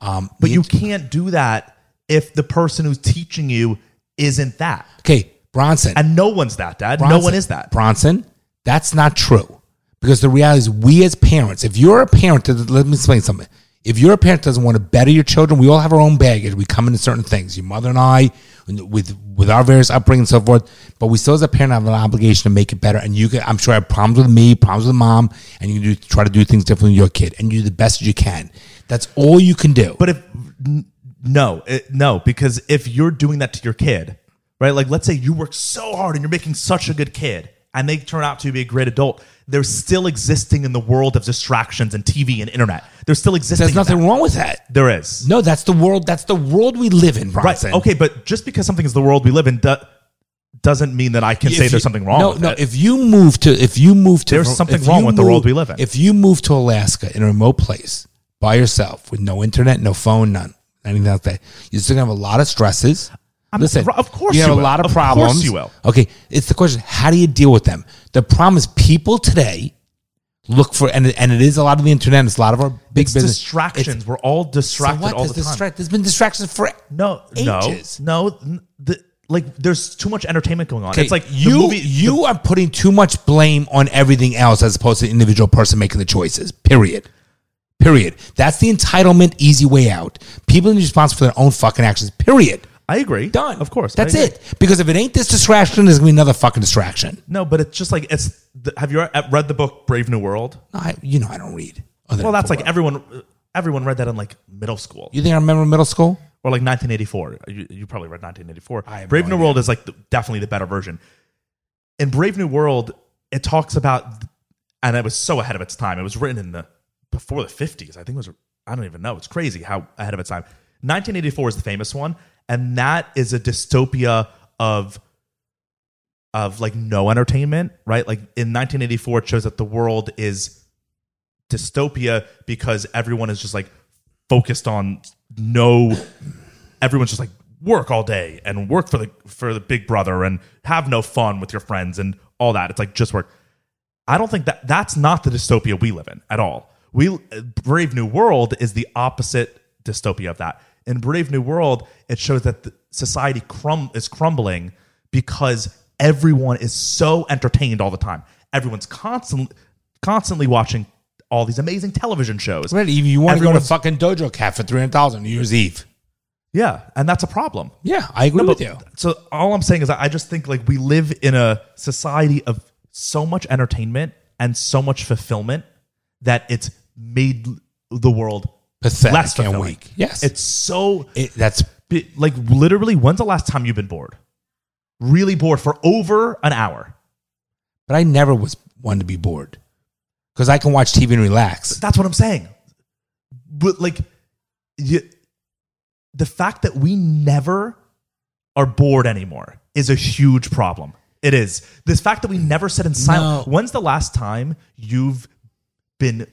[SPEAKER 1] Um,
[SPEAKER 3] but you can't do that if the person who's teaching you isn't that.
[SPEAKER 1] Okay, Bronson.
[SPEAKER 3] And no one's that, Dad.
[SPEAKER 1] Bronson-
[SPEAKER 3] No one is that.
[SPEAKER 1] Bronson, that's not true. Because the reality is, we as parents, if you're a parent, that- let me explain something. If you're a parent that doesn't want to better your children, we all have our own baggage. We come into certain things. Your mother and I, and with with our various upbringing and so forth. But we still, as a parent, have an obligation to make it better. And you, can, I'm sure, I have problems with me, problems with mom, and you do, try to do things differently with your kid, and you do the best that you can. That's all you can do.
[SPEAKER 3] But if n- no, it, no, because if you're doing that to your kid, right? Like, let's say you work so hard and you're making such a good kid, and they turn out to be a great adult. They're still existing in the world of distractions and TV and internet. They're still existing.
[SPEAKER 1] there's
[SPEAKER 3] in
[SPEAKER 1] nothing
[SPEAKER 3] that.
[SPEAKER 1] wrong with that.
[SPEAKER 3] There is
[SPEAKER 1] No, that's the world. That's the world we live in,
[SPEAKER 3] right.
[SPEAKER 1] Bronson.
[SPEAKER 3] Okay, but just because something is the world we live in do- doesn't mean that I can
[SPEAKER 1] If
[SPEAKER 3] say
[SPEAKER 1] you-
[SPEAKER 3] there's something wrong.
[SPEAKER 1] No,
[SPEAKER 3] with
[SPEAKER 1] no.
[SPEAKER 3] it.
[SPEAKER 1] If you move to, if you move to,
[SPEAKER 3] There's
[SPEAKER 1] if
[SPEAKER 3] something
[SPEAKER 1] you
[SPEAKER 3] wrong with the world we live in.
[SPEAKER 1] If you move to Alaska in a remote place by yourself with no internet, no phone, none, anything like that, you're still gonna have a lot of stresses.
[SPEAKER 3] I'm-
[SPEAKER 1] Listen,
[SPEAKER 3] of course
[SPEAKER 1] you have
[SPEAKER 3] you
[SPEAKER 1] a
[SPEAKER 3] will.
[SPEAKER 1] lot of
[SPEAKER 3] Of course
[SPEAKER 1] problems.
[SPEAKER 3] you will.
[SPEAKER 1] Okay, it's the question: How do you deal with them? The problem is people today look for, and and it is a lot of the internet. It's a lot of our big
[SPEAKER 3] it's
[SPEAKER 1] business
[SPEAKER 3] distractions. We're all
[SPEAKER 1] So
[SPEAKER 3] distracted
[SPEAKER 1] what?
[SPEAKER 3] all
[SPEAKER 1] There's,
[SPEAKER 3] the time.
[SPEAKER 1] distract- there's been distractions for
[SPEAKER 3] No,
[SPEAKER 1] Ages.
[SPEAKER 3] no, no. n- The, like, there's too much entertainment going on.
[SPEAKER 1] Okay,
[SPEAKER 3] It's like the
[SPEAKER 1] you
[SPEAKER 3] movie-
[SPEAKER 1] you are putting too much blame on everything else as opposed to the individual person making the choices. Period. Period. That's the entitlement easy way out. People are responsible for their own fucking actions. Period.
[SPEAKER 3] I agree.
[SPEAKER 1] Done.
[SPEAKER 3] Of course. I
[SPEAKER 1] That's
[SPEAKER 3] agree.
[SPEAKER 1] it. Because if it ain't this distraction, there's gonna be another fucking distraction.
[SPEAKER 3] No, but it's just like it's. The, have you e- read the book Brave New World?
[SPEAKER 1] I, you know, I don't read.
[SPEAKER 3] Well, that's like everyone. Everyone read that in like middle school
[SPEAKER 1] you think I remember middle school?
[SPEAKER 3] or like 1984. You, you probably read 1984.
[SPEAKER 1] I have
[SPEAKER 3] Brave
[SPEAKER 1] no
[SPEAKER 3] New
[SPEAKER 1] idea.
[SPEAKER 3] World is like the, definitely the better version. In Brave New World, it talks about, and it was so ahead of its time. It was written in the before the 50s. I think it was. I don't even know. It's crazy how ahead of its time. 1984 is the famous one, and that is a dystopia of of like no entertainment, right? Like in 1984, it shows that the world is dystopia because everyone is just like focused on no everyone's just like work all day and work for the for the big brother and have no fun with your friends and all that it's like just work i don't think that that's not the dystopia we live in at all we uh, brave new world is the opposite dystopia of that in brave new world it shows that the society crum is crumbling because everyone is so entertained all the time everyone's constantly constantly watching all these amazing television shows
[SPEAKER 1] Right. If you want to go to
[SPEAKER 3] Everyone's-
[SPEAKER 1] fucking dojo cat for three hundred thousand New Year's Eve.
[SPEAKER 3] yeah and that's a problem
[SPEAKER 1] Yeah, I agree with you.
[SPEAKER 3] So all I'm saying is I I just think like we live in a society of so much entertainment and so much fulfillment that it's made l- the world
[SPEAKER 1] Pathetic
[SPEAKER 3] less
[SPEAKER 1] and
[SPEAKER 3] fulfilling.
[SPEAKER 1] weak. Yes.
[SPEAKER 3] It's so
[SPEAKER 1] It, that's
[SPEAKER 3] bi- like literally when's the last time you've been bored? Really bored for over an hour.
[SPEAKER 1] but I never was one to be bored. Because I can watch TV and relax.
[SPEAKER 3] That's what I'm saying. But like you, the fact that we never are bored anymore is a huge problem. It is. This fact that we never sit in silence.
[SPEAKER 1] No.
[SPEAKER 3] When's the last time you've been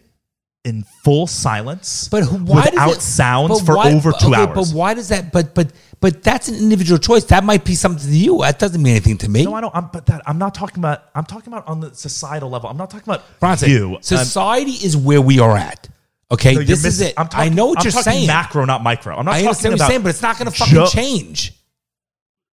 [SPEAKER 3] in full silence
[SPEAKER 1] But who- why does
[SPEAKER 3] without
[SPEAKER 1] it-
[SPEAKER 3] sounds
[SPEAKER 1] but
[SPEAKER 3] for
[SPEAKER 1] why-
[SPEAKER 3] over
[SPEAKER 1] but-
[SPEAKER 3] two
[SPEAKER 1] okay,
[SPEAKER 3] hours?
[SPEAKER 1] But why does that? But but but that's an individual choice. That might be something to you. That doesn't mean anything to me.
[SPEAKER 3] no, I don't. I'm, but that I'm not talking about. I'm talking about on the societal level. I'm not talking about
[SPEAKER 1] Bronson,
[SPEAKER 3] you. I'm-
[SPEAKER 1] society is where we are at. Okay,
[SPEAKER 3] No, you're
[SPEAKER 1] this is
[SPEAKER 3] missing-
[SPEAKER 1] it.
[SPEAKER 3] I'm talking,
[SPEAKER 1] I know what
[SPEAKER 3] I'm
[SPEAKER 1] you're
[SPEAKER 3] talking
[SPEAKER 1] saying.
[SPEAKER 3] Macro, not micro. I'm not
[SPEAKER 1] I
[SPEAKER 3] talking
[SPEAKER 1] understand what
[SPEAKER 3] about
[SPEAKER 1] you're saying, but it's not going to fucking
[SPEAKER 3] ju-
[SPEAKER 1] change.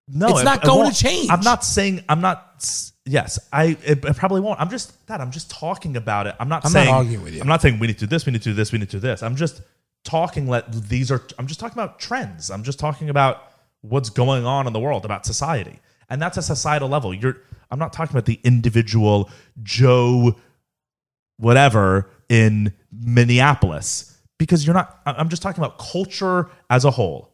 [SPEAKER 3] No,
[SPEAKER 1] It's
[SPEAKER 3] it-
[SPEAKER 1] not
[SPEAKER 3] it
[SPEAKER 1] going
[SPEAKER 3] won't.
[SPEAKER 1] to change.
[SPEAKER 3] I'm not saying I'm not. s- Yes, I it, it probably won't. I'm just that. I'm just talking about it. I'm not
[SPEAKER 1] I'm not
[SPEAKER 3] saying.
[SPEAKER 1] arguing with you.
[SPEAKER 3] I'm not saying we need to do this. We need to do this. We need to do this. I'm just talking. Let these are. I'm just talking about trends. I'm just talking about what's going on in the world about society, and that's a societal level. You're. I'm not talking about the individual Joe, whatever in Minneapolis because you're not. I- I'm just talking about culture as a whole.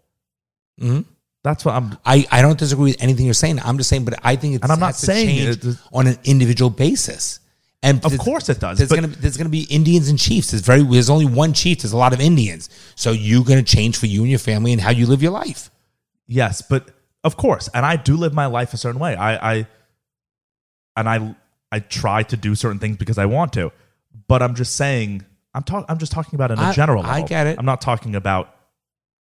[SPEAKER 1] Mm-hmm.
[SPEAKER 3] That's what I'm.
[SPEAKER 1] I, I don't disagree with anything you're saying. I'm just saying, but I think it's
[SPEAKER 3] And I'm not
[SPEAKER 1] has to
[SPEAKER 3] saying
[SPEAKER 1] change
[SPEAKER 3] it-
[SPEAKER 1] on an individual basis. And
[SPEAKER 3] Of course it does,
[SPEAKER 1] There's
[SPEAKER 3] but-
[SPEAKER 1] gonna be, there's gonna be Indians and chiefs. There's very there's only one chief. There's a lot of Indians. So you're gonna change for you and your family and how you live your life.
[SPEAKER 3] Yes, but of course, and I do live my life a certain way. I, I and I I try to do certain things because I want to. But I'm just saying, I'm talk, I'm just talking about in a
[SPEAKER 1] I-
[SPEAKER 3] general.
[SPEAKER 1] I
[SPEAKER 3] level.
[SPEAKER 1] get it.
[SPEAKER 3] I'm not talking about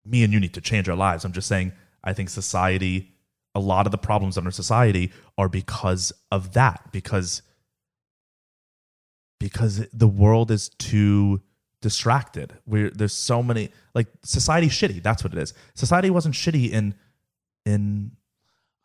[SPEAKER 3] me and you need to change our lives. I'm just saying, I think society, a lot of the problems under society are because of that. Because because the world is too distracted. We're there's so many like society's shitty. That's what it is. Society wasn't shitty in in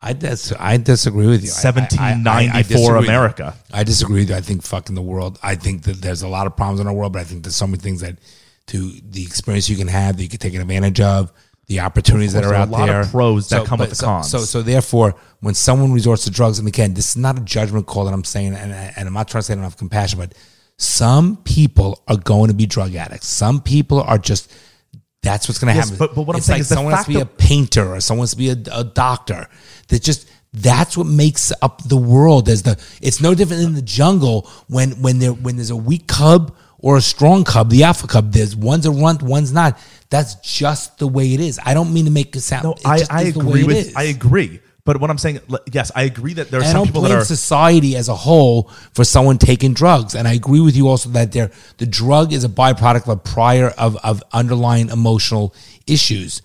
[SPEAKER 1] I dis- I disagree with you. I- I- I- I- I
[SPEAKER 3] 1794
[SPEAKER 1] disagree.
[SPEAKER 3] America.
[SPEAKER 1] I disagree with you. I think fucking the world. I think that there's a lot of problems in our world, but I think there's so many things that to the experience you can have that you can take advantage of, the opportunities that are
[SPEAKER 3] course, there are
[SPEAKER 1] out
[SPEAKER 3] a lot of
[SPEAKER 1] there.
[SPEAKER 3] pros that come with
[SPEAKER 1] but
[SPEAKER 3] the
[SPEAKER 1] so,
[SPEAKER 3] cons.
[SPEAKER 1] So, so therefore, when someone resorts to drugs, and again, this is not a judgment call that I'm saying, and, and I'm not trying to say I don't have compassion, but some people are going to be drug addicts. Some people are just. That's what's going to
[SPEAKER 3] Yes,
[SPEAKER 1] happen.
[SPEAKER 3] but- but what I'm
[SPEAKER 1] It's
[SPEAKER 3] saying
[SPEAKER 1] like
[SPEAKER 3] is the
[SPEAKER 1] someone has to
[SPEAKER 3] fact
[SPEAKER 1] be a
[SPEAKER 3] of-
[SPEAKER 1] painter or someone wants to be a, a doctor. That just that's what makes up the world. As the it's no different in the jungle when when there when there's a weak cub or a strong cub, the alpha cub. There's one's a runt, one's not. That's just the way it is. I don't mean to make it sound.
[SPEAKER 3] No,
[SPEAKER 1] it
[SPEAKER 3] I,
[SPEAKER 1] just
[SPEAKER 3] I
[SPEAKER 1] is the way
[SPEAKER 3] agree
[SPEAKER 1] it
[SPEAKER 3] with
[SPEAKER 1] is.
[SPEAKER 3] I agree. But what I'm saying, l- yes, I agree that there are
[SPEAKER 1] And I
[SPEAKER 3] some
[SPEAKER 1] don't
[SPEAKER 3] people
[SPEAKER 1] blame
[SPEAKER 3] that are
[SPEAKER 1] society as a whole for someone taking drugs. And I agree with you also that there the drug is a byproduct of a prior of, of underlying emotional issues.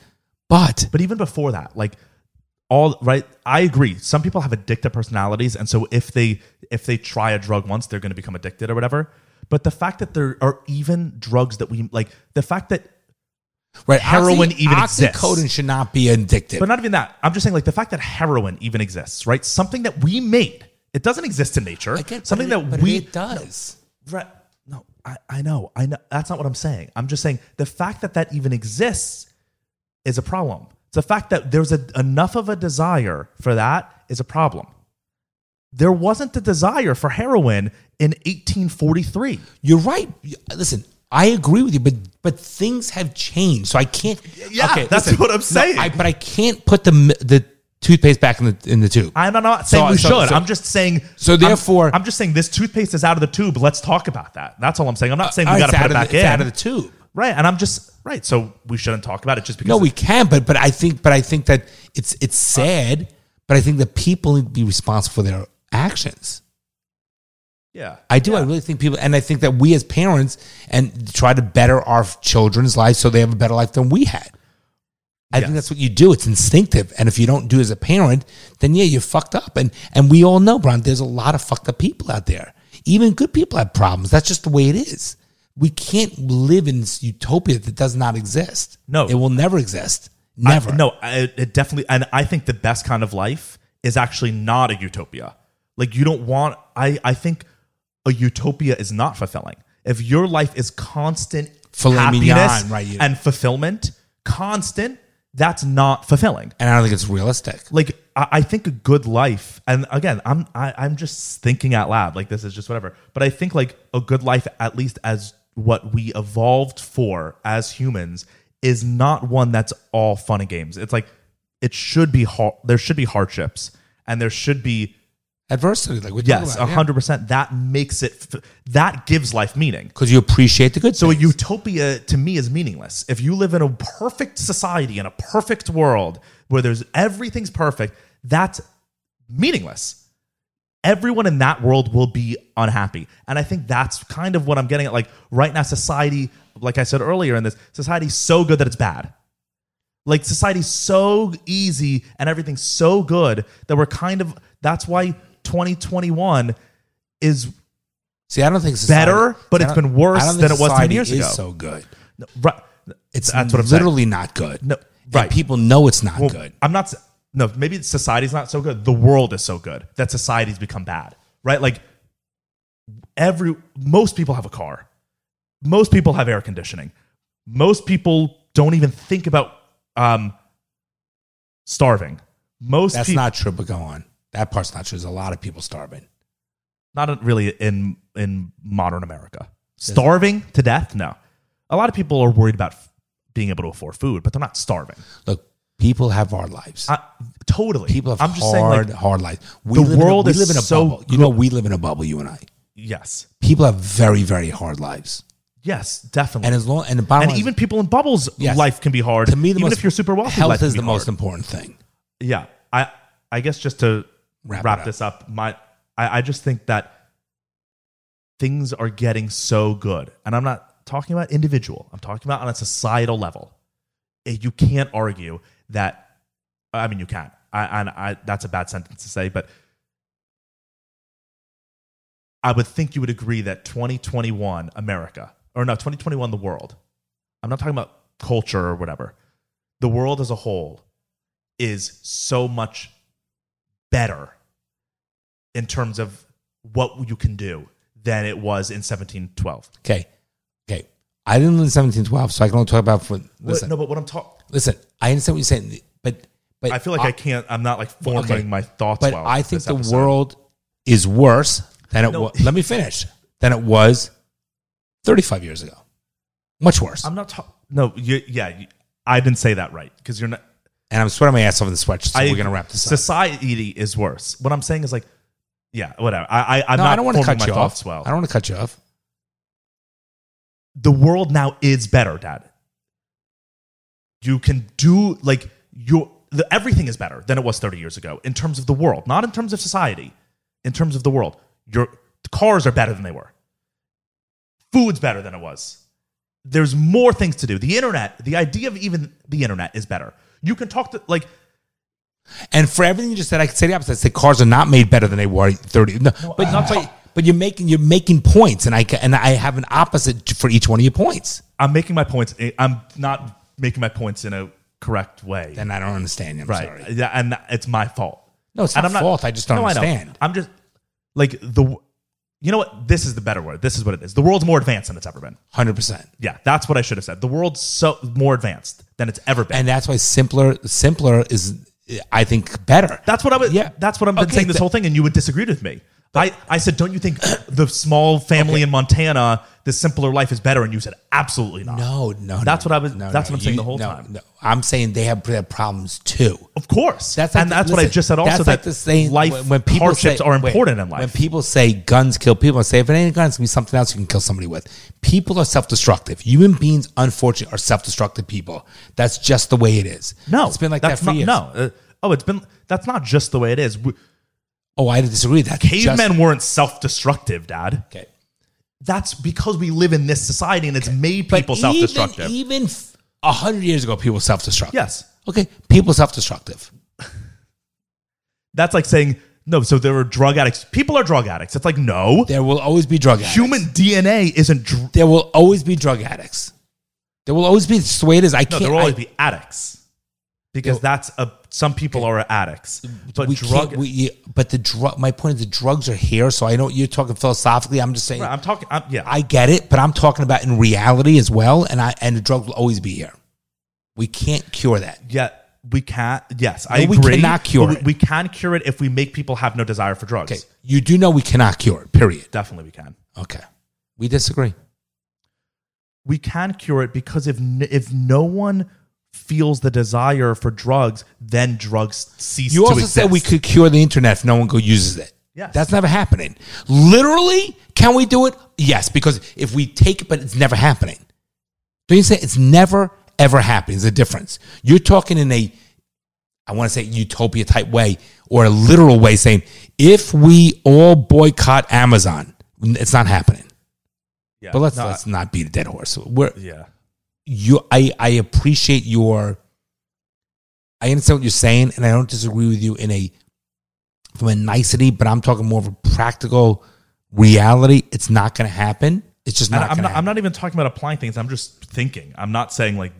[SPEAKER 1] But
[SPEAKER 3] But even before that, like all right, I agree. Some people have addictive personalities, and so if they if they try a drug once, they're going to become addicted or whatever. But the fact that there are even drugs that we like, the fact that,
[SPEAKER 1] right,
[SPEAKER 3] Heroin even exists.
[SPEAKER 1] oxycodone should not be addictive.
[SPEAKER 3] but not even that. I'm just saying, like the fact that heroin even exists, right? Something that we made. It doesn't exist in nature.
[SPEAKER 1] I get-
[SPEAKER 3] Something
[SPEAKER 1] but it-
[SPEAKER 3] that
[SPEAKER 1] but
[SPEAKER 3] we
[SPEAKER 1] it does.
[SPEAKER 3] Right. No, I, I know. I know. That's not what I'm saying. I'm just saying the fact that that even exists is a problem. It's the fact that there's a, enough of a desire for that is a problem. There wasn't a desire for heroin in 1843.
[SPEAKER 1] You're right. You- Listen, I agree with you, but but things have changed, so I can't.
[SPEAKER 3] Yeah, that's what I'm saying.
[SPEAKER 1] I, but I can't put the mi- the toothpaste back in the in the tube.
[SPEAKER 3] I'm not- not saying
[SPEAKER 1] So-
[SPEAKER 3] we
[SPEAKER 1] so-
[SPEAKER 3] should.
[SPEAKER 1] so-
[SPEAKER 3] I'm just saying.
[SPEAKER 1] So
[SPEAKER 3] I'm-
[SPEAKER 1] therefore-
[SPEAKER 3] I'm, just saying this toothpaste is out of the tube. Let's talk about that. That's all I'm saying. I'm not saying we got
[SPEAKER 1] Uh, It's
[SPEAKER 3] to
[SPEAKER 1] out
[SPEAKER 3] put
[SPEAKER 1] of
[SPEAKER 3] it
[SPEAKER 1] the-
[SPEAKER 3] back
[SPEAKER 1] it's
[SPEAKER 3] in.
[SPEAKER 1] out of the tube.
[SPEAKER 3] right. And I'm just right. So we shouldn't talk about it just because.
[SPEAKER 1] No, we can, but but I think but I think that it's it's sad, but I think that people need to be responsible for their actions.
[SPEAKER 3] yeah.
[SPEAKER 1] I do. I really think people, and I think that we as parents and try to better our children's lives so they have a better life than we had. I think
[SPEAKER 3] Yes.
[SPEAKER 1] that's what you do. It's instinctive, and if you don't do as a parent, then yeah, you're fucked up. And and we all know, Brian, there's a lot of fucked up people out there. Even good people have problems. That's just the way it is. We can't live in this utopia that does not exist.
[SPEAKER 3] No.
[SPEAKER 1] it will never exist.
[SPEAKER 3] I-
[SPEAKER 1] Never.
[SPEAKER 3] no, I, it definitely. And I think the best kind of life is actually not a utopia. Like you don't want. I I think a utopia is not fulfilling. If your life is constant
[SPEAKER 1] Filet
[SPEAKER 3] happiness
[SPEAKER 1] mignon, right, yeah.
[SPEAKER 3] and fulfillment, constant, that's not fulfilling.
[SPEAKER 1] and I don't think it's realistic.
[SPEAKER 3] Like I, I think a good life, and again, I'm I, I'm just thinking out loud. Like this is just whatever. But I think like a good life, at least as what we evolved for as humans, is not one that's all fun and games. It's like it should be har- there should be hardships, and there should be
[SPEAKER 1] Adversity, like we
[SPEAKER 3] yes,
[SPEAKER 1] about,
[SPEAKER 3] hundred percent. That makes it f- that gives life meaning.
[SPEAKER 1] because you appreciate the good.
[SPEAKER 3] So a
[SPEAKER 1] things.
[SPEAKER 3] utopia to me is meaningless. If you live in a perfect society in a perfect world where there's everything's perfect, that's meaningless. Everyone in that world will be unhappy. And I think that's kind of what I'm getting at like right now society, like I said earlier in this, society's so good that it's bad. Like society's so easy and everything's so good that we're kind of that's why 2021 is
[SPEAKER 1] see, I don't think society,
[SPEAKER 3] better, but
[SPEAKER 1] I
[SPEAKER 3] it's
[SPEAKER 1] don't-
[SPEAKER 3] been worse
[SPEAKER 1] I don't
[SPEAKER 3] than
[SPEAKER 1] think
[SPEAKER 3] it was 10
[SPEAKER 1] society
[SPEAKER 3] years
[SPEAKER 1] is
[SPEAKER 3] ago.
[SPEAKER 1] So good.
[SPEAKER 3] right
[SPEAKER 1] It's
[SPEAKER 3] that's what I'm saying.
[SPEAKER 1] literally not good.
[SPEAKER 3] No,
[SPEAKER 1] And
[SPEAKER 3] right.
[SPEAKER 1] people know it's not good.
[SPEAKER 3] I'm not. s- No, maybe society's not so good. The world is so good that society's become bad, right? Like every most people have a car, most people have air conditioning, most people don't even think about um, starving. Most
[SPEAKER 1] That's
[SPEAKER 3] peop-
[SPEAKER 1] not true. But go on. That part's not true. There's a lot of people starving.
[SPEAKER 3] not really in in modern America. Starving to death? No. A lot of people are worried about f- being able to afford food, but they're not starving.
[SPEAKER 1] Look, people have hard lives.
[SPEAKER 3] I, totally.
[SPEAKER 1] people have
[SPEAKER 3] I'm just saying,
[SPEAKER 1] hard,
[SPEAKER 3] like,
[SPEAKER 1] hard lives. We
[SPEAKER 3] the
[SPEAKER 1] live
[SPEAKER 3] world
[SPEAKER 1] in a, we
[SPEAKER 3] is
[SPEAKER 1] live in a
[SPEAKER 3] so
[SPEAKER 1] bubble. You know, we live in a bubble. You and I.
[SPEAKER 3] yes,
[SPEAKER 1] People have very, very hard lives.
[SPEAKER 3] yes, definitely.
[SPEAKER 1] And as long and the bottom
[SPEAKER 3] and
[SPEAKER 1] line is,
[SPEAKER 3] even people in bubbles,
[SPEAKER 1] Yes.
[SPEAKER 3] life can be hard.
[SPEAKER 1] to me, the
[SPEAKER 3] even
[SPEAKER 1] most
[SPEAKER 3] if you're super wealthy,
[SPEAKER 1] health
[SPEAKER 3] life can
[SPEAKER 1] is
[SPEAKER 3] be
[SPEAKER 1] the most
[SPEAKER 3] hard.
[SPEAKER 1] important thing.
[SPEAKER 3] Yeah, I I guess just to
[SPEAKER 1] Wrap
[SPEAKER 3] wrap,
[SPEAKER 1] it up.
[SPEAKER 3] this up, my I, I just think that things are getting so good, and I'm not talking about individual. I'm talking about on a societal level. Eh, You can't argue that. I mean, you can. I, and I, that's a bad sentence to say, but I would think you would agree that 2021 America, or no, 2021, the world. I'm not talking about culture or whatever. The world as a whole is so much better in terms of what you can do than it was in 1712.
[SPEAKER 1] Okay. Okay. I didn't live in 1712, so I can only talk about for.
[SPEAKER 3] What-
[SPEAKER 1] Listen,
[SPEAKER 3] no, but what I'm talking,
[SPEAKER 1] listen. I understand what you're saying, but but
[SPEAKER 3] I feel like I, can't. I'm not like forming
[SPEAKER 1] okay.
[SPEAKER 3] my thoughts.
[SPEAKER 1] But
[SPEAKER 3] well
[SPEAKER 1] I
[SPEAKER 3] this
[SPEAKER 1] think the
[SPEAKER 3] episode.
[SPEAKER 1] world is worse than it
[SPEAKER 3] No.
[SPEAKER 1] was. Let me finish. Than it was 35 years ago. Much worse.
[SPEAKER 3] I'm not talking. No, you, yeah, you, I didn't say that right because you're not.
[SPEAKER 1] and I'm sweating my ass off in the sweat. So
[SPEAKER 3] I-
[SPEAKER 1] we're gonna wrap this up.
[SPEAKER 3] Society is worse. What I'm saying is like, yeah, whatever. I, I I'm
[SPEAKER 1] No,
[SPEAKER 3] not.
[SPEAKER 1] I don't want to
[SPEAKER 3] forming
[SPEAKER 1] cut you
[SPEAKER 3] my thoughts
[SPEAKER 1] off.
[SPEAKER 3] Well,
[SPEAKER 1] I don't want to cut you off.
[SPEAKER 3] the world now is better, Dad. You can do like your the, everything is better than it was 30 years ago in terms of the world, not in terms of society, in terms of the world. Your cars are better than they were. Food's better than it was. There's more things to do. The internet, the idea of even the internet is better. You can talk to like
[SPEAKER 1] And for everything you just said, I could say the opposite. I'd say cars are not made better than they were 30. No, but not. But, but you're making you're making points, and I ca- and I have an opposite for each one of your points.
[SPEAKER 3] I'm making my points. eh, I'm not making my points in a correct way.
[SPEAKER 1] Then I don't understand. you. I'm
[SPEAKER 3] right.
[SPEAKER 1] sorry.
[SPEAKER 3] Yeah, and it's my fault.
[SPEAKER 1] No, it's
[SPEAKER 3] And
[SPEAKER 1] not fault. I just don't
[SPEAKER 3] No, know.
[SPEAKER 1] understand.
[SPEAKER 3] I'm just like the. You know what? This is the better word. This is what it is. The world's more advanced than it's ever been.
[SPEAKER 1] Hundred percent.
[SPEAKER 3] Yeah, that's what I should have said. The world's so more advanced than it's ever been.
[SPEAKER 1] And that's why simpler simpler is I think better.
[SPEAKER 3] that's what I was.
[SPEAKER 1] Yeah.
[SPEAKER 3] Yeah, that's what I've been
[SPEAKER 1] Okay,
[SPEAKER 3] saying this
[SPEAKER 1] th-
[SPEAKER 3] whole thing, and you would disagree with me. I, I said, don't you think the small family in Montana, the simpler life is better? And you said, absolutely not.
[SPEAKER 1] no, no, no,
[SPEAKER 3] That's what I was-
[SPEAKER 1] no,
[SPEAKER 3] that's
[SPEAKER 1] no,
[SPEAKER 3] what I'm saying
[SPEAKER 1] you-
[SPEAKER 3] the whole
[SPEAKER 1] no,
[SPEAKER 3] time.
[SPEAKER 1] No, I'm saying they have, they have problems too.
[SPEAKER 3] Of course.
[SPEAKER 1] That's
[SPEAKER 3] That's
[SPEAKER 1] like
[SPEAKER 3] and
[SPEAKER 1] the-
[SPEAKER 3] that's what I
[SPEAKER 1] listen,
[SPEAKER 3] just said.
[SPEAKER 1] that's
[SPEAKER 3] Also,
[SPEAKER 1] like
[SPEAKER 3] that life hardships
[SPEAKER 1] say-
[SPEAKER 3] are
[SPEAKER 1] wait,
[SPEAKER 3] important in
[SPEAKER 1] When
[SPEAKER 3] life.
[SPEAKER 1] people say guns kill people, I say if it ain't guns, it's gonna be something else you can kill somebody with. People are self-destructive. Human beings, unfortunately, are self-destructive people. That's just the way it is.
[SPEAKER 3] no,
[SPEAKER 1] it's been like
[SPEAKER 3] that's
[SPEAKER 1] that for
[SPEAKER 3] not,
[SPEAKER 1] years.
[SPEAKER 3] No, Uh, oh, it's been. That's not just the way it is. We-
[SPEAKER 1] Oh, I disagree. That
[SPEAKER 3] Cavemen weren't self-destructive, Dad.
[SPEAKER 1] Okay.
[SPEAKER 3] That's because we live in this society and it's made people self-destructive.
[SPEAKER 1] Even, even f- a hundred years ago, people were self-destructive.
[SPEAKER 3] yes,
[SPEAKER 1] Okay. People self-destructive.
[SPEAKER 3] that's like saying no. So there were drug addicts. People are drug addicts. It's like no,
[SPEAKER 1] There will always be drug addicts.
[SPEAKER 3] human DNA isn't. Dr-
[SPEAKER 1] There will always be drug addicts. There will always be. It's the way it is. I
[SPEAKER 3] no,
[SPEAKER 1] can't.
[SPEAKER 3] there will always
[SPEAKER 1] I-
[SPEAKER 3] be addicts because that's a. Some people are addicts, but
[SPEAKER 1] we
[SPEAKER 3] drug.
[SPEAKER 1] can't. We, yeah, but the drug. My point is the drugs are here. So I know you're talking philosophically. I'm just saying.
[SPEAKER 3] I'm talking. I'm, yeah,
[SPEAKER 1] I get it, but I'm talking about in reality as well. And I and the drugs will always be here. We can't cure that.
[SPEAKER 3] yeah, we can't. Yes, I
[SPEAKER 1] No, we
[SPEAKER 3] agree.
[SPEAKER 1] cannot cure
[SPEAKER 3] but
[SPEAKER 1] it.
[SPEAKER 3] We, we can cure it if we make people have no desire for drugs.
[SPEAKER 1] Okay. You do know we cannot cure it. Period.
[SPEAKER 3] Definitely, we can.
[SPEAKER 1] Okay. We disagree.
[SPEAKER 3] we can cure it because if n- if no one feels the desire for drugs, then drugs cease.
[SPEAKER 1] You
[SPEAKER 3] to
[SPEAKER 1] also
[SPEAKER 3] exist.
[SPEAKER 1] said we could cure the internet if no one go uses it.
[SPEAKER 3] Yes.
[SPEAKER 1] That's never happening. Literally, can we do it? Yes, because if we take it, but it's never happening. Don't you say it's never ever happening? There's a difference. You're talking in a, I want to say utopia type way or a literal way, saying if we all boycott Amazon, it's not happening.
[SPEAKER 3] Yeah,
[SPEAKER 1] But let's
[SPEAKER 3] no,
[SPEAKER 1] let's not beat a dead horse. We're,
[SPEAKER 3] yeah,
[SPEAKER 1] you I, I appreciate your I understand what you're saying and I don't disagree with you in a from a nicety, but I'm talking more of a practical reality. It's not gonna happen. It's just
[SPEAKER 3] And
[SPEAKER 1] not
[SPEAKER 3] I'm
[SPEAKER 1] gonna
[SPEAKER 3] not. I'm
[SPEAKER 1] happen.
[SPEAKER 3] not even talking about applying things. I'm just thinking. I'm not saying like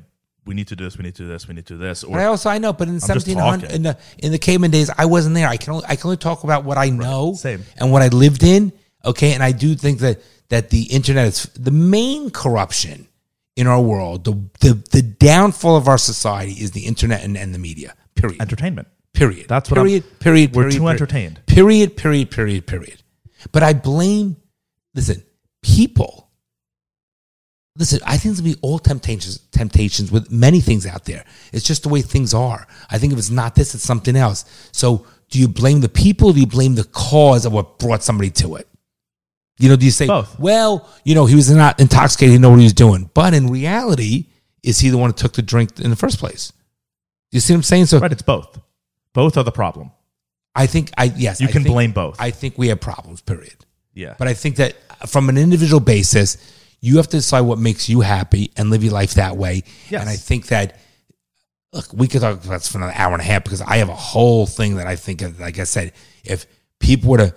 [SPEAKER 3] we need to do this. We need to do this. We need to do this.
[SPEAKER 1] But I
[SPEAKER 3] Or
[SPEAKER 1] also I know, but in
[SPEAKER 3] just
[SPEAKER 1] seventeen hundred
[SPEAKER 3] talking.
[SPEAKER 1] in the in the Cayman days, I wasn't there. I can only I can only talk about what I know
[SPEAKER 3] same.
[SPEAKER 1] and what I lived in. Okay, and I do think that that the internet is the main corruption in our world. The the, the downfall of our society is the internet and, and the media. Period.
[SPEAKER 3] entertainment.
[SPEAKER 1] Period.
[SPEAKER 3] That's what I'm-
[SPEAKER 1] period. period.
[SPEAKER 3] we're
[SPEAKER 1] period,
[SPEAKER 3] too
[SPEAKER 1] period.
[SPEAKER 3] entertained.
[SPEAKER 1] Period. Period. Period. Period. But I blame. Listen, people. Listen, I think there'll be all temptations, temptations with many things out there. It's just the way things are. I think if it's not this, it's something else. So, do you blame the people? Or do you blame the cause of what brought somebody to it? You know, do you say,
[SPEAKER 3] Both.
[SPEAKER 1] well, you know, he was not intoxicated, he didn't know what he was doing. But in reality, is he the one who took the drink in the first place? You see what I'm saying? So
[SPEAKER 3] Right. It's both. Both are the problem.
[SPEAKER 1] I think I yes,
[SPEAKER 3] You
[SPEAKER 1] I
[SPEAKER 3] can
[SPEAKER 1] think-
[SPEAKER 3] blame both.
[SPEAKER 1] I think we have problems. Period.
[SPEAKER 3] yeah.
[SPEAKER 1] But I think that from an individual basis, you have to decide what makes you happy and live your life that way.
[SPEAKER 3] Yes.
[SPEAKER 1] And I think that look, we could talk about this for another hour and a half because I have a whole thing that I think of. Like I said, if people were to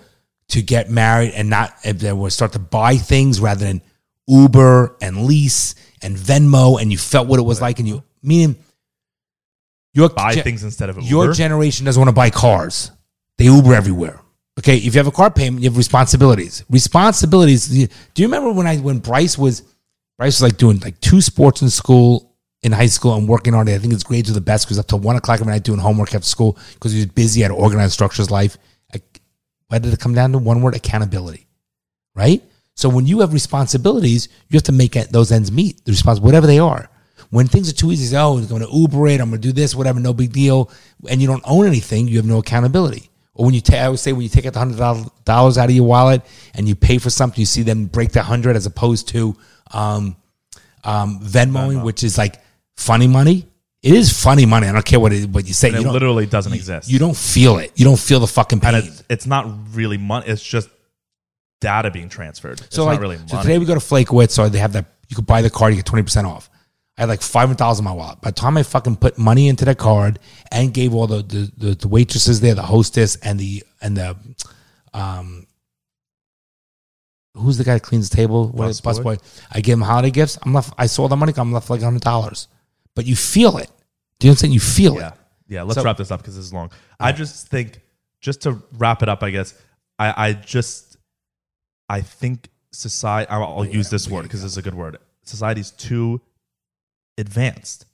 [SPEAKER 1] to get married and not if they were to start to buy things rather than Uber and lease and Venmo, and you felt what it was like, and you meaning your
[SPEAKER 3] Buy
[SPEAKER 1] ge-
[SPEAKER 3] things instead of Uber.
[SPEAKER 1] your generation doesn't want to buy cars; they Uber everywhere. Okay, if you have a car payment, you have responsibilities. Responsibilities. Do you do you remember when I when Bryce was Bryce was like doing like two sports in school in high school and working on it. I think his grades were the best because up till one o'clock every night doing homework after school because he was busy, had to organize structures life. Ac- Why did it come down to one word? Accountability, right? So when you have responsibilities, you have to make it- those ends meet the response, whatever they are. When things are too easy, you say, oh, I'm going to Uber it, I'm going to do this, whatever, no big deal, and you don't own anything, you have no accountability. Or when you take, I always say, when you take out the hundred dollars out of your wallet and you pay for something, you see them break the hundred as opposed to um, um, Venmoing, which is like funny money. It is funny money. I don't care what it, what you say.
[SPEAKER 3] and
[SPEAKER 1] You
[SPEAKER 3] it
[SPEAKER 1] don't,
[SPEAKER 3] literally doesn't exist.
[SPEAKER 1] you don't feel it. You don't feel the fucking pain.
[SPEAKER 3] and it's, it's not really money. It's just data being transferred. it's
[SPEAKER 1] so like,
[SPEAKER 3] not really money.
[SPEAKER 1] so today we go to Flakewit, so they have that. You could buy the card, you get twenty percent off. I had like five hundred thousand in my wallet. By the time I fucking put money into that card and gave all the the, the, the waitresses there, the hostess, and the and the um, who's the guy that cleans the table? What is
[SPEAKER 3] Busboy?
[SPEAKER 1] busboy? I gave him holiday gifts. I'm left. I saw the money. I'm left like hundred dollars. But you feel it. Do you know what I'm saying? You feel
[SPEAKER 3] yeah,
[SPEAKER 1] it.
[SPEAKER 3] yeah. Let's
[SPEAKER 1] So-
[SPEAKER 3] wrap this up because this is long. I just think, just to wrap it up, I guess I, I just, I think society. I'll, I'll use this word because it's a good word. Society's too advanced.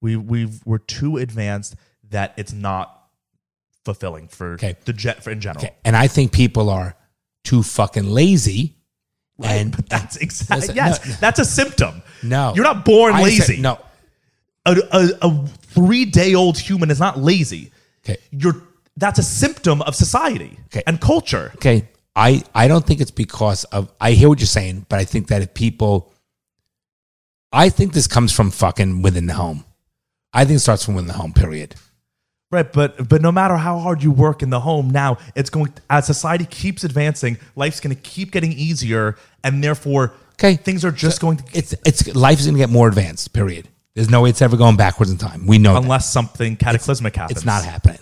[SPEAKER 3] We we we're too advanced that it's not fulfilling for
[SPEAKER 1] Okay.
[SPEAKER 3] the jet for in general.
[SPEAKER 1] Okay. And I think people are too fucking lazy. And
[SPEAKER 3] But that's exactly
[SPEAKER 1] Listen,
[SPEAKER 3] yes.
[SPEAKER 1] no.
[SPEAKER 3] That's a symptom.
[SPEAKER 1] no,
[SPEAKER 3] You're not born
[SPEAKER 1] I
[SPEAKER 3] lazy.
[SPEAKER 1] Said, no.
[SPEAKER 3] a, a, a three day old human is not lazy.
[SPEAKER 1] Okay.
[SPEAKER 3] You're that's a symptom of society
[SPEAKER 1] Okay.
[SPEAKER 3] and culture.
[SPEAKER 1] Okay. I, I don't think it's because of, I hear what you're saying, but I think that if people, I think this comes from fucking within the home. I think it starts from within the home, period.
[SPEAKER 3] Right, but but no matter how hard you work in the home now, it's going as society keeps advancing, life's going to keep getting easier and therefore
[SPEAKER 1] Okay.
[SPEAKER 3] things are just going to
[SPEAKER 1] It's, it's, life is going to get more advanced, period. There's no way it's ever going backwards in time. We know that.
[SPEAKER 3] unless something cataclysmic happens.
[SPEAKER 1] it's not happening.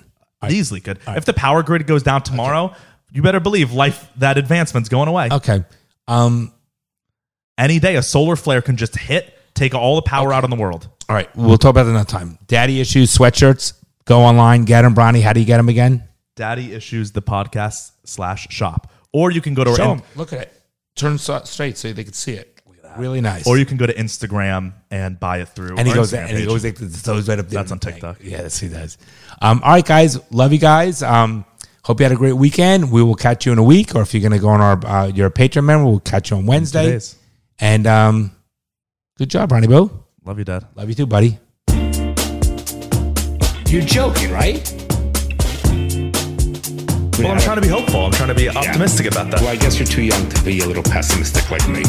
[SPEAKER 3] easily could. If the power grid goes down tomorrow, you better believe life that advancement's going away.
[SPEAKER 1] Okay. Um,
[SPEAKER 3] Any day a solar flare can just hit, take all the power out in the world.
[SPEAKER 1] all right. We'll talk about that another time. Daddy issues, sweatshirts, go online, get them, Bronny. How do you get them again?
[SPEAKER 3] Daddy Issues the podcast slash shop, or you can go to our
[SPEAKER 1] Show
[SPEAKER 3] in-
[SPEAKER 1] them. Look at it. Turn so- straight so they can see it. Really nice.
[SPEAKER 3] or you can go to Instagram and buy it through.
[SPEAKER 1] and he
[SPEAKER 3] our
[SPEAKER 1] goes
[SPEAKER 3] Instagram
[SPEAKER 1] and he
[SPEAKER 3] page.
[SPEAKER 1] goes like this, those right up there.
[SPEAKER 3] That's on TikTok.
[SPEAKER 1] Yeah, that's he does. Um, all right, guys, love you guys. Um, hope you had a great weekend. We will catch you in a week, or if you're gonna go on our uh, your Patreon member, we'll catch you on
[SPEAKER 3] Two
[SPEAKER 1] Wednesday.
[SPEAKER 3] days.
[SPEAKER 1] And um, good job, Ronnie Bo.
[SPEAKER 3] Love you, Dad.
[SPEAKER 1] Love you too, buddy. You're joking, right?
[SPEAKER 2] Well, I'm trying to be hopeful. I'm trying to be optimistic about that.
[SPEAKER 1] I guess you're too young to be a little pessimistic like me.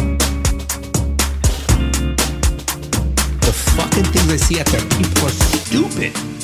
[SPEAKER 1] The fucking things I see out there, people are stupid.